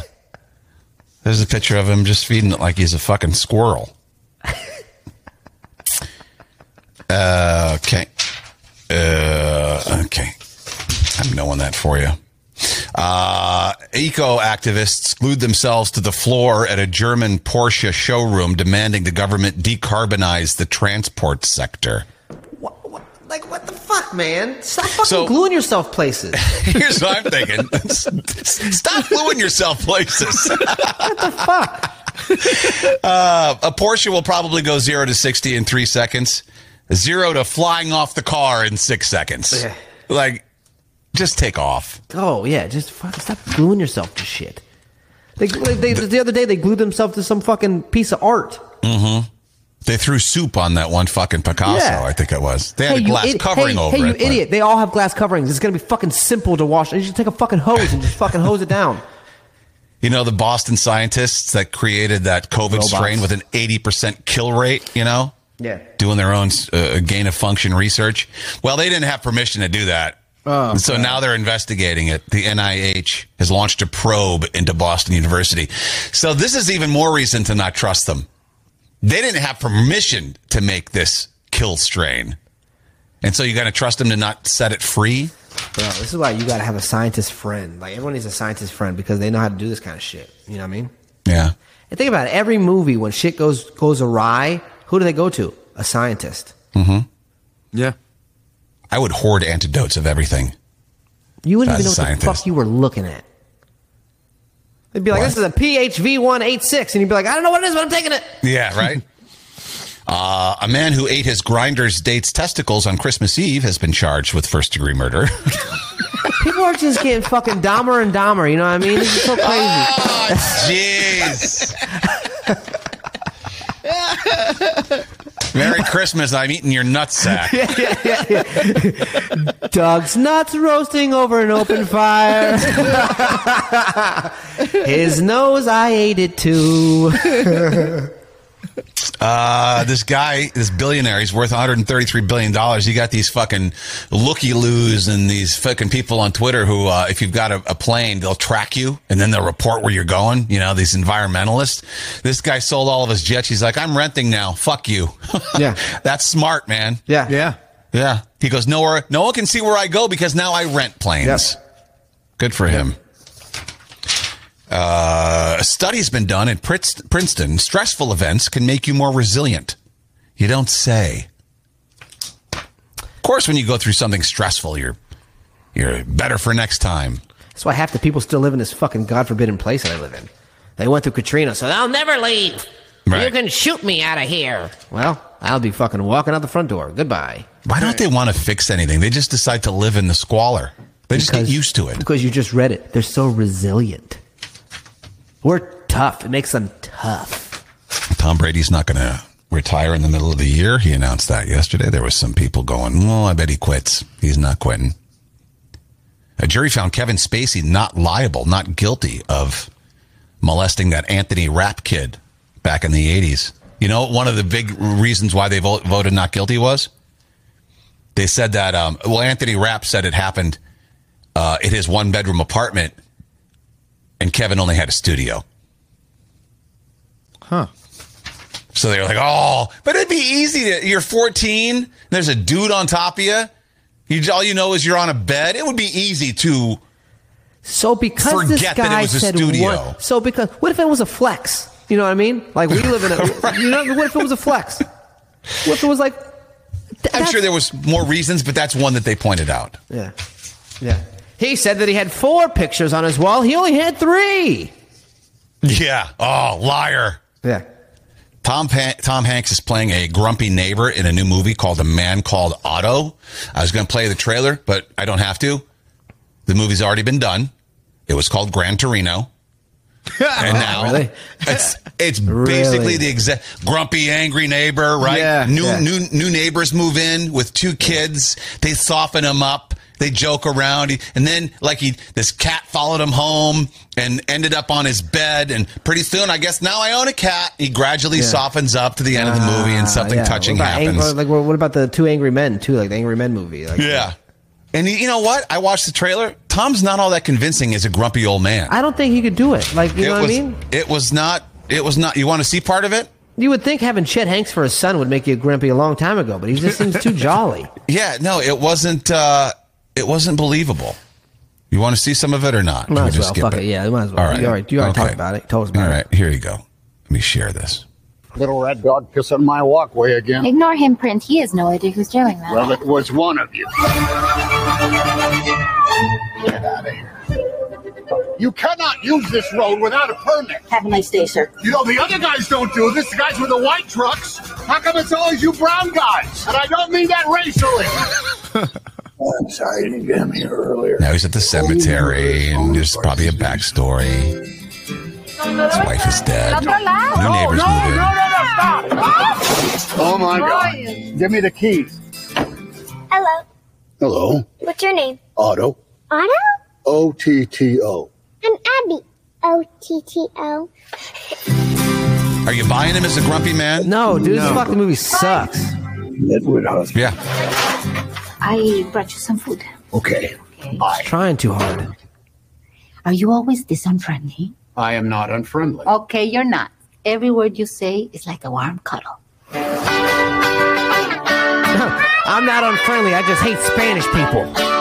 Speaker 3: There's a picture of him just feeding it like he's a fucking squirrel. (laughs) okay. Uh, okay. I'm knowing that for you. Uh, eco activists glued themselves to the floor at a German Porsche showroom demanding the government decarbonize the transport sector.
Speaker 4: What, what, like what the fuck, man? Stop fucking
Speaker 3: So-
Speaker 4: gluing yourself
Speaker 3: (laughs)
Speaker 4: places.
Speaker 3: Here's what I'm thinking. Stop gluing yourself places. Uh, a Porsche will probably go zero to 60 in three seconds, zero to flying off the car in six seconds.
Speaker 4: Yeah.
Speaker 3: Like, just take off.
Speaker 4: Oh yeah, just fuck, stop gluing yourself to shit. They, they, they, the other day they glued themselves to some fucking piece of art.
Speaker 3: They threw soup on that one fucking Picasso,
Speaker 4: Yeah.
Speaker 3: I think it was. They had a
Speaker 4: you
Speaker 3: glass
Speaker 4: idi-
Speaker 3: covering
Speaker 4: hey,
Speaker 3: over
Speaker 4: hey,
Speaker 3: it.
Speaker 4: you
Speaker 3: but-
Speaker 4: idiot! They all have glass coverings. It's gonna be fucking simple to wash. You should take a fucking hose and just fucking hose it down.
Speaker 3: You know, the Boston scientists that created that COVID
Speaker 4: Robots.
Speaker 3: strain with an 80% kill rate, you know?
Speaker 4: (laughs) Yeah.
Speaker 3: Doing their own uh, gain of function research. Well, they didn't have permission to do that. Oh, so now they're investigating it. The NIH has launched a probe into Boston University. So this is even more reason to not trust them. They didn't have permission to make this kill strain. And so you got to trust them to not set it free.
Speaker 4: Bro, this is why you gotta have a scientist friend. Like everyone needs a scientist friend because they know how to do this kind of shit. You know what I mean?
Speaker 3: Yeah.
Speaker 4: And think about it. Every movie when shit goes goes awry, who do they go to? A scientist.
Speaker 5: Yeah.
Speaker 3: I would hoard antidotes of everything.
Speaker 4: You wouldn't
Speaker 3: As
Speaker 4: even know
Speaker 3: a
Speaker 4: what the
Speaker 3: scientist.
Speaker 4: fuck you were looking at. They'd be like,
Speaker 3: What?
Speaker 4: "This is a PHV one eight six, and you'd be like, "I don't know what it is, but I'm
Speaker 3: (laughs)
Speaker 4: taking it."
Speaker 3: Yeah, right. Uh, a man who ate his grinder's date's testicles on Christmas Eve has been charged with first degree murder. (laughs)
Speaker 4: People are just getting fucking dumber and dumber. You know what I mean? This is
Speaker 3: (laughs)
Speaker 4: so crazy.
Speaker 3: Oh, jeez. Merry Christmas. I'm eating your nutsack.
Speaker 4: Doug's nuts roasting over an open (laughs) fire. His nose, I ate it too.
Speaker 3: Uh, this guy, this billionaire, he's worth 133 billion dollars. You got these fucking looky loos and these fucking people on Twitter who, uh, if you've got a, a plane, they'll track you and then they'll report where you're going. You know, these environmentalists. This guy sold all of his jets. He's like, I'm renting now. Fuck you.
Speaker 4: Yeah.
Speaker 3: (laughs) that's smart, man.
Speaker 4: Yeah.
Speaker 5: Yeah.
Speaker 3: Yeah. He goes, nowhere. No one can see where I go because now I rent planes. Good for him. Uh, a study's been done at Prince- Princeton. Stressful events can make you more resilient. You don't say. Of course, when you go through something stressful, you're you're better for next time.
Speaker 4: That's why half the people still live in this fucking god forbidden place that I live in. They went through Katrina, so
Speaker 7: I'll never leave. You
Speaker 3: Right.
Speaker 7: can shoot me out of here.
Speaker 4: well, I'll be fucking walking out the front door. Goodbye.
Speaker 3: Why don't they want to fix anything? They just decide to live in the squalor. They just get used to it.
Speaker 4: Because you just read it. They're so resilient. We're tough. It makes them tough.
Speaker 3: Tom Brady's not going to retire in the middle of the year. He announced that yesterday. There was some people going, "Well, I bet he quits." He's not quitting. A jury found Kevin Spacey not liable, not guilty of molesting that Anthony Rapp kid back in the 80s. You know, one of the big reasons why they vo- voted not guilty was they said that, um, well, Anthony Rapp said it happened uh, in his one bedroom apartment, and Kevin only had a studio. So they were like, oh, but it'd be easy to, you're 14, there's a dude on top of you. You, all you know is you're on a bed. It would be easy to.
Speaker 4: So because this
Speaker 3: Forget that it
Speaker 4: guy
Speaker 3: was a
Speaker 4: said
Speaker 3: studio.
Speaker 4: one- so because what if it was a flex? You know what I mean? Like we live in
Speaker 3: (laughs)
Speaker 4: a. You know what if it was a flex? What if it was like? th-
Speaker 3: I'm
Speaker 4: that's-
Speaker 3: sure there was more reasons, but that's one that they pointed out.
Speaker 4: Yeah. Yeah. He said that he had four pictures on his wall. He only had three.
Speaker 3: Yeah. Oh, liar.
Speaker 4: Yeah.
Speaker 3: Tom pa- Tom Hanks is playing a grumpy neighbor in a new movie called A Man Called Otto. I was going to play the trailer, but I don't have to. The movie's already been done. It was called Gran
Speaker 5: (laughs)
Speaker 3: Torino. and now
Speaker 4: really?
Speaker 3: it's it's basically the exact grumpy angry neighbor, right?
Speaker 5: Yeah,
Speaker 3: new
Speaker 5: yeah.
Speaker 3: new new neighbors move in with two kids. They soften him up. They joke around, and then like he this cat followed him home and ended up on his bed. And pretty soon, I guess now I own a cat. He gradually softens up to the end of the movie, and something
Speaker 4: Ah, Yeah.
Speaker 3: touching
Speaker 4: What about ang-
Speaker 3: happens.
Speaker 4: like what what about the two angry men too? Like the angry men movie. Like,
Speaker 3: yeah. And you you know what? I watched the trailer. Tom's not all that convincing as a grumpy old man.
Speaker 4: I don't think he could do it. Like you
Speaker 3: it was,
Speaker 4: know what I mean?
Speaker 3: It was not. It was not. You want to see part of it?
Speaker 4: You would think having Chet Hanks for his son would make you grumpy a long time ago, but he just seems
Speaker 3: (laughs)
Speaker 4: too jolly.
Speaker 3: Yeah, no, it wasn't. Uh, it wasn't believable. You want to see some of it or not? Can
Speaker 4: Might
Speaker 3: we
Speaker 4: as
Speaker 3: just
Speaker 4: well.
Speaker 3: skip
Speaker 4: Fuck it. Yeah, might as well. You already- you already talked about it. Told us about
Speaker 3: All
Speaker 4: it.
Speaker 3: right, here you go. Let me share this.
Speaker 10: Little red dog pissing my walkway again.
Speaker 12: Ignore him, Prince. He has no idea who's doing that.
Speaker 10: Well, it was one of you. Get out of here. You cannot use this road without a permit. Have a nice day, sir. You know, the other guys don't do this. The guys with the white trucks. How come it's always you brown guys? And I don't mean that racially. I'm (laughs) sorry you didn't get him here earlier.
Speaker 3: Now he's at the cemetery, and there's probably a backstory. His wife is dead. New neighbors move in.
Speaker 10: Oh, my God. Give me the keys.
Speaker 12: Hello.
Speaker 10: Hello.
Speaker 12: What's your name?
Speaker 10: Otto.
Speaker 12: Otto?
Speaker 10: O T T O.
Speaker 12: I'm Abby. O T T O.
Speaker 3: Are you buying him as a grumpy man?
Speaker 4: No, dude, this fucking movie sucks.
Speaker 10: Edward Husband.
Speaker 3: Yeah.
Speaker 12: I brought you some food.
Speaker 10: Okay. Bye.
Speaker 4: Trying too hard.
Speaker 12: Are you always this unfriendly?
Speaker 10: I am not unfriendly.
Speaker 12: Okay, you're not. Every word you say is like a warm cuddle.
Speaker 4: (laughs) I'm not unfriendly. I just hate Spanish people.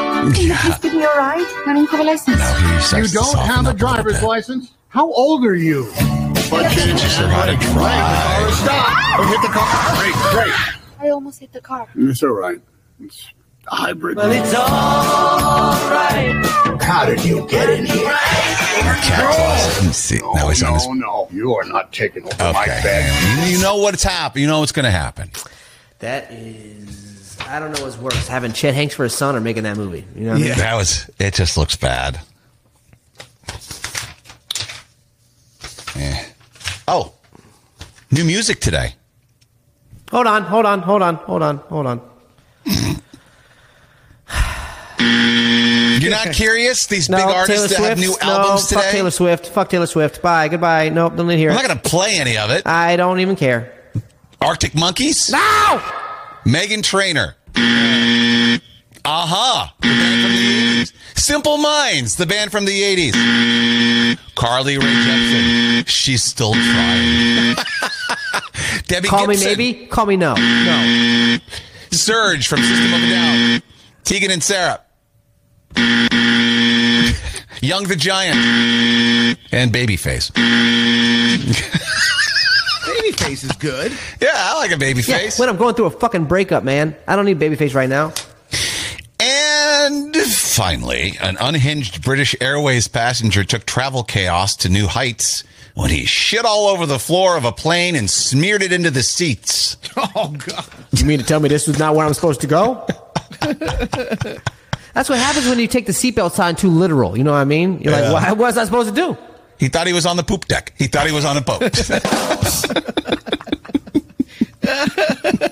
Speaker 3: yeah.
Speaker 12: Give me a ride. I don't have a license.
Speaker 3: Now he
Speaker 10: You
Speaker 3: starts to
Speaker 10: don't
Speaker 3: soften
Speaker 10: have a
Speaker 3: up little
Speaker 10: driver's
Speaker 3: bit.
Speaker 10: license? How old are you?
Speaker 3: Teach her how to drive.
Speaker 10: Stop! Don't hit the car. Great, great.
Speaker 12: I almost hit the car.
Speaker 10: It's all right. It's a hybrid. Well, it's all right. How did you get in here?
Speaker 3: Cat claws. Let's see. Now he's on his.
Speaker 10: no, no. You are not taking over my bag.
Speaker 3: Okay. You know what's happening. You know what's going to happen.
Speaker 4: That is, I don't know what's worse, having Chet Hanks for his son or making that movie. You know what I mean?
Speaker 3: Yeah. That was it just looks bad. Eh. Oh. New music today.
Speaker 4: Hold on, hold on, hold on, hold on, hold on.
Speaker 3: You're
Speaker 4: (laughs)
Speaker 3: not curious? These big artists that have new
Speaker 4: no,
Speaker 3: albums
Speaker 4: fuck
Speaker 3: today?
Speaker 4: Taylor Swift. Fuck Taylor Swift. Bye. Goodbye. Nope. Don't need to hear.
Speaker 3: I'm
Speaker 4: it.
Speaker 3: not going to play any of it.
Speaker 4: I don't even care.
Speaker 3: Arctic Monkeys?
Speaker 4: No!
Speaker 3: Megan Trainor. Aha! The band from the 80s. Simple Minds, the band from the 80s. Carly Rae Jepsen. She's still trying. (laughs) Debbie
Speaker 4: Call
Speaker 3: Gibson.
Speaker 4: me maybe. Call me no. No.
Speaker 3: Surge from System of a Down. Tegan and Sarah. (laughs) Young the Giant. And Babyface.
Speaker 5: Babyface is
Speaker 3: (laughs)
Speaker 5: good.
Speaker 3: Yeah, I like a baby
Speaker 4: Yeah,
Speaker 3: face.
Speaker 4: when I'm going through a fucking breakup, man. I don't need babyface right now.
Speaker 3: And finally, an unhinged British Airways passenger took travel chaos to new heights when he shit all over the floor of a plane and smeared it into the seats.
Speaker 5: Oh God!
Speaker 4: You mean to tell me this is not where I'm supposed to go? (laughs) That's what happens when you take the seatbelt sign too literal. You know what I mean? You're
Speaker 3: Yeah.
Speaker 4: like, what was I supposed to do?
Speaker 3: He thought he was on the poop deck. He thought he was on a boat. (laughs)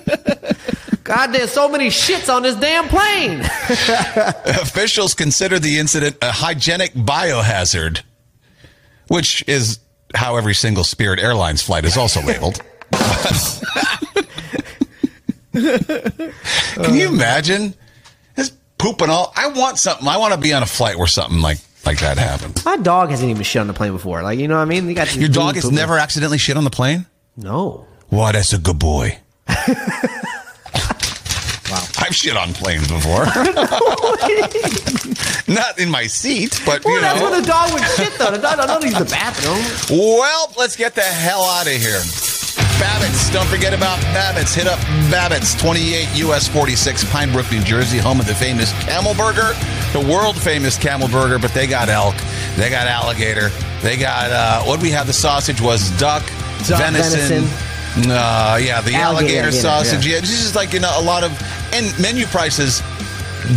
Speaker 4: God, there's so many shits on this damn (laughs) plane.
Speaker 3: Officials consider the incident a hygienic biohazard, which is how every single Spirit Airlines flight is also labeled. (laughs) Can you imagine? It's pooping all. I want something. I want to be on a flight where something like like that happened.
Speaker 4: My dog hasn't even shit on the plane before. Like, you know what I mean? You got these
Speaker 3: Your dog has
Speaker 4: dudes pooping.
Speaker 3: never accidentally shit on the plane.
Speaker 4: (laughs) No.
Speaker 3: Why? That's a good
Speaker 4: (laughs)
Speaker 3: boy. wow. I've shit on planes before. (laughs)
Speaker 4: (laughs)
Speaker 3: Not in my seat, but you
Speaker 4: Well, that's
Speaker 3: know.
Speaker 4: where the dog would shit, though. The dog I don't need the bathroom.
Speaker 3: Well, let's get the hell out of here. Babbitts, don't forget about Babbitts. Hit up Babbitts, 28 US 46, Pinebrook, New Jersey, home of the famous Camel Burger, the world famous Camel Burger. But they got elk, they got alligator, they got uh, what we had. The sausage was duck,
Speaker 4: Duck,
Speaker 3: venison.
Speaker 4: venison.
Speaker 3: Uh, yeah, the
Speaker 4: Alligator,
Speaker 3: alligator,
Speaker 4: yeah,
Speaker 3: sausage.
Speaker 4: yeah.
Speaker 3: Yeah, this is like you know a lot of and menu prices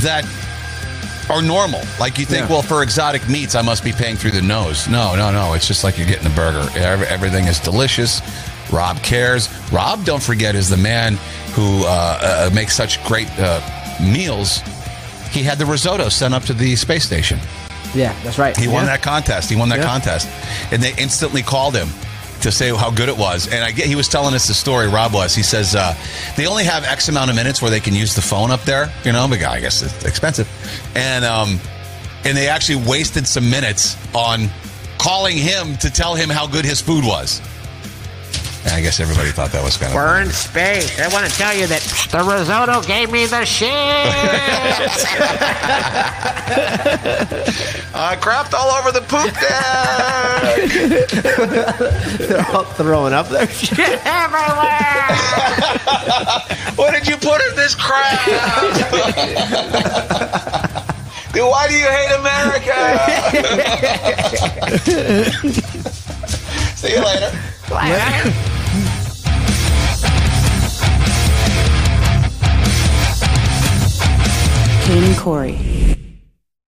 Speaker 3: that are normal. Like you think,
Speaker 5: Yeah.
Speaker 3: well, for exotic meats, I must be paying through the nose. No, no, no. It's just like you're getting a burger. Ev- Everything is delicious. Rob cares. Rob, don't forget, is the man who uh, uh, makes such great uh, meals. He had the risotto sent up to the space station.
Speaker 4: Yeah, that's right.
Speaker 3: He won
Speaker 4: Yeah.
Speaker 3: that contest. He won that
Speaker 4: Yeah.
Speaker 3: contest, and they instantly called him to say how good it was. And I get he was telling us the story. Rob was. He says uh, they only have X amount of minutes where they can use the phone up there. You know, but I guess it's expensive, and um, and they actually wasted some minutes on calling him to tell him how good his food was. And I guess everybody thought that was kind of
Speaker 7: Burn space. I want to tell you that the risotto gave me the
Speaker 4: (laughs)
Speaker 7: shit.
Speaker 3: I crapped all over the poop (laughs)
Speaker 4: They're all throwing up (laughs) their shit.
Speaker 3: what did you put in this crap? Dude, why do you hate America? (laughs) See you later.
Speaker 1: (laughs) Kane and Corey.